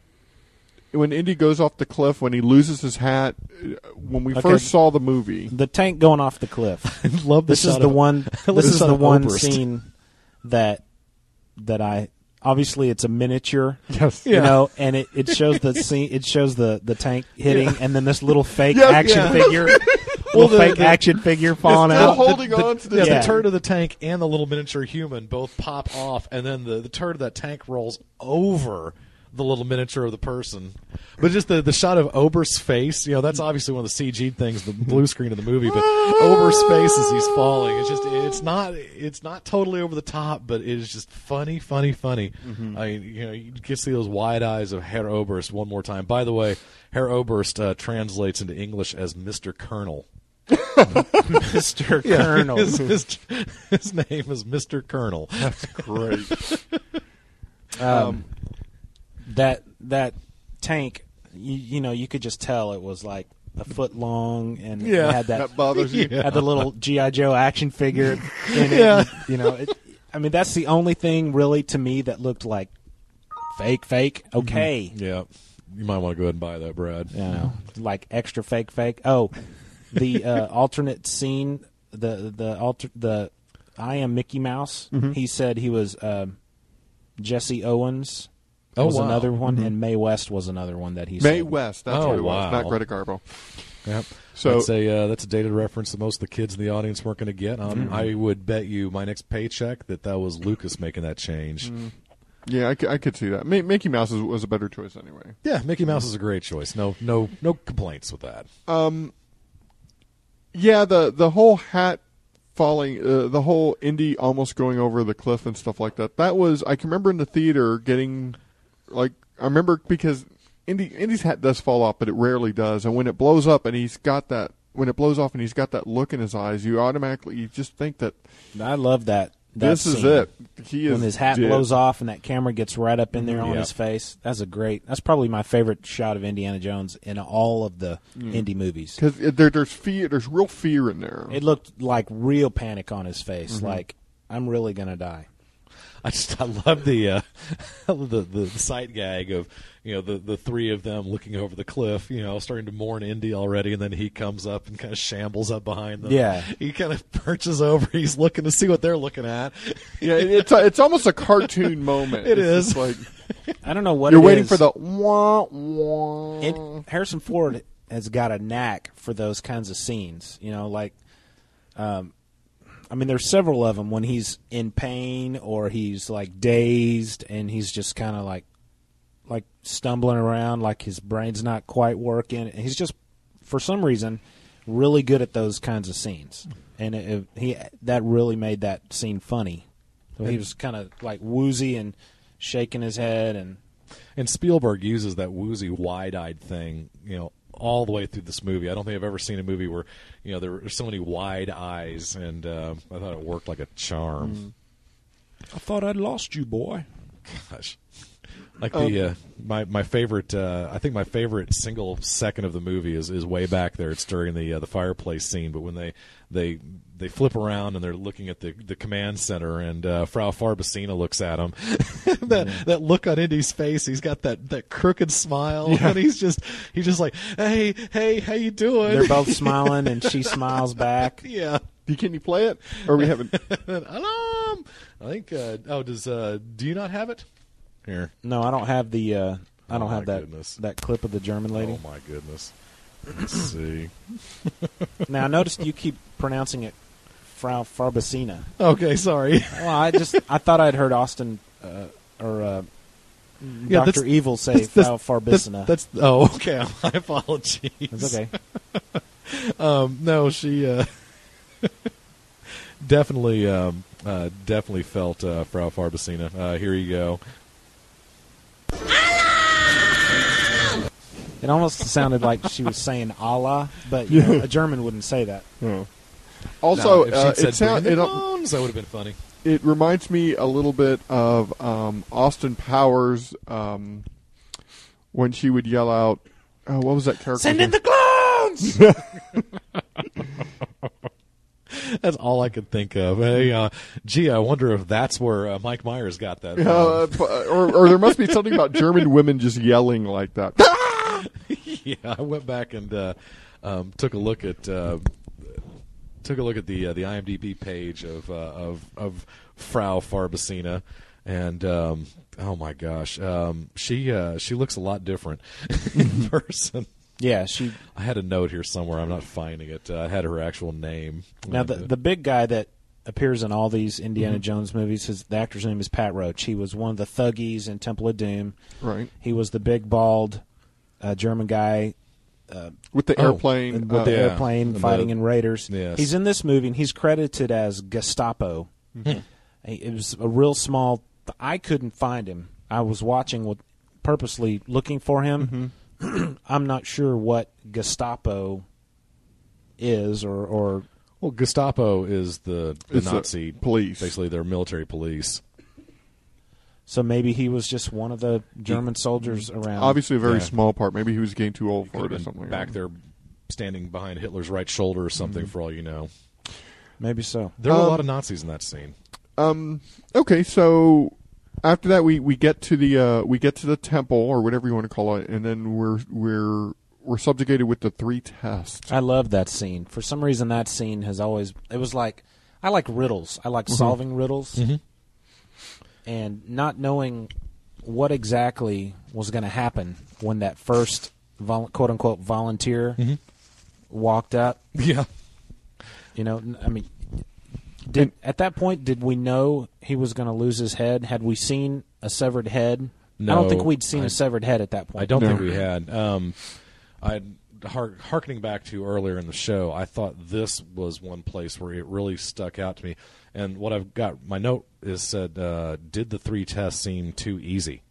[SPEAKER 11] when Indy goes off the cliff, when he loses his hat, uh, when we
[SPEAKER 10] Okay.
[SPEAKER 11] first saw the movie,
[SPEAKER 10] the tank going off the cliff.
[SPEAKER 9] I love the
[SPEAKER 10] this is
[SPEAKER 9] shot
[SPEAKER 10] the
[SPEAKER 9] of-
[SPEAKER 10] one.
[SPEAKER 9] I love
[SPEAKER 10] This
[SPEAKER 9] the
[SPEAKER 10] is
[SPEAKER 9] shot
[SPEAKER 10] the
[SPEAKER 9] of
[SPEAKER 10] one
[SPEAKER 9] Oberst.
[SPEAKER 10] scene that that I obviously it's a miniature.
[SPEAKER 11] Yes.
[SPEAKER 10] you
[SPEAKER 9] Yeah.
[SPEAKER 10] know, and it, it shows the scene. It shows the the tank hitting,
[SPEAKER 9] Yeah.
[SPEAKER 10] and then this little fake
[SPEAKER 9] Yeah,
[SPEAKER 10] action
[SPEAKER 9] yeah.
[SPEAKER 10] figure.
[SPEAKER 9] Well,
[SPEAKER 10] Little
[SPEAKER 9] the-
[SPEAKER 10] fake
[SPEAKER 9] the-
[SPEAKER 10] action figure falling
[SPEAKER 9] It's
[SPEAKER 10] out.
[SPEAKER 9] the-
[SPEAKER 11] holding
[SPEAKER 9] the,
[SPEAKER 11] on to the
[SPEAKER 9] yeah,
[SPEAKER 10] tank.
[SPEAKER 9] the turd of the tank and the little miniature human both pop off, and then the, the turd of that tank rolls over the little miniature of the person. But just the, the shot of Ober's face, you know, that's obviously one of the CG things, the blue screen of the movie. But Ober's face as he's falling, it's just it's not it's not totally over the top, but it is just funny, funny, funny. I you know you can see those wide eyes of Herr Oberst one more time. By the way, Herr Oberst uh, translates into English as Mister Colonel.
[SPEAKER 10] Mr.
[SPEAKER 9] Yeah,
[SPEAKER 10] Colonel.
[SPEAKER 9] His, his- his name is Mr. Colonel.
[SPEAKER 11] That's great.
[SPEAKER 10] Um, that that tank, you, you know, you could just tell it was like a foot long, and it
[SPEAKER 9] Yeah.
[SPEAKER 10] had that,
[SPEAKER 9] That bothers you.
[SPEAKER 10] Had the little GI Joe action figure. In it,
[SPEAKER 9] Yeah.
[SPEAKER 10] you know, it, I mean, that's the only thing really to me that looked like fake, fake.
[SPEAKER 9] Mm-hmm.
[SPEAKER 10] Okay,
[SPEAKER 9] Yeah. You might want to go ahead and buy that, Brad.
[SPEAKER 10] you know, like extra fake, fake. Oh, the uh, alternate scene, the the alter the I am Mickey Mouse.
[SPEAKER 9] Mhm.
[SPEAKER 10] He said he was um, Jesse Owens.
[SPEAKER 9] Oh,
[SPEAKER 10] was
[SPEAKER 9] wow.
[SPEAKER 10] another one, and May West was another one that he
[SPEAKER 11] Mae
[SPEAKER 10] said.
[SPEAKER 11] West, that's
[SPEAKER 9] Oh,
[SPEAKER 11] what it was,
[SPEAKER 9] wow.
[SPEAKER 11] not Greta Garbo.
[SPEAKER 9] Yep.
[SPEAKER 11] So-
[SPEAKER 9] So that's a uh, that's a dated reference that most of the kids in the audience weren't going to get. Um,
[SPEAKER 11] Mm.
[SPEAKER 9] I would bet you my next paycheck that that was Lucas making that change.
[SPEAKER 11] Yeah, I, c- I could see that. Ma- Mickey Mouse is, was a better choice anyway.
[SPEAKER 9] Yeah, Mickey Mouse is a great choice. No, no, no complaints with that.
[SPEAKER 11] Um, yeah, the the whole hat falling, uh, the whole indie almost going over the cliff and stuff like that. That was I can remember in the theater getting like I remember because indie indie's hat does fall off, but it rarely does. And when it blows up and he's got that when it blows off and he's got that look in his eyes, you automatically you just think that
[SPEAKER 10] I love that. that
[SPEAKER 11] This is
[SPEAKER 10] scene.
[SPEAKER 11] it. He is
[SPEAKER 10] when his hat
[SPEAKER 11] dead. Mm-hmm.
[SPEAKER 10] blows off and that camera gets right up in there on
[SPEAKER 11] Yeah.
[SPEAKER 10] his face. That's a great. That's probably my favorite shot of Indiana Jones in all of the
[SPEAKER 11] Mm.
[SPEAKER 10] indie movies.
[SPEAKER 11] because there, there's fear, there's real fear in there.
[SPEAKER 10] It looked like real panic on his face.
[SPEAKER 11] Mhm.
[SPEAKER 10] Like I'm really gonna die.
[SPEAKER 9] I just I love the uh, I love the, the the sight gag of you know the the three of them looking over the cliff. You know, starting to mourn Indy already, and then he comes up and kind of shambles up behind them.
[SPEAKER 10] Yeah.
[SPEAKER 9] he kind of perches over. He's looking to see what they're looking at.
[SPEAKER 11] yeah, it- it's a, it's almost a cartoon moment.
[SPEAKER 9] It
[SPEAKER 11] it's
[SPEAKER 9] is.
[SPEAKER 11] just like
[SPEAKER 10] I don't know what
[SPEAKER 11] you're
[SPEAKER 10] it
[SPEAKER 11] waiting
[SPEAKER 10] is.
[SPEAKER 11] for the wah wah.
[SPEAKER 10] It, Harrison Ford has got a knack for those kinds of scenes. You know, like, um, I mean, there's several of them when he's in pain or he's like dazed and he's just kind of like, like stumbling around, like his brain's not quite working. And he's just, for some reason, really good at those kinds of scenes. And it, it- he that really made that scene funny. So he was kind of like woozy and shaking his head and
[SPEAKER 9] And Spielberg uses that woozy, wide-eyed thing, you know, all the way through this movie. I don't think I've ever seen a movie where you know there are so many wide eyes, and uh, I thought it worked like a charm.
[SPEAKER 10] I thought I'd lost you, boy.
[SPEAKER 9] Gosh. Like
[SPEAKER 10] Oh.
[SPEAKER 9] the uh, my my favorite, uh, I think my favorite single second of the movie is, is way back there. It's during the uh, the fireplace scene, but when they they they flip around and they're looking at the, the command center, and uh, Frau Farbacina looks at him. that that look on Indy's face, he's got that, that crooked smile,
[SPEAKER 10] Yeah.
[SPEAKER 9] and he's just he's just like, hey hey, how you doing?
[SPEAKER 10] They're both smiling, and she smiles back.
[SPEAKER 9] yeah.
[SPEAKER 11] You- Can you play it? Or we haven't?
[SPEAKER 9] Alarm! I think. Uh, oh, does uh, do you not have it? Here.
[SPEAKER 10] No, I don't have the. Uh, I
[SPEAKER 9] Oh,
[SPEAKER 10] don't have
[SPEAKER 9] my
[SPEAKER 10] that
[SPEAKER 9] goodness.
[SPEAKER 10] that clip of the German lady.
[SPEAKER 9] Oh my goodness. Let's see.
[SPEAKER 10] Now, I noticed you keep pronouncing it Frau Farbacina.
[SPEAKER 9] Okay, sorry.
[SPEAKER 10] Well, I just I thought I'd heard Austin uh, or uh,
[SPEAKER 9] Yeah, that's-
[SPEAKER 10] Doctor Evil say
[SPEAKER 9] that's-
[SPEAKER 10] Frau
[SPEAKER 9] that's-
[SPEAKER 10] Farbacina.
[SPEAKER 9] That's, that's oh okay. My apologies.
[SPEAKER 10] That's okay.
[SPEAKER 9] um, no, she uh, definitely um, uh, definitely felt uh, Frau Farbacina. Uh, here you go.
[SPEAKER 10] it almost sounded like she was saying Allah, but you know, a German wouldn't say that.
[SPEAKER 13] Hmm.
[SPEAKER 11] Also,
[SPEAKER 9] No, if she'd
[SPEAKER 11] uh,
[SPEAKER 9] said
[SPEAKER 11] it sounds
[SPEAKER 9] Bring
[SPEAKER 11] it,
[SPEAKER 9] the
[SPEAKER 11] al-
[SPEAKER 9] Bombs, that would have been funny.
[SPEAKER 11] it reminds me a little bit of um, Austin Powers. Um, when she would yell out, "Oh, what was that character?"
[SPEAKER 13] Send in the
[SPEAKER 11] clones.
[SPEAKER 9] That's all I could think of. Hey, uh, gee, I wonder if that's where uh, Mike Myers got that.
[SPEAKER 11] Yeah,
[SPEAKER 9] from.
[SPEAKER 11] uh, p- or, or there must be something about German women just yelling like that.
[SPEAKER 9] yeah, I went back and uh, um, took a look at uh, took a look at the uh, the IMDb page of uh, of of Frau Farbacina, and um, oh my gosh, um, she uh, she looks a lot different
[SPEAKER 10] Mm-hmm.
[SPEAKER 9] in person.
[SPEAKER 10] Yeah, she.
[SPEAKER 9] I had a note here somewhere. I'm not finding it. Uh, I had her actual name. uh,
[SPEAKER 10] Now the the big guy that appears in all these Indiana
[SPEAKER 9] Mhm.
[SPEAKER 10] Jones movies, his the actor's name is Pat Roach. He was one of the thuggies in Temple of Doom.
[SPEAKER 11] Right.
[SPEAKER 10] He was the big bald uh, German guy uh,
[SPEAKER 11] With
[SPEAKER 9] Oh,
[SPEAKER 11] the airplane,
[SPEAKER 10] and with
[SPEAKER 11] uh,
[SPEAKER 10] the
[SPEAKER 11] Yeah.
[SPEAKER 10] airplane
[SPEAKER 11] And the-
[SPEAKER 10] fighting in Raiders.
[SPEAKER 11] Yes.
[SPEAKER 10] He's in this movie and he's credited as Gestapo.
[SPEAKER 11] Hmm.
[SPEAKER 10] He- It was a real small. I couldn't find him. I was watching with purposely looking for him. I'm not sure what Gestapo is or or
[SPEAKER 9] well Gestapo is the, the
[SPEAKER 10] It's the
[SPEAKER 9] Nazi
[SPEAKER 11] police.
[SPEAKER 9] Basically, they're military police.
[SPEAKER 10] So maybe he was just one of the German soldiers around.
[SPEAKER 11] Obviously, a
[SPEAKER 9] Yeah.
[SPEAKER 11] very small part. Maybe he was getting too old for
[SPEAKER 9] Could've
[SPEAKER 11] it or
[SPEAKER 9] been
[SPEAKER 11] something. like
[SPEAKER 9] back
[SPEAKER 11] that.
[SPEAKER 9] there, standing behind Hitler's right shoulder or something.
[SPEAKER 11] Mhm.
[SPEAKER 10] Mm-hmm.
[SPEAKER 9] For all you know,
[SPEAKER 10] maybe so.
[SPEAKER 9] there were a
[SPEAKER 11] Um,
[SPEAKER 9] lot of Nazis in that scene.
[SPEAKER 11] Um. Okay. So after that, we, we get to the uh, we get to the temple or whatever you want to call it, and then we're we're we're subjugated with the three tests.
[SPEAKER 10] I love that scene. For some reason, that scene has always. It was like I like riddles. I like
[SPEAKER 9] Mm-hmm.
[SPEAKER 11] Mhm.
[SPEAKER 10] solving riddles,
[SPEAKER 11] Mhm.
[SPEAKER 10] and not knowing what exactly was going to happen when that first vol- quote unquote volunteer
[SPEAKER 9] Mhm.
[SPEAKER 10] walked up.
[SPEAKER 9] Yeah,
[SPEAKER 10] you know. n- I mean, did at that point did we know he was going to lose his head? Had we seen a severed head? I
[SPEAKER 9] No,
[SPEAKER 10] don't think we'd seen
[SPEAKER 9] I-
[SPEAKER 10] a severed head at that point.
[SPEAKER 9] I don't think we had. Um, I har- harkening back to earlier in the show, I thought this was one place where it really stuck out to me. And what I've got, my note is said, uh, did the three tests seem too easy?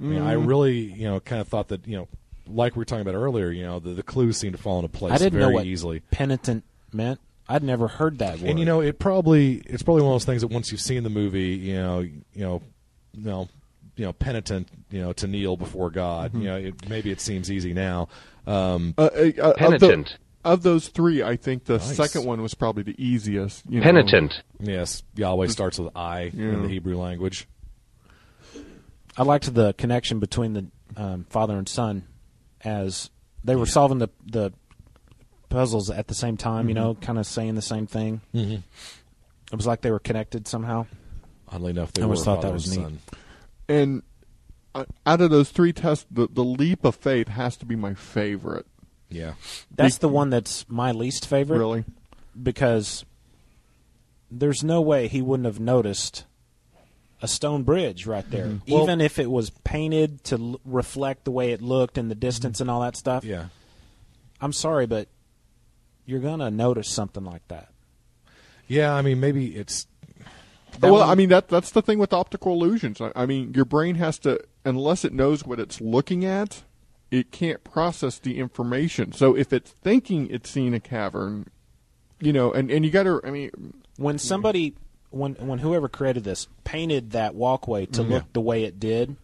[SPEAKER 9] I mean, I
[SPEAKER 10] Mm.
[SPEAKER 9] really, you know, kind of thought that, you know, like we were talking about earlier, you know, the, the clues seem to fall into place
[SPEAKER 10] I didn't
[SPEAKER 9] very
[SPEAKER 10] know what
[SPEAKER 9] easily.
[SPEAKER 10] penitent meant. I'd never heard that word.
[SPEAKER 9] And you know, it probably it's probably one of those things that once you've seen the movie, you know, you know, you know, you know penitent, you know, to kneel before God.
[SPEAKER 10] Mm-hmm.
[SPEAKER 9] You know, it, maybe it seems easy now. Um,
[SPEAKER 11] Uh, uh, uh, of the- Of, those three, I think the
[SPEAKER 9] Nice.
[SPEAKER 11] second one was probably the easiest. You know.
[SPEAKER 9] Yes, Yahweh starts with I in
[SPEAKER 11] Yeah.
[SPEAKER 9] the Hebrew language.
[SPEAKER 10] I liked the connection between the um, father and son as they were solving the the puzzles at the same time.
[SPEAKER 9] Mm-hmm.
[SPEAKER 10] You know, kind of saying the same thing.
[SPEAKER 9] Mhm.
[SPEAKER 10] It was like they were connected somehow.
[SPEAKER 9] Oddly enough, they
[SPEAKER 10] I always
[SPEAKER 9] were
[SPEAKER 10] thought that
[SPEAKER 9] father and
[SPEAKER 10] was neat.
[SPEAKER 9] son.
[SPEAKER 11] And uh, out of those three tests, the, the leap of faith has to be my favorite.
[SPEAKER 9] Yeah.
[SPEAKER 10] That's
[SPEAKER 11] Be-
[SPEAKER 10] the one that's my least favorite.
[SPEAKER 11] Really?
[SPEAKER 10] Because there's no way he wouldn't have noticed a stone bridge right there.
[SPEAKER 9] Mhm. Well-
[SPEAKER 10] Even if it was painted to l- reflect the way it looked and the distance and all that stuff.
[SPEAKER 9] Mm-hmm. Yeah.
[SPEAKER 10] I'm sorry, but you're going to notice something like that.
[SPEAKER 9] Yeah, I mean, maybe it's
[SPEAKER 11] well, I mean that that's the thing with optical illusions. I, I mean, your brain has to, unless it knows what it's looking at, it can't process the information. So if it's thinking it's seeing a cavern, you know, and and you got to, I mean,
[SPEAKER 9] Mm-hmm.
[SPEAKER 10] when somebody when when whoever created this painted that walkway to
[SPEAKER 9] Mhm.
[SPEAKER 10] look
[SPEAKER 9] Yeah.
[SPEAKER 10] the way it did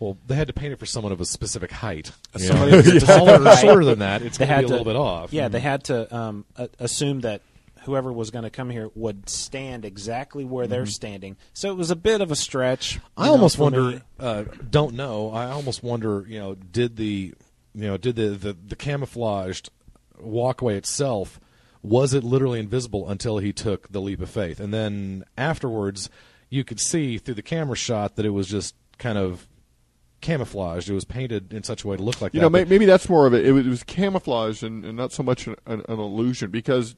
[SPEAKER 9] well, they had to paint it for someone of a specific height. You
[SPEAKER 10] somebody
[SPEAKER 9] know, if
[SPEAKER 10] that's
[SPEAKER 9] it's
[SPEAKER 10] a different
[SPEAKER 9] taller or
[SPEAKER 10] height,
[SPEAKER 9] shorter than that, it's
[SPEAKER 10] they
[SPEAKER 9] going to be a
[SPEAKER 10] had
[SPEAKER 9] little bit off. Mm-hmm.
[SPEAKER 10] yeah they had to um, a- assume that whoever was going to come here would stand exactly where they're standing so it was a bit of a stretch
[SPEAKER 9] Mm-hmm. I
[SPEAKER 10] you know,
[SPEAKER 9] almost
[SPEAKER 10] for
[SPEAKER 9] wonder.
[SPEAKER 10] me.
[SPEAKER 9] Uh, don't know. I almost wonder. You know, did the you know did the, the the camouflaged walkway itself was it literally invisible until he took the leap of faith, and then afterwards you could see through the camera shot that it was just kind of camouflaged. It was painted in such a way to look like
[SPEAKER 11] you
[SPEAKER 9] that.
[SPEAKER 11] know,
[SPEAKER 9] but-
[SPEAKER 11] may, maybe that's more of it. It was, it was camouflage and, and not so much an, an, an illusion because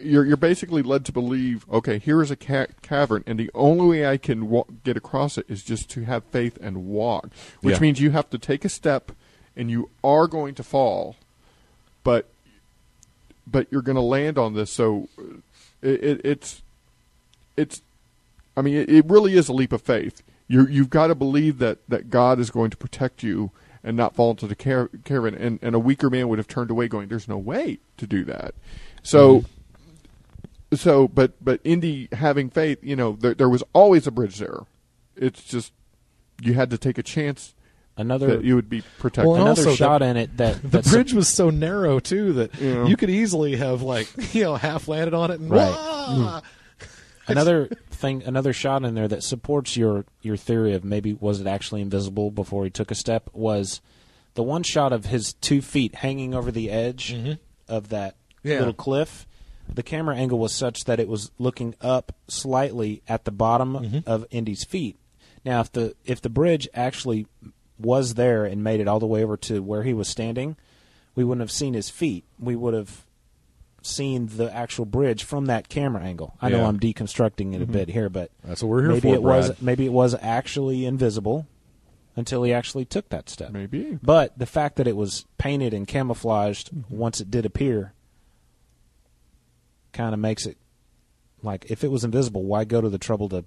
[SPEAKER 11] you're you're basically led to believe, okay, here is a ca- cavern, and the only way I can wa- get across it is just to have faith and walk, which
[SPEAKER 9] Yeah.
[SPEAKER 11] means you have to take a step, and you are going to fall, but but you're going to land on this. So uh, it, it, it's it's I mean, it, it really is a leap of faith. You, you've got to believe that, that God is going to protect you and not fall into the car- caravan. And, and a weaker man would have turned away, going, "There's no way to do that." So,
[SPEAKER 9] Mm-hmm.
[SPEAKER 11] so, but but Indy having faith, you know, there, there was always a bridge there. It's just you had to take a chance
[SPEAKER 10] another
[SPEAKER 11] That you would be protected.
[SPEAKER 9] Well, and
[SPEAKER 10] another
[SPEAKER 9] also
[SPEAKER 10] shot
[SPEAKER 9] the-
[SPEAKER 10] in it that
[SPEAKER 9] the
[SPEAKER 10] that's-
[SPEAKER 9] bridge was so narrow too that
[SPEAKER 10] Yeah.
[SPEAKER 9] you could easily have like you know half landed on it and
[SPEAKER 10] Right.
[SPEAKER 9] Wah!
[SPEAKER 10] another thing another shot in there that supports your your theory of maybe was it actually invisible before he took a step was the one shot of his two feet hanging over the edge of that
[SPEAKER 9] Yeah.
[SPEAKER 10] little cliff the camera angle was such that it was looking up slightly at the bottom of Indy's feet now if the if the bridge actually was there and made it all the way over to where he was standing we wouldn't have seen his feet we would have seen the actual bridge from that camera angle i know
[SPEAKER 9] Yeah.
[SPEAKER 10] i'm deconstructing it a
[SPEAKER 9] Mhm.
[SPEAKER 10] bit here, but
[SPEAKER 9] That's what we're here
[SPEAKER 10] maybe
[SPEAKER 9] for,
[SPEAKER 10] It was
[SPEAKER 9] Brad.
[SPEAKER 10] maybe it was actually invisible until he actually took that step.
[SPEAKER 11] Maybe.
[SPEAKER 10] But the fact that it was painted and camouflaged
[SPEAKER 9] Mm-hmm.
[SPEAKER 10] once it did appear kind of makes it like if it was invisible, why go to the trouble to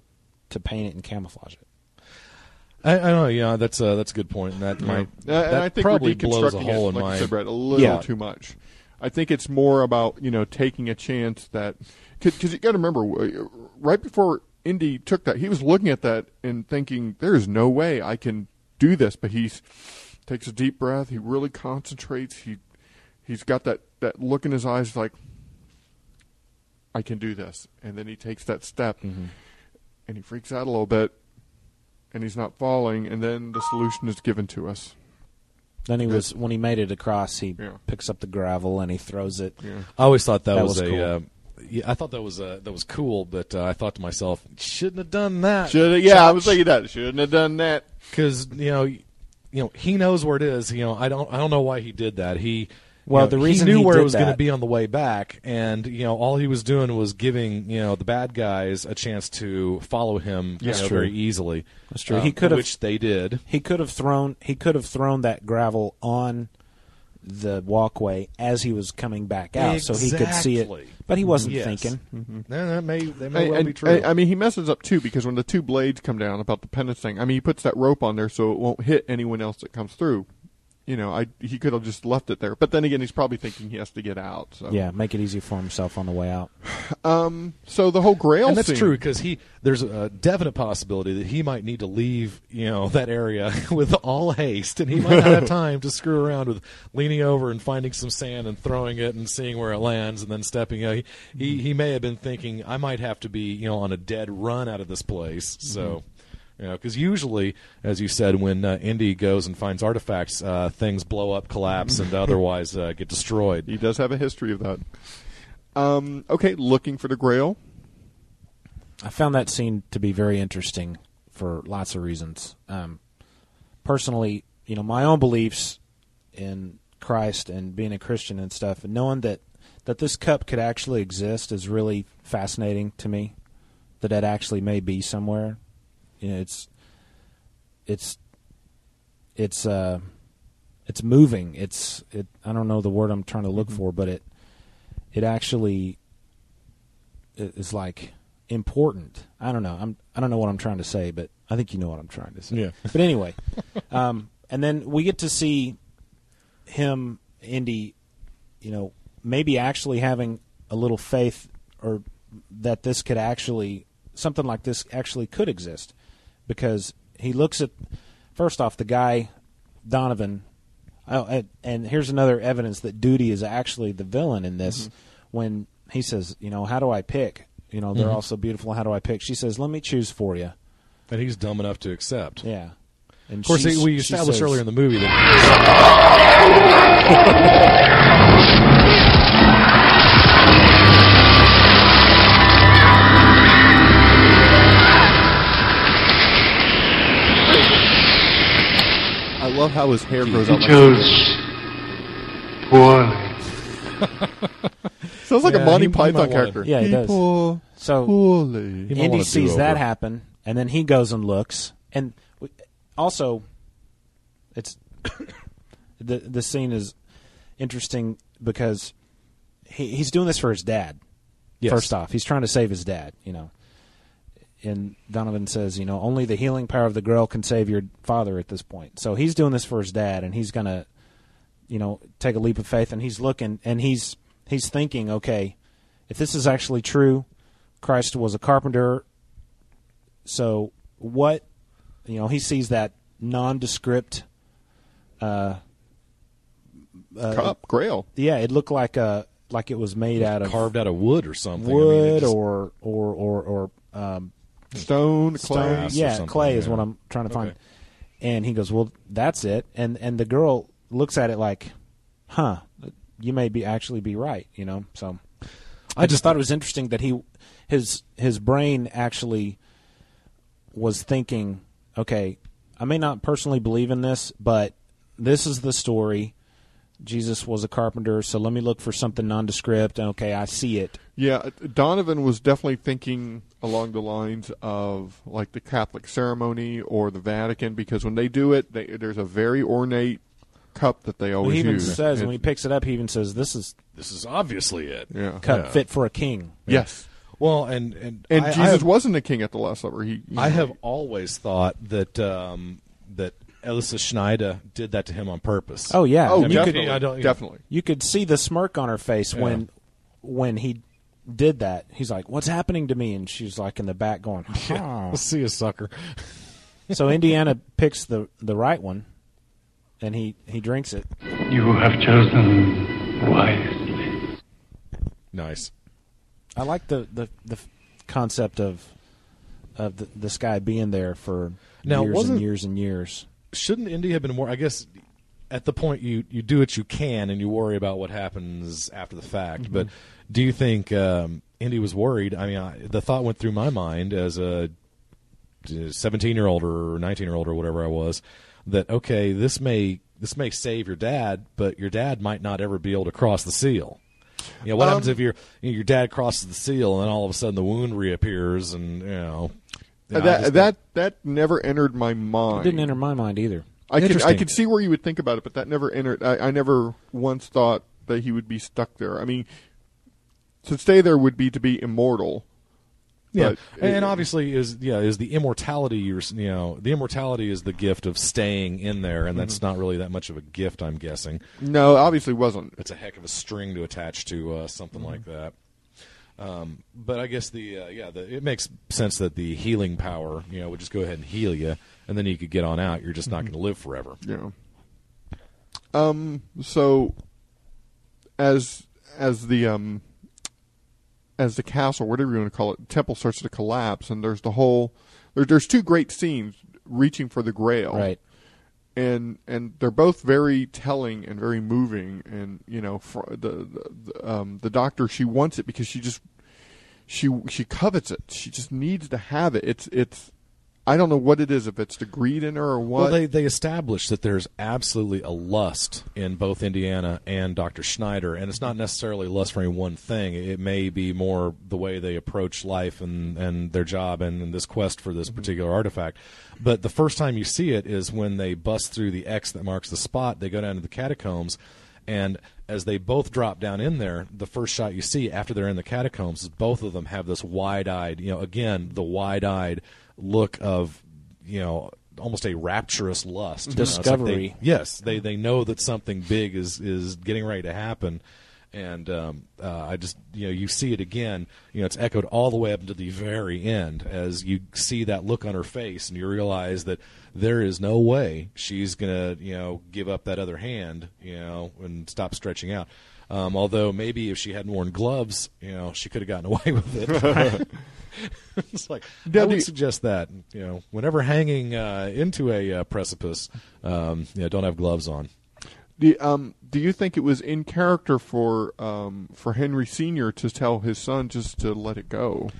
[SPEAKER 10] to paint it and camouflage it?
[SPEAKER 9] I, I don't know. Yeah, that's uh, that's a good point, and that might
[SPEAKER 11] Uh, and
[SPEAKER 9] that
[SPEAKER 11] I think
[SPEAKER 9] probably
[SPEAKER 11] we're deconstructing
[SPEAKER 9] blows a
[SPEAKER 11] it,
[SPEAKER 9] hole in
[SPEAKER 11] like
[SPEAKER 9] my
[SPEAKER 11] you said, Brett, a little
[SPEAKER 9] Yeah.
[SPEAKER 11] too much. I think it's more about you know taking a chance that because you got to remember w- right before Indy took that, he was looking at that and thinking, "There is no way I can do this." But he's takes a deep breath. He really concentrates. He he's got that that look in his eyes, like I can do this. And then he takes that step
[SPEAKER 9] Mm-hmm.
[SPEAKER 11] and he freaks out a little bit and he's not falling. And then the solution is given to us.
[SPEAKER 10] Then he was when he made it across, he picks up the gravel and he throws it.
[SPEAKER 9] I always thought that, was, a.
[SPEAKER 10] cool.
[SPEAKER 9] Uh, yeah, I thought that was uh, that was cool, but uh, I thought to myself, shouldn't have done that.
[SPEAKER 11] Should yeah, I was thinking that. Shouldn't have done that.
[SPEAKER 9] because you know, you know, he knows where it is. You know, I don't, I don't know why he did that. He,
[SPEAKER 10] Well,
[SPEAKER 9] you know,
[SPEAKER 10] the reason
[SPEAKER 9] he knew
[SPEAKER 10] he
[SPEAKER 9] where
[SPEAKER 10] did
[SPEAKER 9] it was going to
[SPEAKER 10] that-
[SPEAKER 9] be on the way back, and you know, all he was doing was giving you know the bad guys a chance to follow him you
[SPEAKER 10] That's
[SPEAKER 9] know,
[SPEAKER 10] true.
[SPEAKER 9] very easily.
[SPEAKER 10] That's true.
[SPEAKER 9] Um,
[SPEAKER 10] he could have,
[SPEAKER 9] which they did.
[SPEAKER 10] He could have thrown. He could have thrown that gravel on the walkway as he was coming back out, so he could see it.
[SPEAKER 9] Exactly.
[SPEAKER 10] But he wasn't
[SPEAKER 9] Yes.
[SPEAKER 10] thinking. Mm-hmm.
[SPEAKER 9] No, that may they may
[SPEAKER 11] And-
[SPEAKER 9] well
[SPEAKER 11] and-
[SPEAKER 9] be true.
[SPEAKER 11] and- I mean, he messes up too because when the two blades come down about the penance thing, I mean, he puts that rope on there so it won't hit anyone else that comes through. You know, I he could have just left it there, but then again, he's probably thinking he has to get out. So
[SPEAKER 10] Yeah, make it easy for himself on the way out.
[SPEAKER 11] Um. So the whole Grail.
[SPEAKER 9] and that's
[SPEAKER 11] scene-
[SPEAKER 9] true because he there's a definite possibility that he might need to leave you know that area with all haste and he might not have time to screw around with leaning over and finding some sand and throwing it and seeing where it lands and then stepping out he
[SPEAKER 10] Mm-hmm.
[SPEAKER 9] he, he may have been thinking i might have to be you know on a dead run out of this place
[SPEAKER 10] Mm-hmm.
[SPEAKER 9] so you know because usually as you said when uh, indy goes and finds artifacts uh, things blow up collapse and otherwise uh, get destroyed
[SPEAKER 11] he does have a history of that Um. Okay, looking for the Grail.
[SPEAKER 10] I found that scene to be very interesting for lots of reasons. Um, personally, you know, my own beliefs in Christ and being a Christian and stuff, and knowing that that this cup could actually exist is really fascinating to me. That it actually may be somewhere. You know, it's it's it's uh it's moving. It's it. I don't know the word I'm trying to look for, but it it actually i- is like important. I don't know. I'm I don't know what I'm trying to say, but I think you know what I'm trying to say.
[SPEAKER 9] Yeah.
[SPEAKER 10] But anyway, um, and then we get to see him, Indy, you know, maybe actually having a little faith or that this could actually something like this actually could exist because he looks at first off the guy Donovan oh and, and here's another evidence that duty is actually the villain in
[SPEAKER 9] Mm-hmm.
[SPEAKER 10] this when he says you know how do I pick you know they're
[SPEAKER 9] Mhm.
[SPEAKER 10] all so beautiful how do I pick she says let me choose for you
[SPEAKER 9] and he's dumb enough to accept
[SPEAKER 10] yeah and
[SPEAKER 9] of course,
[SPEAKER 10] she-
[SPEAKER 9] we
[SPEAKER 10] she
[SPEAKER 9] established
[SPEAKER 10] says-
[SPEAKER 9] earlier in the movie that
[SPEAKER 11] I love how his hair grows out. like- Sounds like a Monty Python character.
[SPEAKER 10] Yeah, he
[SPEAKER 11] People
[SPEAKER 10] does. So
[SPEAKER 11] poorly. He might
[SPEAKER 10] Andy
[SPEAKER 11] wanna
[SPEAKER 10] sees
[SPEAKER 11] do-over.
[SPEAKER 10] that happen, and then he goes and looks, and w- also, it's the the scene is interesting because he, he's doing this for his dad.
[SPEAKER 9] Yes.
[SPEAKER 10] First off, he's trying to save his dad. You know. And Donovan says, you know, only the healing power of the girl can save your father at this point. So he's doing this for his dad, and he's gonna, you know, take a leap of faith. And he's looking, and he's he's thinking, okay, if this is actually true, Christ was a carpenter. So what, you know, he sees that nondescript uh, uh,
[SPEAKER 11] Cup, grail.
[SPEAKER 10] Yeah, it looked like a like it was made out of
[SPEAKER 9] carved out of wood or something. I mean,
[SPEAKER 10] Wood
[SPEAKER 9] it just-
[SPEAKER 10] or or or or um,
[SPEAKER 11] stone,
[SPEAKER 9] clay? or
[SPEAKER 10] Yeah,
[SPEAKER 9] something,
[SPEAKER 10] clay is
[SPEAKER 9] yeah.
[SPEAKER 10] what I'm trying to find.
[SPEAKER 9] Okay.
[SPEAKER 10] And he goes, "Well, that's it." And and the girl looks at it like, "Huh, you may be actually be right." You know, so I just thought it was interesting that he his his brain actually was thinking, okay, I may not personally believe in this, but this is the story. Jesus was a carpenter, so let me look for something nondescript. Okay, I see it.
[SPEAKER 11] Yeah, uh, Donovan was definitely thinking along the lines of like the Catholic ceremony or the Vatican because when they do it, they, there's a very ornate cup that they always
[SPEAKER 10] he even
[SPEAKER 11] use.
[SPEAKER 10] says
[SPEAKER 11] It-
[SPEAKER 10] when he picks it up, he even says, "This is
[SPEAKER 9] this is obviously it."
[SPEAKER 11] Yeah.
[SPEAKER 10] cup
[SPEAKER 9] Yeah.
[SPEAKER 10] fit for a king."
[SPEAKER 11] yes,
[SPEAKER 9] Well, and and
[SPEAKER 11] and
[SPEAKER 9] I- I
[SPEAKER 11] Jesus
[SPEAKER 9] have-
[SPEAKER 11] wasn't a king at the Last Supper. He,
[SPEAKER 9] I have always thought that um, that Elisa Schneider did that to him on purpose.
[SPEAKER 10] Oh yeah.
[SPEAKER 9] I mean, you could- I don't-
[SPEAKER 10] You could see the smirk on her face
[SPEAKER 9] Yeah.
[SPEAKER 10] when when he did that. He's like, "What's happening to me?" And she's like in the back going, "Huh."
[SPEAKER 9] See a sucker.
[SPEAKER 10] so Indiana picks the the right one, and he he drinks it.
[SPEAKER 20] You have chosen wisely.
[SPEAKER 9] Nice.
[SPEAKER 10] I like the the the f- concept of of the, this guy being there for
[SPEAKER 9] Now,
[SPEAKER 10] years
[SPEAKER 9] wasn't-
[SPEAKER 10] and years and years.
[SPEAKER 9] Shouldn't Indy have been more? I guess at the point you you do what you can and you worry about what happens after the fact.
[SPEAKER 11] Mhm.
[SPEAKER 9] But do you think um, Indy was worried? I mean, I, the thought went through my mind as a seventeen year old or nineteen year old or whatever I was that okay, this may this may save your dad, but your dad might not ever be able to cross the seal. You know, what
[SPEAKER 11] Um,
[SPEAKER 9] happens if your you know, your dad crosses the seal and then all of a sudden the wound reappears and you know you know, I
[SPEAKER 11] that
[SPEAKER 9] just-
[SPEAKER 11] that that never entered my
[SPEAKER 10] It
[SPEAKER 11] mind.
[SPEAKER 10] didn't enter my mind either.
[SPEAKER 11] I could I
[SPEAKER 10] Interesting.
[SPEAKER 11] could see where you would think about it, but that never entered. I, I never once thought that he would be stuck there. I mean, to stay there would be to be immortal.
[SPEAKER 9] Yeah,
[SPEAKER 11] But
[SPEAKER 9] and,
[SPEAKER 11] it-
[SPEAKER 9] and obviously is yeah is the immortality you're s- you know the immortality is the gift of staying in there, and that's
[SPEAKER 11] Mhm.
[SPEAKER 9] not really that much of a gift, I'm guessing.
[SPEAKER 11] no, obviously wasn't.
[SPEAKER 9] It's a heck of a string to attach to uh, something
[SPEAKER 11] Mhm.
[SPEAKER 9] like that. Um, but I guess the uh, yeah the, it makes sense that the healing power you know would just go ahead and heal you, and then you could get on out. You're just
[SPEAKER 11] Mm-hmm.
[SPEAKER 9] not going to live forever.
[SPEAKER 11] Yeah. Um. So, as as the um as the castle, whatever you want to call it, temple starts to collapse, and there's the whole there, there's two great scenes reaching for the Grail,
[SPEAKER 10] Right.
[SPEAKER 11] And and they're both very telling and very moving, and you know fr- the, the, the um the doctor she wants it because she just she she covets it. She just needs to have it. It's it's. I don't know what it is if it's the greed in her or what.
[SPEAKER 9] Well, they they established that there's absolutely a lust in both Indiana and Dr. Schneider, and it's not necessarily lust for any one thing. It may be more the way they approach life and and their job and, this quest for this particular artifact. But the first time you see it is when they bust through the X that marks the spot. They go down to the catacombs. And as they both drop down in there, the first shot you see after they're in the catacombs is both of them have this wide-eyed, you know, again the wide-eyed look of you know almost a rapturous lust you know, it's like they-
[SPEAKER 10] Discovery.
[SPEAKER 9] yes they they know that something big is is getting ready to happen and um, uh, I just you know you see it again you know it's echoed all the way up to the very end as you see that look on her face and you realize that there is no way she's gonna you know give up that other hand you know and stop stretching out um, although maybe if she hadn't worn gloves you know she could have gotten away with it it's like I would
[SPEAKER 11] Debbie-
[SPEAKER 9] suggest that you know whenever hanging uh, into a uh, precipice, um, you know, don't have gloves on.
[SPEAKER 11] Do um do you think it was in character for um for Henry Senior to tell his son just to let it go?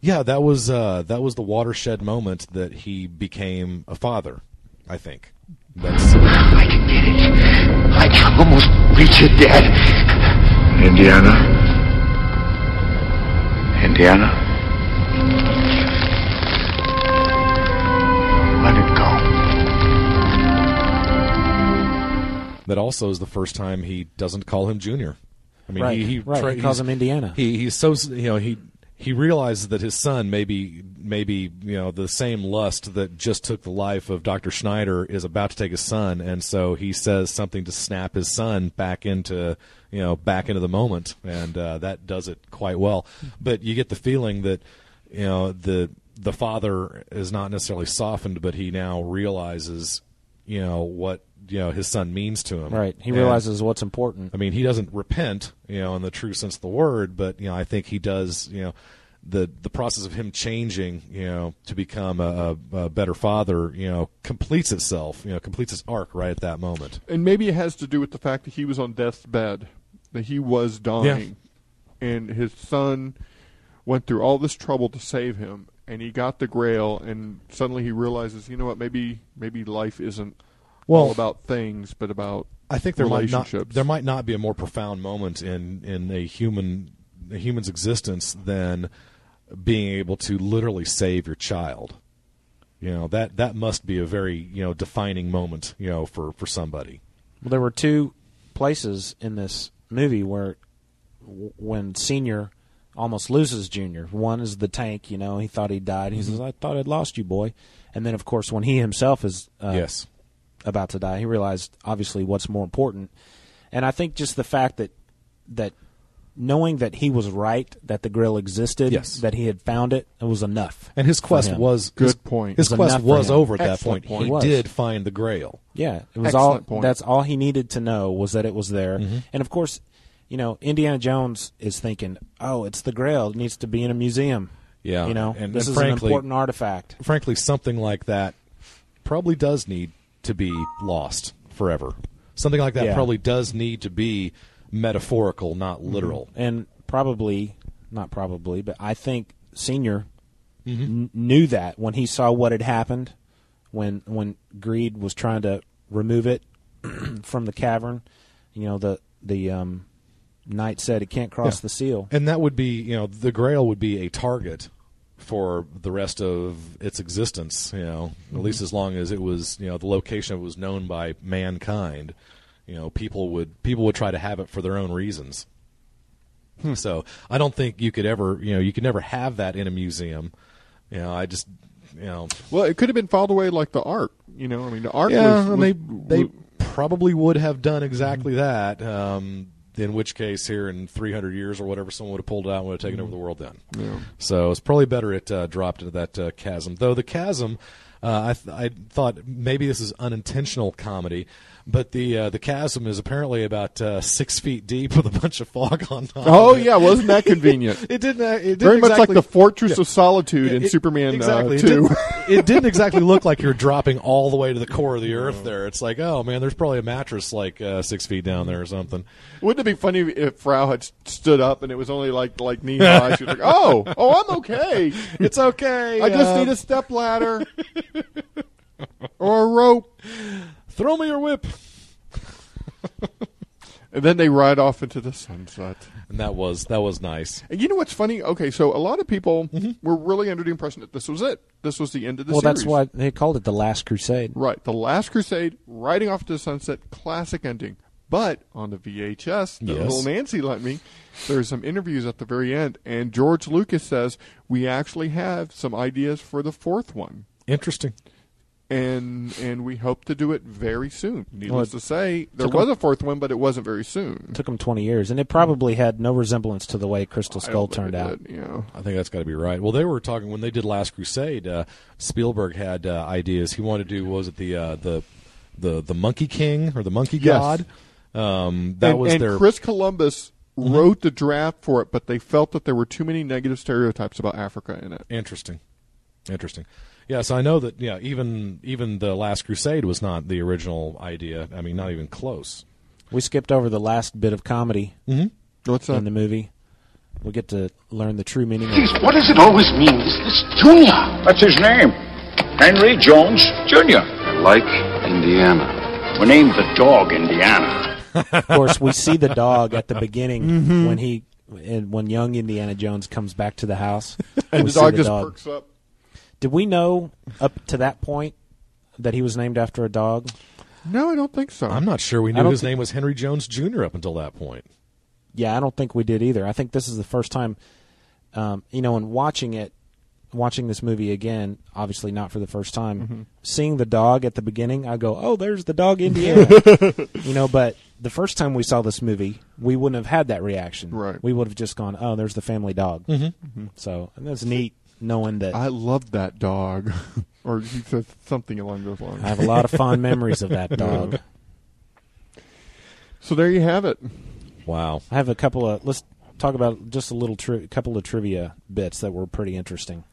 [SPEAKER 9] Yeah, that was uh, that was the watershed moment that he became a father. I think. That's
[SPEAKER 18] I can almost reach it, Dad. Indiana. Indiana. Let it go.
[SPEAKER 9] that also is the first time he doesn't call him Junior. I mean,
[SPEAKER 10] Right,
[SPEAKER 9] he, he,
[SPEAKER 10] right,
[SPEAKER 9] tra-
[SPEAKER 10] he calls
[SPEAKER 9] he's-
[SPEAKER 10] him Indiana.
[SPEAKER 9] He he's so you know he he realizes that his son maybe maybe you know the same lust that just took the life of Doctor Schneider is about to take his son, and so he says something to snap his son back into you know back into the moment, and uh, that does it quite well. But you get the feeling that you know the the father is not necessarily softened, but he now realizes you know what you know his son means to him.
[SPEAKER 10] Right. He
[SPEAKER 9] And-
[SPEAKER 10] realizes what's important.
[SPEAKER 9] I mean, he doesn't repent, you know, in the true sense of the word, but you know, I think he does, you know, the the process of him changing, you know, to become a, a, a better father, you know, completes itself, you know, completes its arc right at that moment.
[SPEAKER 11] And maybe it has to do with the fact that he was on death's bed, that he was dying, and his son went through all this trouble to save him, and he got the Grail, and suddenly he realizes, you know what? Maybe maybe life isn't
[SPEAKER 9] Well-
[SPEAKER 11] all about things, but about
[SPEAKER 9] I think there might not
[SPEAKER 11] relationships.
[SPEAKER 9] there might not be a more profound moment in in a human a human's existence than being able to literally save your child. You know that that must be a very you know defining moment you know for for somebody.
[SPEAKER 10] Well, there were two places in this movie where, w- when Senior almost loses Junior, one is the tank. You know, he thought he died. He
[SPEAKER 9] Mm-hmm.
[SPEAKER 10] says, "I thought I'd lost you, boy." And then, of course, when he himself is uh,
[SPEAKER 9] Yes.
[SPEAKER 10] about to die, he realized obviously what's more important. And I think just the fact that that knowing that he was right, that the grill existed,
[SPEAKER 9] Yes.
[SPEAKER 10] that he had found it, it was enough.
[SPEAKER 9] And his
[SPEAKER 10] for
[SPEAKER 9] quest
[SPEAKER 10] him.
[SPEAKER 9] was his, His
[SPEAKER 10] It
[SPEAKER 9] quest
[SPEAKER 10] enough for
[SPEAKER 9] was
[SPEAKER 10] him.
[SPEAKER 9] over at that
[SPEAKER 10] Excellent
[SPEAKER 9] point. He
[SPEAKER 10] It was.
[SPEAKER 9] did find the Grail.
[SPEAKER 10] Yeah, it was all.
[SPEAKER 9] Excellent point.
[SPEAKER 10] That's all he needed to know was that it was there.
[SPEAKER 9] Mhm.
[SPEAKER 10] And of course, you know, Indiana Jones is thinking, "Oh, it's the Grail. It needs to be in a museum."
[SPEAKER 9] Yeah,
[SPEAKER 10] you know,
[SPEAKER 9] and-
[SPEAKER 10] this
[SPEAKER 9] and
[SPEAKER 10] is
[SPEAKER 9] frankly-
[SPEAKER 10] an important artifact.
[SPEAKER 9] Frankly, something like that probably does need to be lost forever. Something like that
[SPEAKER 10] Yeah.
[SPEAKER 9] probably does need to be metaphorical, not literal.
[SPEAKER 10] and probably not probably, but I think Senior
[SPEAKER 9] Mm-hmm.
[SPEAKER 10] n- knew that when he saw what had happened, when when Greed was trying to remove it from the cavern. You know, the the um, knight said it can't cross
[SPEAKER 9] Yeah.
[SPEAKER 10] the seal.
[SPEAKER 9] And that would be, you know, the Grail would be a target for the rest of its existence, you know, at least as long as it was, you know, the location of it was known by mankind. You know, people would people would try to have it for their own reasons. So I don't think you could ever, you know, you could never have that in a museum. You know, I just, you know,
[SPEAKER 11] Well, it could have been filed away like the art. You know, I mean, the art.
[SPEAKER 9] yeah,
[SPEAKER 11] was,
[SPEAKER 9] and
[SPEAKER 11] was-
[SPEAKER 9] they they probably would have done exactly that. Um, in which case, here in 300 years or whatever, someone would have pulled it out and would have taken over the world then.
[SPEAKER 11] Mm-hmm. Yeah.
[SPEAKER 9] So it's probably better it uh, dropped into that uh, chasm. Though the chasm, uh, I, th- I thought maybe this is unintentional comedy, but the uh, the chasm is apparently about uh, six feet deep with a bunch of fog on top.
[SPEAKER 11] Oh
[SPEAKER 9] of it.
[SPEAKER 11] yeah, wasn't that convenient?
[SPEAKER 9] It didn't. uh, It didn't
[SPEAKER 11] Very much
[SPEAKER 9] exactly-
[SPEAKER 11] like the Fortress
[SPEAKER 9] Yeah.
[SPEAKER 11] of Solitude
[SPEAKER 9] Yeah,
[SPEAKER 11] in
[SPEAKER 9] it-
[SPEAKER 11] Superman
[SPEAKER 9] exactly.
[SPEAKER 11] uh,
[SPEAKER 9] It
[SPEAKER 11] Two.
[SPEAKER 9] didn't- it didn't exactly look like you're dropping all the way to the core of the earth. There, it's like, oh man, there's probably a mattress like uh, six feet down there or something.
[SPEAKER 11] Wouldn't it be funny if Frau had s- stood up and it was only like like knee high? She was like, "Oh, oh, I'm okay.
[SPEAKER 9] It's okay.
[SPEAKER 11] I just
[SPEAKER 9] um,
[SPEAKER 11] need a step ladder or a rope.
[SPEAKER 9] Throw me your whip."
[SPEAKER 11] And then they ride off into the sunset.
[SPEAKER 9] And that was that was nice.
[SPEAKER 11] And you know what's funny? Okay, so a lot of people
[SPEAKER 9] Mm-hmm.
[SPEAKER 11] were really under the impression that this was it. This was the end of the
[SPEAKER 10] well,
[SPEAKER 11] series.
[SPEAKER 10] that's why they called it the Last Crusade.
[SPEAKER 11] Right, The Last Crusade, riding off to the sunset, classic ending. But on the VHS, that
[SPEAKER 9] Yes.
[SPEAKER 11] little Nancy let me. There's some interviews at the very end, and George Lucas says we actually have some ideas for the fourth one,
[SPEAKER 9] Interesting.
[SPEAKER 11] and and we hope to do it very soon. Needless
[SPEAKER 10] Well, it
[SPEAKER 11] to say, there
[SPEAKER 10] took
[SPEAKER 11] was
[SPEAKER 10] a-
[SPEAKER 11] a fourth one, but it wasn't very soon.
[SPEAKER 10] took him 20 years, and it probably had no resemblance to the way Crystal
[SPEAKER 11] I
[SPEAKER 10] Skull
[SPEAKER 11] don't think
[SPEAKER 10] turned
[SPEAKER 11] it
[SPEAKER 10] out.
[SPEAKER 11] did, you know.
[SPEAKER 9] I think that's got to be right. Well, they were talking when they did Last Crusade. Uh, Spielberg had uh, ideas. He wanted to do what was it the uh, the the the Monkey King or the Monkey
[SPEAKER 11] Yes.
[SPEAKER 9] God? Um, that
[SPEAKER 11] and,
[SPEAKER 9] was
[SPEAKER 11] and
[SPEAKER 9] their
[SPEAKER 11] Chris Columbus
[SPEAKER 10] Mm-hmm.
[SPEAKER 11] wrote the draft for it, but they felt that there were too many negative stereotypes about Africa in it.
[SPEAKER 9] Interesting. Interesting. Yeah, so I know that yeah, even even the Last Crusade was not the original idea. I mean, not even close.
[SPEAKER 10] We skipped over the last bit of comedy
[SPEAKER 9] Mhm.
[SPEAKER 11] What's that?
[SPEAKER 10] in the movie. We get to learn the true meaning.
[SPEAKER 18] Jeez,
[SPEAKER 10] Of
[SPEAKER 18] what does it always mean? Is this Junior? That's his name. Henry Jones Jr. Like Indiana. We named the dog Indiana.
[SPEAKER 10] of course, we see the dog at the beginning
[SPEAKER 11] Mm-hmm.
[SPEAKER 10] when he and when young Indiana Jones comes back to the house.
[SPEAKER 11] And
[SPEAKER 10] we
[SPEAKER 11] the
[SPEAKER 10] see
[SPEAKER 11] dog just perks up.
[SPEAKER 10] Did we know up to that point that he was named after a dog?
[SPEAKER 11] No, I don't think so.
[SPEAKER 9] I'm not sure we
[SPEAKER 10] I
[SPEAKER 9] knew
[SPEAKER 10] don't
[SPEAKER 9] his
[SPEAKER 10] thi-
[SPEAKER 9] name was Henry Jones Jr. up until that point.
[SPEAKER 10] Yeah, I don't think we did either. I think this is the first time, um, you know, in watching it, watching this movie again, obviously not for the first time,
[SPEAKER 11] Mm-hmm.
[SPEAKER 10] seeing the dog at the beginning, I go, oh, there's the dog Indiana. you know, but the first time we saw this movie, we wouldn't have had that reaction.
[SPEAKER 11] Right. Mm-hmm.
[SPEAKER 10] We would have just gone, oh, there's the family dog.
[SPEAKER 9] Mhm.
[SPEAKER 10] So, and that's neat. knowing that
[SPEAKER 11] I love that dog, or he says something along those lines.
[SPEAKER 10] I have a lot of fond memories of that dog.
[SPEAKER 11] So there you have it.
[SPEAKER 10] Wow. I have a couple of let's talk about just a little tri- couple of trivia bits that were pretty interesting.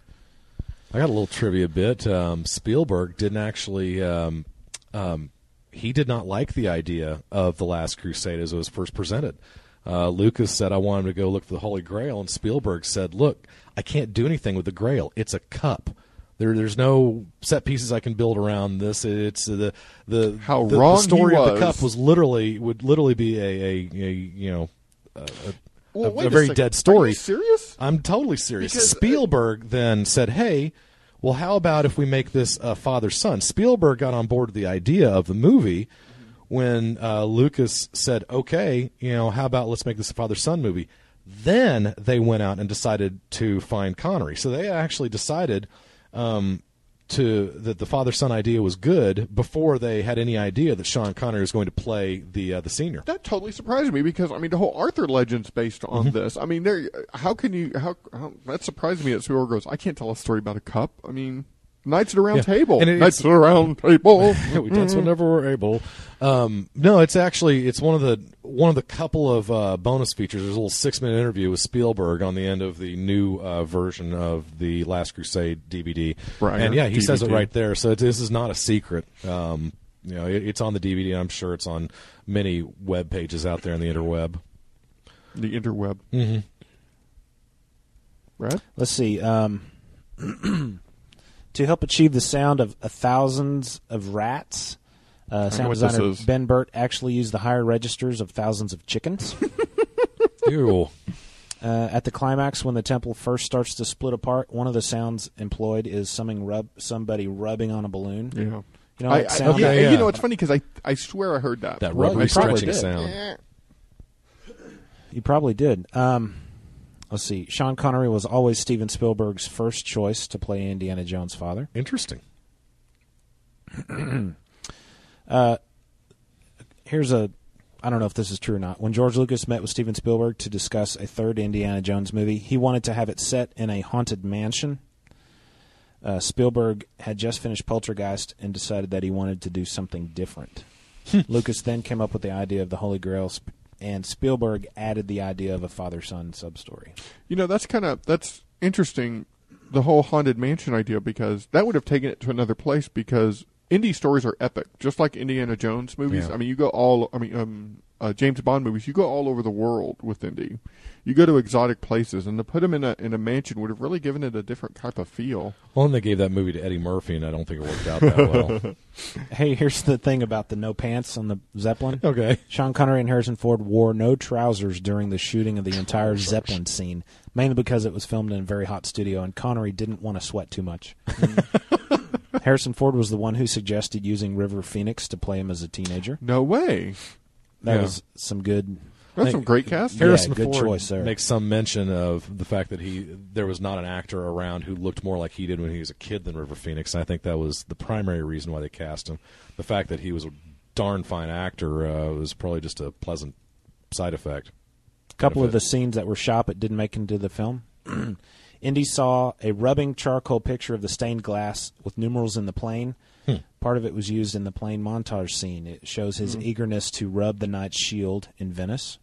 [SPEAKER 9] I got a little trivia bit. Um, Spielberg didn't actually. Um, um, he did not like the idea of the Last Crusade as it was first presented. Uh, Lucas said, "I want him to go look for the Holy Grail," and Spielberg said, "Look, I can't do anything with the Grail. It's a cup. There, there's no set pieces I can build around this. It's uh, the the
[SPEAKER 11] How
[SPEAKER 9] the,
[SPEAKER 11] wrong
[SPEAKER 9] the
[SPEAKER 11] he
[SPEAKER 9] story of
[SPEAKER 11] was.
[SPEAKER 9] the cup was literally would literally be a, a, a you know." A, a-
[SPEAKER 11] Well,
[SPEAKER 9] a-
[SPEAKER 11] wait
[SPEAKER 9] a
[SPEAKER 11] a
[SPEAKER 9] very
[SPEAKER 11] second. Are
[SPEAKER 9] dead story.
[SPEAKER 11] you serious?
[SPEAKER 9] I'm totally serious.
[SPEAKER 11] Because, uh,
[SPEAKER 9] Spielberg then said, "Hey, well, how about if we make this uh, father son?" Spielberg got on board with the idea of the movie when uh, Lucas said, "Okay, you know, how about let's make this a father son movie." Then they went out and decided to find Connery. So they actually decided um, to that the father son idea was good before they had any idea that Sean Connery was going to play the uh, the senior.
[SPEAKER 11] That totally surprised me because I mean the whole Arthur legend's based on
[SPEAKER 9] Mm-hmm.
[SPEAKER 11] this. I mean, there. How can you? How, how that surprised me. It's whoever goes. I can't tell a story about a cup. I mean, knights at a round
[SPEAKER 9] Yeah.
[SPEAKER 11] table.
[SPEAKER 9] And it-
[SPEAKER 11] knights at
[SPEAKER 9] it's-
[SPEAKER 11] a round table.
[SPEAKER 9] we dance whenever we're able. Um, no, it's actually it's one of the one of the couple of uh, bonus features. There's a little six minute interview with Spielberg on the end of the new uh, version of the Last Crusade DVD.
[SPEAKER 11] Right.
[SPEAKER 9] and yeah, he says it
[SPEAKER 11] DVD.
[SPEAKER 9] right there. So it's, this is not a secret. Um, you know, it, it's on the DVD. and I'm sure it's on many web pages out there in the interweb.
[SPEAKER 11] The interweb.
[SPEAKER 9] Mm-hmm.
[SPEAKER 11] Right.
[SPEAKER 10] Let's see. Um, to help achieve the sound of a thousands of rats, uh,
[SPEAKER 11] know
[SPEAKER 10] sound
[SPEAKER 11] what this
[SPEAKER 10] designer
[SPEAKER 11] is.
[SPEAKER 10] Ben Burt actually used the higher registers of thousands of chickens.
[SPEAKER 9] Ew.
[SPEAKER 10] Uh, at the climax, when the temple first starts to split apart, one of the sounds employed is something rub somebody rubbing on a balloon.
[SPEAKER 11] Yeah.
[SPEAKER 10] You know
[SPEAKER 11] I,
[SPEAKER 10] that
[SPEAKER 11] I-
[SPEAKER 10] sound.
[SPEAKER 11] yeah, and You know, it's funny because I I swear I heard that.
[SPEAKER 9] That
[SPEAKER 10] Well,
[SPEAKER 9] rubbery
[SPEAKER 10] you probably
[SPEAKER 9] stretching sound.
[SPEAKER 10] did. You probably did. Um, let's see. Sean Connery was always Steven Spielberg's first choice to play Indiana Jones' father.
[SPEAKER 9] Interesting.
[SPEAKER 10] uh, here's a. I don't know if this is true or not. When George Lucas met with Steven Spielberg to discuss a third Indiana Jones movie, he wanted to have it set in a haunted mansion. Uh, Spielberg had just finished Poltergeist and decided that he wanted to do something different. Lucas then came up with the idea of the Holy Grail, sp- and Spielberg added the idea of a father son sub story.
[SPEAKER 11] You know, that's kind of that's interesting. The whole haunted mansion idea because that would have taken it to another place because indie stories are epic, just like Indiana Jones movies.
[SPEAKER 9] Yeah.
[SPEAKER 11] I mean, you go all. I mean, um, uh, James Bond movies. You go all over the world with indie. You go to exotic places, and to put them in a in a mansion would have really given it a different type of feel.
[SPEAKER 9] Well, and they gave that movie to Eddie Murphy, and I don't think it worked out that well.
[SPEAKER 10] Hey, here's the thing about the no pants on the Zeppelin.
[SPEAKER 9] Okay.
[SPEAKER 10] Sean Connery and Harrison Ford wore no trousers during the shooting of the entire Zeppelin scene, mainly because it was filmed in a very hot studio and Connery didn't want to sweat too much.
[SPEAKER 9] Mm.
[SPEAKER 10] Harrison Ford was the one who suggested using River Phoenix to play him as a teenager.
[SPEAKER 11] No way.
[SPEAKER 10] That
[SPEAKER 9] Yeah.
[SPEAKER 10] was some good.
[SPEAKER 11] That's some great casting.
[SPEAKER 9] Harrison
[SPEAKER 10] yeah, good
[SPEAKER 9] Ford
[SPEAKER 10] choice there.
[SPEAKER 9] makes some mention of the fact that he there was not an actor around who looked more like he did when he was a kid than River Phoenix. And I think that was the primary reason why they cast him. The fact that he was a darn fine actor uh, was probably just a pleasant side effect.
[SPEAKER 10] A couple of the scenes that were shot but didn't make it into the film. Indy saw a rubbing charcoal picture of the stained glass with numerals in the plane.
[SPEAKER 9] Hmm.
[SPEAKER 10] Part of it was used in the plane montage scene. It shows his
[SPEAKER 9] Hmm.
[SPEAKER 10] eagerness to rub the knight's shield in Venice.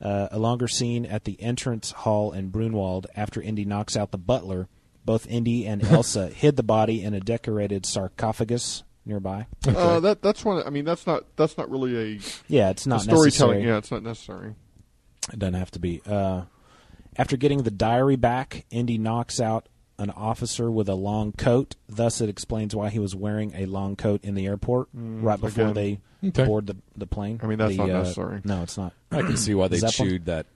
[SPEAKER 10] Uh, a longer scene at the entrance hall in Brunwald after Indy knocks out the butler. Both Indy and Elsa hid the body in a decorated sarcophagus nearby.
[SPEAKER 11] Uh, that that's one. I mean, that's not that's not really a
[SPEAKER 10] Yeah, it's not
[SPEAKER 11] a storytelling.
[SPEAKER 10] necessary.
[SPEAKER 11] Yeah, it's not necessary.
[SPEAKER 10] It doesn't have to be. Uh, after getting the diary back, Indy knocks out an officer with a long coat. Thus, it explains why he was wearing a long coat in the airport
[SPEAKER 11] Mm,
[SPEAKER 10] right before
[SPEAKER 11] again.
[SPEAKER 10] they
[SPEAKER 9] Okay.
[SPEAKER 10] board the, the plane.
[SPEAKER 11] I mean, that's
[SPEAKER 10] The,
[SPEAKER 11] not
[SPEAKER 10] uh,
[SPEAKER 11] necessary.
[SPEAKER 10] No, it's not.
[SPEAKER 9] I can see why they
[SPEAKER 10] Zeppelin.
[SPEAKER 9] chewed that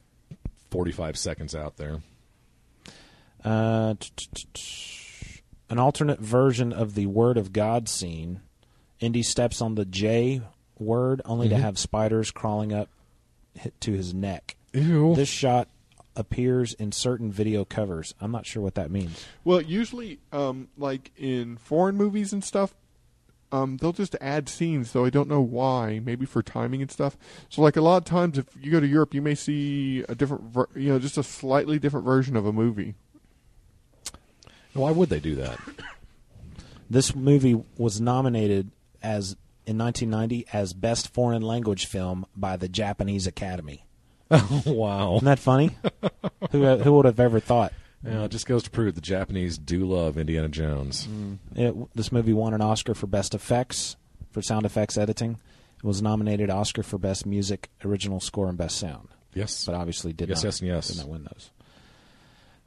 [SPEAKER 9] forty five seconds out there.
[SPEAKER 10] Uh, t- t- t- t- an alternate version of the Word of God scene. Indy steps on the J word only
[SPEAKER 9] Mhm.
[SPEAKER 10] to have spiders crawling up hi- to his neck.
[SPEAKER 9] Ew.
[SPEAKER 10] This shot appears in certain video covers. I'm not sure what that means.
[SPEAKER 11] Well, usually, um, like in foreign movies and stuff, um, they'll just add scenes, though I don't know why. Maybe for timing and stuff. So, like a lot of times, if you go to Europe, you may see a different, ver- you know, just a slightly different version of a movie.
[SPEAKER 9] Why would they do that?
[SPEAKER 10] This movie was nominated as in 1990 as best foreign language film by the Japanese Academy.
[SPEAKER 9] Oh wow!
[SPEAKER 10] Isn't that funny? who who would have ever thought?
[SPEAKER 9] Yeah, it just goes to prove the Japanese do love Indiana Jones.
[SPEAKER 10] It, this movie won an Oscar for Best Effects for sound effects editing. It was nominated Oscar for Best Music, Original Score, and Best Sound.
[SPEAKER 9] Yes,
[SPEAKER 10] but obviously did
[SPEAKER 9] Yes,
[SPEAKER 10] not.
[SPEAKER 9] yes, and yes.
[SPEAKER 10] Did not win those.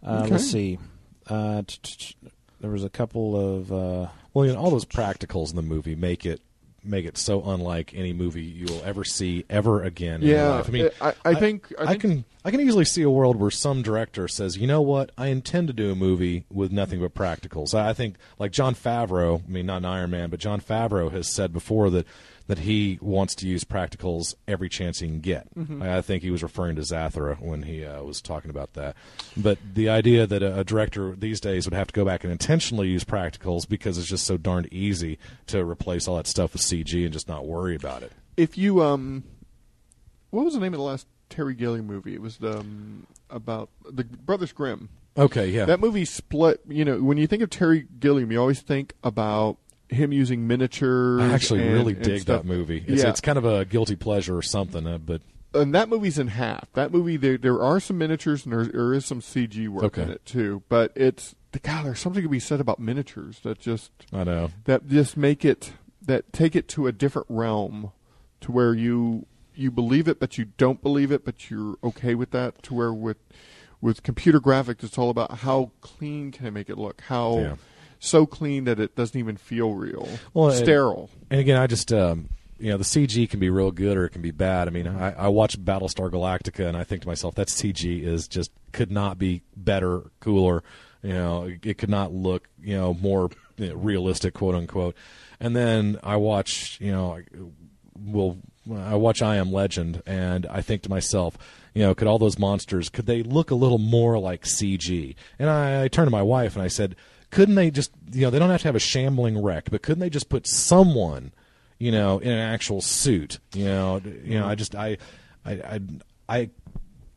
[SPEAKER 10] Uh,
[SPEAKER 9] Okay.
[SPEAKER 10] Let's see. Uh, t- t- t- there was a couple of. Uh,
[SPEAKER 9] Well, you know, all those practicals in the movie make it make it so unlike any movie you will ever see ever again. in your
[SPEAKER 11] Yeah, uh,
[SPEAKER 9] life. I mean,
[SPEAKER 11] I- I think- I
[SPEAKER 9] I,
[SPEAKER 11] think-
[SPEAKER 9] can I can easily see a world where some director says, you know what, I intend to do a movie with nothing but practicals. I I think like John Favreau, I mean, not an Iron Man, but John Favreau has said before that that he wants to use practicals every chance he can get.
[SPEAKER 11] Mhm.
[SPEAKER 9] I I think he was referring to Zathura when he uh, was talking about that. But the idea that a, a director these days would have to go back and intentionally use practicals because it's just so darned easy to replace all that stuff with CG and just not worry about it.
[SPEAKER 11] If you um, what was the name of the last Terry Gilliam movie? It was um about the Brothers Grimm.
[SPEAKER 9] Okay, yeah.
[SPEAKER 11] That movie split. You know, when you think of Terry Gilliam, you always think about him using miniatures.
[SPEAKER 9] I actually
[SPEAKER 11] and-
[SPEAKER 9] really
[SPEAKER 11] and
[SPEAKER 9] dig
[SPEAKER 11] stuff.
[SPEAKER 9] that movie. It's,
[SPEAKER 11] yeah.
[SPEAKER 9] it's kind of a guilty pleasure or something, uh, but
[SPEAKER 11] and that movie's in half. That movie, there there are some miniatures and there, there is some CG work in
[SPEAKER 9] Okay.
[SPEAKER 11] it too. But it's God, there's something to be said about miniatures that just
[SPEAKER 9] I know.
[SPEAKER 11] that just make it that take it to a different realm to where you you believe it but you don't believe it but you're okay with that to where with with computer graphics it's all about how clean can I make it look how
[SPEAKER 9] Yeah.
[SPEAKER 11] so clean that it doesn't even feel real
[SPEAKER 9] Well, and-
[SPEAKER 11] sterile
[SPEAKER 9] And, again, I just um, you know the CG can be real good or it can be bad. I mean, I, I watch Battlestar Galactica and I think to myself that CG is just could not be better, cooler. You know, it could not look you know more you know, realistic, quote unquote. And then I watch you know will I watch I Am Legend and I think to myself, you know, could all those monsters could they look a little more like CG? And I, I turned to my wife and I said, couldn't they just you know they don't have to have a shambling wreck, but couldn't they just put someone, you know, in an actual suit? You know, d- you know, I just I I I, I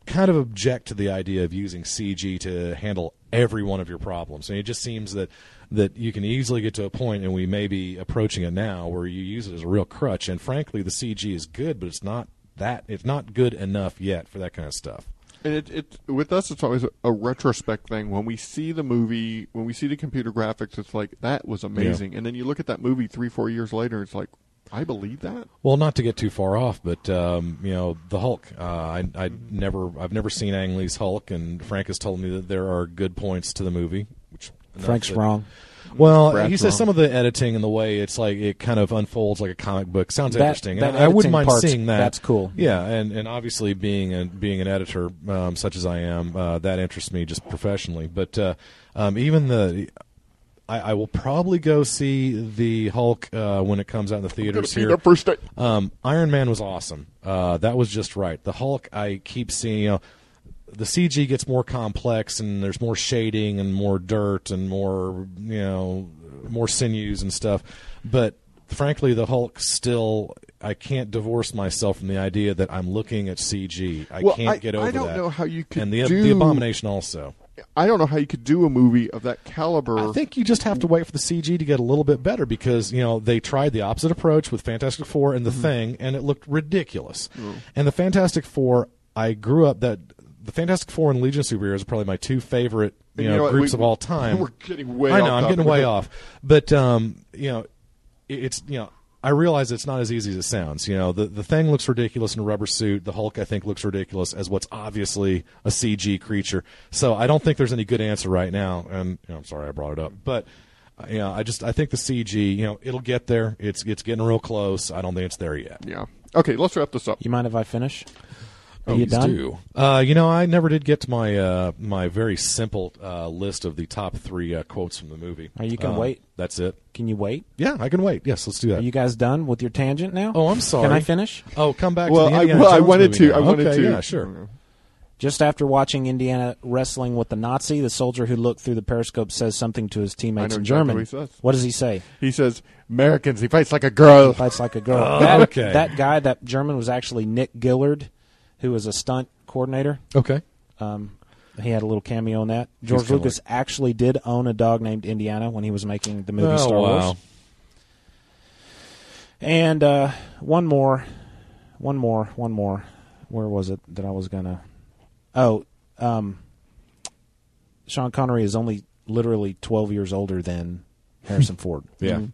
[SPEAKER 9] kind of object to the idea of using CG to handle every one of your problems. And it just seems that that you can easily get to a point, and we may be approaching it now, where you use it as a real crutch. And frankly, the CG is good, but it's not that it's not good enough yet for that kind of stuff.
[SPEAKER 11] And it, it with us, it's always a, a retrospect thing. When we see the movie, when we see the computer graphics, it's like that was amazing. And then you look at that movie three, four years later, and it's like, I believe that.
[SPEAKER 9] Well, not to get too far off, but um, you know the Hulk. Uh, I I never I've never seen Ang Lee's Hulk, and Frank has told me that there are good points to the movie. Which enough
[SPEAKER 10] Frank's
[SPEAKER 9] that-
[SPEAKER 10] wrong.
[SPEAKER 9] Well,
[SPEAKER 10] Brad's
[SPEAKER 9] he says
[SPEAKER 10] wrong.
[SPEAKER 9] some of the editing and the way it's like it kind of unfolds like a comic book sounds
[SPEAKER 10] That-
[SPEAKER 9] interesting.
[SPEAKER 10] that
[SPEAKER 9] and I wouldn't
[SPEAKER 10] editing
[SPEAKER 9] mind
[SPEAKER 10] part's-
[SPEAKER 9] seeing that.
[SPEAKER 10] that's cool.
[SPEAKER 9] Yeah, and, and obviously being a, being an editor um, such as I am, uh, that interests me just professionally. But uh, um, even the I, I will probably go see the Hulk uh, when it comes out in the theaters
[SPEAKER 11] see
[SPEAKER 9] here.
[SPEAKER 11] that first day.
[SPEAKER 9] Um, Iron Man was awesome. Uh, that was just right. The Hulk, I keep seeing. You know, the CG gets more complex, and there's more shading, and more dirt, and more you know, more sinews and stuff. But frankly, the Hulk still, I can't divorce myself from the idea that I'm looking at CG. I
[SPEAKER 11] Well,
[SPEAKER 9] can't
[SPEAKER 11] I-
[SPEAKER 9] get
[SPEAKER 11] I
[SPEAKER 9] over
[SPEAKER 11] don't
[SPEAKER 9] that.
[SPEAKER 11] know how you could
[SPEAKER 9] and the,
[SPEAKER 11] do-
[SPEAKER 9] the Abomination also.
[SPEAKER 11] I don't know how you could do a movie of that caliber.
[SPEAKER 9] I think you just have to wait for the CG to get a little bit better because you know they tried the opposite approach with Fantastic Four and the Thing, and it looked ridiculous. And the Fantastic Four, I grew up that the Fantastic Four and Legion of Superheroes are probably my two favorite you,
[SPEAKER 11] And you
[SPEAKER 9] know,
[SPEAKER 11] know what?
[SPEAKER 9] groups
[SPEAKER 11] We-
[SPEAKER 9] of all time.
[SPEAKER 11] we're getting way
[SPEAKER 9] I know
[SPEAKER 11] off
[SPEAKER 9] I'm getting
[SPEAKER 11] topic.
[SPEAKER 9] way off, but um, you know, it- it's you know. I realize it's not as easy as it sounds. You know, the the thing looks ridiculous in a rubber suit. The Hulk, I think, looks ridiculous as what's obviously a CG creature. So I don't think there's any good answer right now. And you know, I'm sorry I brought it up, but uh, you know, I just I think the CG, you know, it'll get there. It's it's getting real close. I don't think it's there yet.
[SPEAKER 11] Yeah. Okay, let's wrap this up.
[SPEAKER 10] You mind if I finish? Are
[SPEAKER 9] Oh,
[SPEAKER 10] you
[SPEAKER 9] please
[SPEAKER 10] done?
[SPEAKER 9] do. Uh, you know, I never did get to my uh, my very simple uh, list of the top three uh, quotes from the movie.
[SPEAKER 10] Are you can
[SPEAKER 9] Um,
[SPEAKER 10] wait?
[SPEAKER 9] That's it.
[SPEAKER 10] Can you wait?
[SPEAKER 9] Yeah, I can wait. Yes, let's do that.
[SPEAKER 10] Are you guys done with your tangent now?
[SPEAKER 9] Oh, I'm sorry.
[SPEAKER 10] Can I finish?
[SPEAKER 9] Oh, come back.
[SPEAKER 10] Well,
[SPEAKER 9] to the
[SPEAKER 10] I-
[SPEAKER 9] Indiana
[SPEAKER 10] well, I
[SPEAKER 9] Jones
[SPEAKER 10] wanted
[SPEAKER 9] movie
[SPEAKER 10] to-
[SPEAKER 9] now.
[SPEAKER 10] I wanted
[SPEAKER 9] Okay,
[SPEAKER 10] to.
[SPEAKER 9] Yeah, sure.
[SPEAKER 10] Mm-hmm. Just after watching Indiana wrestling with the Nazi, the soldier who looked through the periscope says something to his
[SPEAKER 11] I
[SPEAKER 10] teammates
[SPEAKER 11] know
[SPEAKER 10] in
[SPEAKER 11] exactly
[SPEAKER 10] German.
[SPEAKER 11] what he says.
[SPEAKER 10] What does he say?
[SPEAKER 11] He says, "Americans, he fights like a girl.
[SPEAKER 10] Fights like a girl."
[SPEAKER 11] Oh,
[SPEAKER 10] that,
[SPEAKER 11] okay.
[SPEAKER 10] that guy, that German, was actually Nick Gillard, who was a stunt coordinator.
[SPEAKER 9] Okay.
[SPEAKER 10] Um, He had a little cameo in that. George
[SPEAKER 9] kinda
[SPEAKER 10] Lucas actually did own a dog named Indiana when he was making the movie
[SPEAKER 9] Oh,
[SPEAKER 10] Star
[SPEAKER 9] wow.
[SPEAKER 10] Wars. And uh, one more, one more, one more. Where was it that I was gonna? Oh, um, Sean Connery is only literally twelve years older than Harrison Ford.
[SPEAKER 9] Yeah,
[SPEAKER 10] Mm-hmm.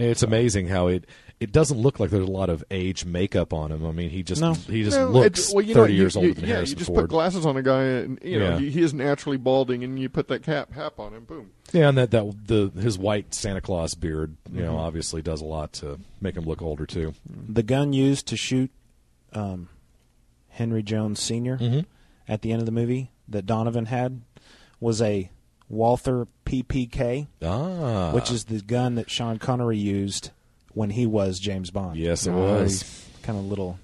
[SPEAKER 9] it's amazing how it it doesn't look like there's a lot of age makeup on him. I mean, he just
[SPEAKER 10] No.
[SPEAKER 9] he just
[SPEAKER 11] No,
[SPEAKER 9] looks
[SPEAKER 11] it's- well, you know,
[SPEAKER 9] thirty
[SPEAKER 11] you-
[SPEAKER 9] years
[SPEAKER 11] you-
[SPEAKER 9] older than
[SPEAKER 11] yeah,
[SPEAKER 9] Harrison
[SPEAKER 11] you just
[SPEAKER 9] Ford.
[SPEAKER 11] put glasses on a guy, and you know
[SPEAKER 9] Yeah.
[SPEAKER 11] he, he is naturally balding, and you put that cap hat on him, boom.
[SPEAKER 9] yeah, and that that the his white Santa Claus beard, you
[SPEAKER 10] Mm-hmm.
[SPEAKER 9] know,
[SPEAKER 11] Mhm.
[SPEAKER 9] obviously does a lot to make him look older too.
[SPEAKER 10] the gun used to shoot um, Henry Jones senior
[SPEAKER 9] Mm-hmm.
[SPEAKER 10] at the end of the movie that Donovan had was a Walther PPK,
[SPEAKER 9] Ah,
[SPEAKER 10] which is the gun that Sean Connery used when he was James Bond.
[SPEAKER 9] Yes, it was. Nice.
[SPEAKER 10] kind of little.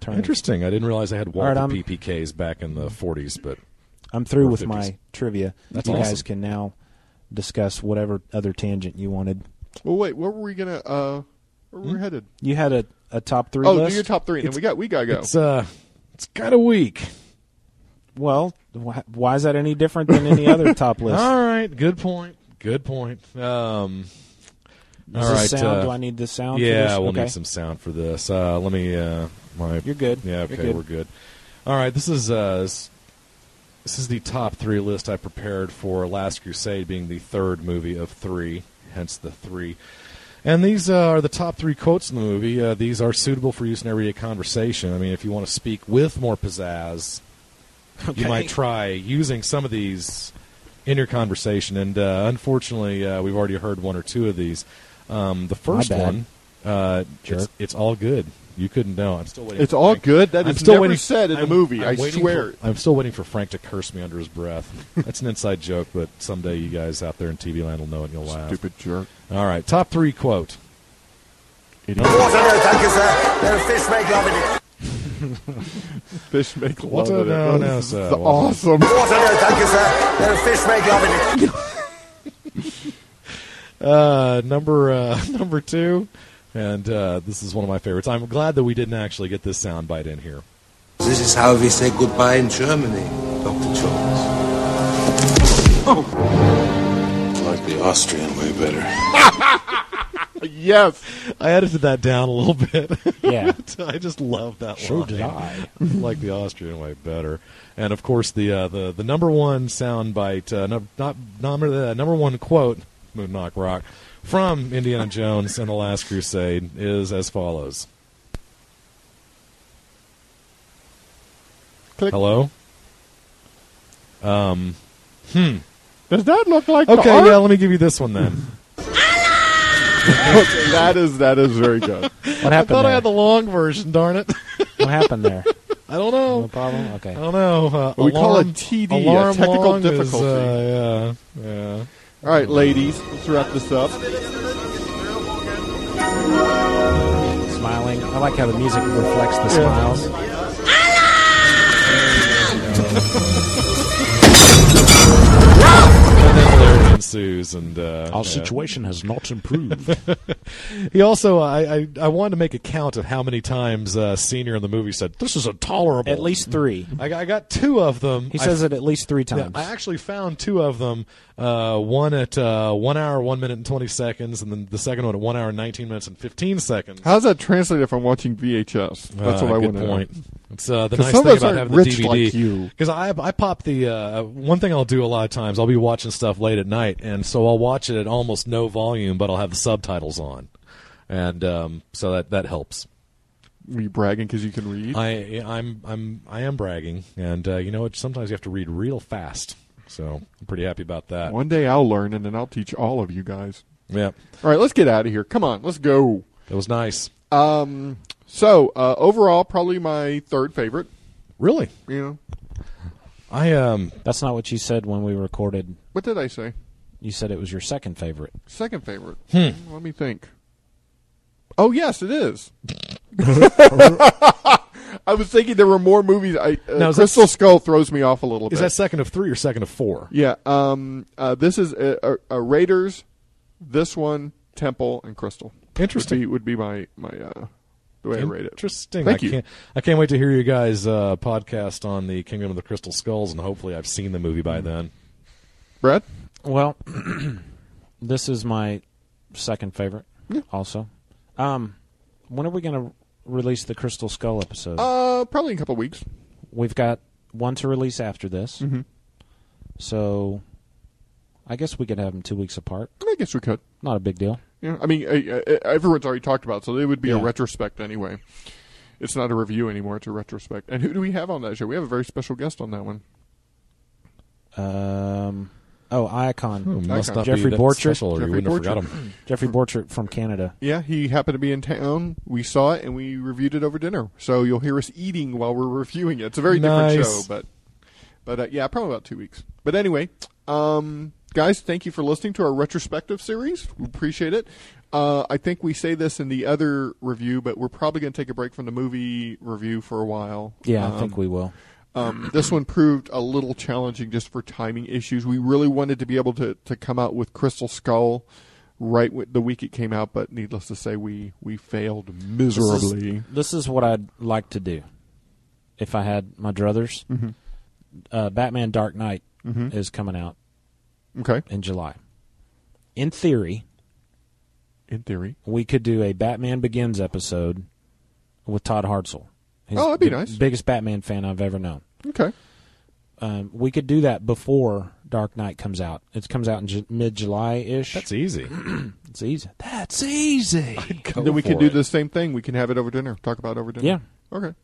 [SPEAKER 10] Turn.
[SPEAKER 9] interesting. I didn't realize they had
[SPEAKER 10] All right,
[SPEAKER 9] Walter
[SPEAKER 10] I'm-
[SPEAKER 9] PPKs back in the '40s, but
[SPEAKER 10] I'm through
[SPEAKER 9] or
[SPEAKER 10] with
[SPEAKER 9] 50s.
[SPEAKER 10] my trivia.
[SPEAKER 9] That's
[SPEAKER 10] you guys
[SPEAKER 9] awesome.
[SPEAKER 10] can now discuss whatever other tangent you wanted.
[SPEAKER 11] Well, wait, where were we gonna? Uh, where
[SPEAKER 9] Hmm?
[SPEAKER 11] were we headed?
[SPEAKER 10] You had a, a top three.
[SPEAKER 11] oh,
[SPEAKER 10] list?
[SPEAKER 11] do your top three, and then we got we gotta
[SPEAKER 10] Oh.
[SPEAKER 11] go.
[SPEAKER 9] uh, it's kind of weak.
[SPEAKER 10] Well, wh- why is that any different than any other top list?
[SPEAKER 9] All right, good point. Good point. Um,
[SPEAKER 10] Does
[SPEAKER 9] all
[SPEAKER 10] this
[SPEAKER 9] right,
[SPEAKER 10] sound-
[SPEAKER 9] uh,
[SPEAKER 10] do I need the sound for
[SPEAKER 9] Yeah,
[SPEAKER 10] this?
[SPEAKER 9] we'll
[SPEAKER 10] Okay.
[SPEAKER 9] need some sound for this. Uh, let me. Uh, my.
[SPEAKER 10] You're good.
[SPEAKER 9] Yeah.
[SPEAKER 10] You're
[SPEAKER 9] Okay,
[SPEAKER 10] good.
[SPEAKER 9] we're good. All right, this is uh, s- this is the top three list I prepared for Last Crusade, being the third movie of three, hence the three. And these uh, are the top three quotes in the movie. Uh, these are suitable for use in everyday conversation. I mean, if you want to speak with more pizzazz, you
[SPEAKER 10] Okay.
[SPEAKER 9] might try using some of these in your conversation. And uh, unfortunately, uh, we've already heard one or two of these. Um, the first
[SPEAKER 11] bad.
[SPEAKER 9] one, uh, it's, it's all good. You couldn't know. I'm still waiting.
[SPEAKER 11] It's
[SPEAKER 9] for
[SPEAKER 11] all
[SPEAKER 9] Frank.
[SPEAKER 11] good? That
[SPEAKER 9] I'm
[SPEAKER 11] is
[SPEAKER 9] still
[SPEAKER 11] never
[SPEAKER 9] waiting,
[SPEAKER 11] said in the
[SPEAKER 9] I'm-
[SPEAKER 11] movie,
[SPEAKER 9] I'm
[SPEAKER 11] I
[SPEAKER 9] waiting
[SPEAKER 11] swear.
[SPEAKER 9] for- I'm still waiting for Frank to curse me under his breath. That's an inside joke, but someday you guys out there in TV land will know it. and You'll laugh.
[SPEAKER 11] Stupid jerk.
[SPEAKER 9] All right, top three quote.
[SPEAKER 17] Water, no, thank you, sir. No fish make love in it.
[SPEAKER 11] Fish make love.
[SPEAKER 9] What a-
[SPEAKER 11] in it.
[SPEAKER 9] no,
[SPEAKER 11] This
[SPEAKER 9] no,
[SPEAKER 11] is
[SPEAKER 9] sir.
[SPEAKER 11] the
[SPEAKER 9] What a-
[SPEAKER 11] awesome.
[SPEAKER 17] Water, no, thank you, sir. No fish make love in it.
[SPEAKER 9] Uh, number uh, number two, and uh, this is one of my favorites. I'm glad that we didn't actually get this soundbite in here.
[SPEAKER 21] This is how we say goodbye in Germany, Dr. Jones.
[SPEAKER 22] like the Austrian way better.
[SPEAKER 11] yes,
[SPEAKER 9] I edited that down a little bit.
[SPEAKER 22] Yeah.
[SPEAKER 9] I just love that
[SPEAKER 22] So
[SPEAKER 9] line.
[SPEAKER 22] did I.
[SPEAKER 9] like the Austrian way better. And of course, the uh, the the number one soundbite, uh, no, not number the number one quote, Moon Knock Rock from Indiana Jones and the Last Crusade is as follows. Hello. Um. Hmm.
[SPEAKER 11] Does that look like the
[SPEAKER 9] Okay,
[SPEAKER 11] art?
[SPEAKER 9] yeah. Let me give you this one then.
[SPEAKER 11] that is that is very good.
[SPEAKER 10] What
[SPEAKER 9] I
[SPEAKER 10] happened
[SPEAKER 9] thought I
[SPEAKER 10] there?
[SPEAKER 9] had the long version. Darn it!
[SPEAKER 10] What happened there?
[SPEAKER 9] I don't know.
[SPEAKER 10] No problem. Okay.
[SPEAKER 9] I don't know. Uh,
[SPEAKER 11] We call
[SPEAKER 9] alarm-
[SPEAKER 11] it TD, a
[SPEAKER 9] alarm
[SPEAKER 11] technical
[SPEAKER 9] long is,
[SPEAKER 11] difficulty.
[SPEAKER 9] uh, yeah, yeah.
[SPEAKER 11] All right, ladies, let's wrap this up.
[SPEAKER 10] Smiling. I like how the music reflects the
[SPEAKER 11] Yeah.
[SPEAKER 10] smiles.
[SPEAKER 9] And then hilarity ensues, and uh,
[SPEAKER 22] Our
[SPEAKER 9] yeah.
[SPEAKER 22] situation has not improved.
[SPEAKER 9] He also, uh, I, I, I wanted to make a count of how many times uh, senior in the movie said, "This is intolerable."
[SPEAKER 10] At least three.
[SPEAKER 9] I, got- I got two of them.
[SPEAKER 10] He
[SPEAKER 9] I-
[SPEAKER 10] says it at least three times.
[SPEAKER 9] Yeah, I actually found two of them. Uh, one at uh, one hour, one minute and twenty seconds, and then the second one at one hour, nineteen minutes and fifteen seconds.
[SPEAKER 11] How's that translate if I'm watching VHS? That's
[SPEAKER 9] Uh,
[SPEAKER 11] what I
[SPEAKER 9] good
[SPEAKER 11] want to
[SPEAKER 9] point. It's uh, the
[SPEAKER 11] 'Cause
[SPEAKER 9] nice
[SPEAKER 11] some of
[SPEAKER 9] thing
[SPEAKER 11] us
[SPEAKER 9] about
[SPEAKER 11] aren't
[SPEAKER 9] having the
[SPEAKER 11] rich
[SPEAKER 9] DVD.
[SPEAKER 11] like you.
[SPEAKER 9] Because I I pop the uh, one thing I'll do a lot of times. I'll be watching stuff late at night, and so I'll watch it at almost no volume, but I'll have the subtitles on, and um, so that that helps.
[SPEAKER 11] Were you bragging because you can read?
[SPEAKER 9] I I'm I'm I am bragging, and uh, you know what? Sometimes you have to read real fast. So I'm pretty happy about that.
[SPEAKER 11] One day I'll learn, and then I'll teach all of you guys.
[SPEAKER 9] Yeah.
[SPEAKER 11] All right, let's get out of here. Come on, let's go.
[SPEAKER 9] That was nice.
[SPEAKER 11] Um. So uh, overall, probably my third favorite.
[SPEAKER 9] Really?
[SPEAKER 11] You know
[SPEAKER 9] I um.
[SPEAKER 10] That's not what you said when we recorded.
[SPEAKER 11] what did I say?
[SPEAKER 10] You said it was your second favorite.
[SPEAKER 11] Second favorite.
[SPEAKER 10] Hmm.
[SPEAKER 11] Let me think. Oh yes, it is. I was thinking there were more movies. I uh,
[SPEAKER 9] Now, is that-
[SPEAKER 11] Crystal Skull throws me off a little
[SPEAKER 9] Is
[SPEAKER 11] bit.
[SPEAKER 9] that second of three or second of four?
[SPEAKER 11] yeah. Um. Uh, this is uh, uh, uh, Raiders. This one, Temple and Crystal.
[SPEAKER 9] Interesting.
[SPEAKER 11] Would be, would be my my uh, the way I rate it.
[SPEAKER 9] Interesting.
[SPEAKER 11] Thank
[SPEAKER 9] I
[SPEAKER 11] you.
[SPEAKER 9] Can't, I can't wait to hear you guys uh, podcast on the Kingdom of the Crystal Skulls, and hopefully, I've seen the movie by
[SPEAKER 11] Mm.
[SPEAKER 9] then.
[SPEAKER 11] Brad?
[SPEAKER 10] Well, this is my second favorite. Also, um, when are we going to release the Crystal Skull episode?
[SPEAKER 11] Uh, probably in a couple weeks.
[SPEAKER 10] We've got one to release after this,
[SPEAKER 11] Mhm.
[SPEAKER 10] so I guess we could have them two weeks apart.
[SPEAKER 11] I guess we could.
[SPEAKER 10] Not a big deal.
[SPEAKER 11] Yeah, I mean, I, I, everyone's already talked about, it, so it would be a
[SPEAKER 10] Yeah.
[SPEAKER 11] retrospect anyway. It's not a review anymore; it's a retrospect. And who do we have on that show? We have a very special guest on that one.
[SPEAKER 10] Um, oh, Icon.
[SPEAKER 11] Hmm, must Icon. not be
[SPEAKER 10] Jeffrey
[SPEAKER 11] that
[SPEAKER 10] Borchert.
[SPEAKER 11] special or you Jeffrey Hmm. wouldn't have Borchert. forgot him.
[SPEAKER 10] Jeffrey Borchert from Canada.
[SPEAKER 11] Yeah, he happened to be in town. We saw it and we reviewed it over dinner. So you'll hear us eating while we're reviewing it. It's a very different show,
[SPEAKER 9] Nice.
[SPEAKER 11] but but uh, yeah, probably about two weeks. But anyway, um, guys, thank you for listening to our retrospective series. We appreciate it. Uh, I think we say this in the other review, but we're probably going to take a break from the movie review for a while.
[SPEAKER 10] Yeah, I
[SPEAKER 11] Um,
[SPEAKER 10] think we will.
[SPEAKER 11] um, this one proved a little challenging just for timing issues. We really wanted to be able to, to come out with Crystal Skull right w- the week it came out, but needless to say, we, we failed miserably.
[SPEAKER 10] This is, this is what I'd like to do if I had my druthers.
[SPEAKER 11] Mhm.
[SPEAKER 10] Uh, Batman Dark Knight
[SPEAKER 11] Mhm.
[SPEAKER 10] is coming out
[SPEAKER 11] okay.
[SPEAKER 10] in July. In theory,
[SPEAKER 11] in theory,
[SPEAKER 10] we could do a Batman Begins episode with Todd Hartzell.
[SPEAKER 11] Oh, that'd be
[SPEAKER 10] the
[SPEAKER 11] nice.
[SPEAKER 10] Biggest Batman fan I've ever known.
[SPEAKER 11] Okay.
[SPEAKER 10] Um, we could do that before Dark Knight comes out. It comes out in j- mid July ish. That's
[SPEAKER 9] easy.
[SPEAKER 10] it's easy. That's easy.
[SPEAKER 11] then we could do the same thing. We can have it over dinner. Talk about it over dinner.
[SPEAKER 10] Yeah.
[SPEAKER 11] Okay.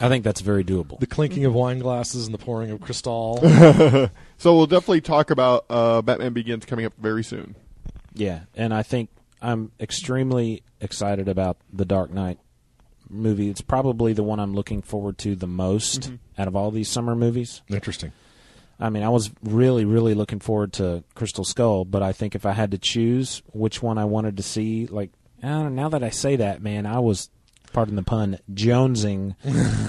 [SPEAKER 10] I think that's very doable.
[SPEAKER 9] The clinking of wine glasses and the pouring of crystal.
[SPEAKER 11] so we'll definitely talk about uh, Batman Begins coming up very soon.
[SPEAKER 10] Yeah, and I think I'm extremely excited about the Dark Knight movie. It's probably the one I'm looking forward to the most
[SPEAKER 9] Mhm.
[SPEAKER 10] out of all these summer movies.
[SPEAKER 9] Interesting.
[SPEAKER 10] I mean, I was really, really looking forward to Crystal Skull, but I think if I had to choose which one I wanted to see, like, I don't know, now that I say that, man, I was, pardon the pun, jonesing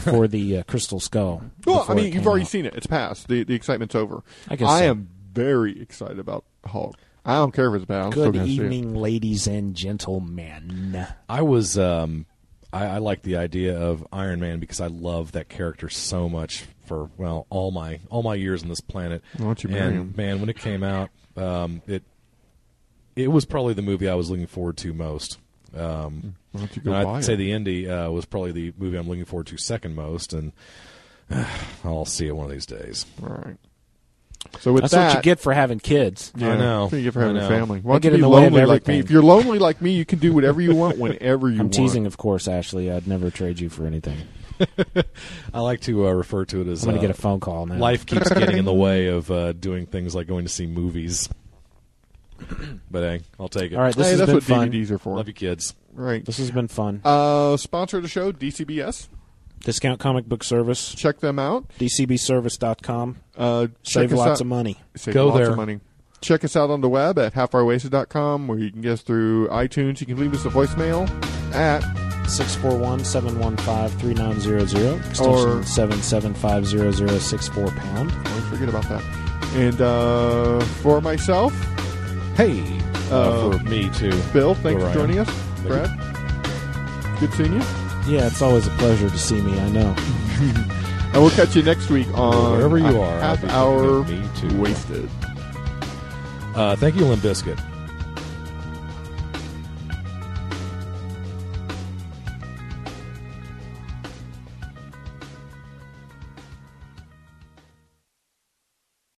[SPEAKER 10] for the uh, Crystal Skull.
[SPEAKER 11] Well, I
[SPEAKER 10] before it
[SPEAKER 11] mean, you've
[SPEAKER 10] came
[SPEAKER 11] already
[SPEAKER 10] out.
[SPEAKER 11] seen it. It's past. The the excitement's over.
[SPEAKER 10] I guess so.
[SPEAKER 11] am very excited about Hulk. I don't care if it's bad. I'm still
[SPEAKER 10] Good
[SPEAKER 11] gonna see it.
[SPEAKER 10] evening, ladies and gentlemen.
[SPEAKER 9] I was um, I, I like the idea of Iron Man because I love that character so much for well all my all my years on this planet.
[SPEAKER 11] Why don't you marry
[SPEAKER 9] and,
[SPEAKER 11] him?
[SPEAKER 9] Man, when it came out, um, it it was probably the movie I was looking forward to most. Um,
[SPEAKER 11] Why don't you go
[SPEAKER 9] and I'd
[SPEAKER 11] buy
[SPEAKER 9] say
[SPEAKER 11] it?
[SPEAKER 9] the indie uh, was probably the movie I'm looking forward to second most, and I'll see it one of these days.
[SPEAKER 11] All right. So with
[SPEAKER 10] That's
[SPEAKER 11] that,
[SPEAKER 10] what you get for having kids.
[SPEAKER 11] Yeah, that's what you get for having a family. Why
[SPEAKER 10] They
[SPEAKER 11] don't you
[SPEAKER 10] get in
[SPEAKER 11] be
[SPEAKER 10] the way of
[SPEAKER 11] lonely like me?
[SPEAKER 10] everything.
[SPEAKER 11] If you're lonely like me, you can do whatever you want whenever you
[SPEAKER 10] I'm
[SPEAKER 11] want.
[SPEAKER 10] teasing, of course, Ashley. I'd never trade you for anything.
[SPEAKER 9] I like to uh, refer to it as
[SPEAKER 10] I'm gonna
[SPEAKER 9] uh,
[SPEAKER 10] get a phone call now.
[SPEAKER 9] Life keeps getting in the way of uh, doing things like going to see movies. But hey, I'll take it.
[SPEAKER 10] All right, this
[SPEAKER 11] Hey,
[SPEAKER 10] has
[SPEAKER 11] that's
[SPEAKER 10] been
[SPEAKER 11] what
[SPEAKER 10] fun.
[SPEAKER 11] DVDs are for.
[SPEAKER 9] Love you, kids.
[SPEAKER 11] Right.
[SPEAKER 10] This has been fun.
[SPEAKER 11] Uh, sponsor of the show, DCBS.
[SPEAKER 10] Discount Comic Book Service.
[SPEAKER 11] Check them out.
[SPEAKER 10] DCBService.com.
[SPEAKER 11] Uh,
[SPEAKER 10] Save
[SPEAKER 11] check us
[SPEAKER 10] lots
[SPEAKER 11] out-
[SPEAKER 10] of money.
[SPEAKER 11] Save
[SPEAKER 9] Go
[SPEAKER 11] lots
[SPEAKER 9] there.
[SPEAKER 11] of money. Check us out on the web at halfhourwasted.com, where you can get us through iTunes. You can leave us a voicemail at
[SPEAKER 10] 641 715 3900.
[SPEAKER 11] Or-
[SPEAKER 10] Extension 775064 pound.
[SPEAKER 11] Always forget about that. And uh, for myself,
[SPEAKER 9] hey,
[SPEAKER 11] uh,
[SPEAKER 9] Uh, for me too.
[SPEAKER 11] Bill, thanks
[SPEAKER 9] Where
[SPEAKER 11] for
[SPEAKER 9] I
[SPEAKER 11] joining
[SPEAKER 9] am.
[SPEAKER 11] us.
[SPEAKER 9] Thank you.
[SPEAKER 11] Brad, good seeing you.
[SPEAKER 10] Yeah, it's always a pleasure to see me, I know.
[SPEAKER 11] And we'll catch you next week on
[SPEAKER 9] Wherever you
[SPEAKER 11] a
[SPEAKER 9] are, I'll
[SPEAKER 11] half
[SPEAKER 9] be
[SPEAKER 11] hour
[SPEAKER 9] looking at me too.
[SPEAKER 11] wasted.
[SPEAKER 9] Uh, thank you, Limp Biscuit.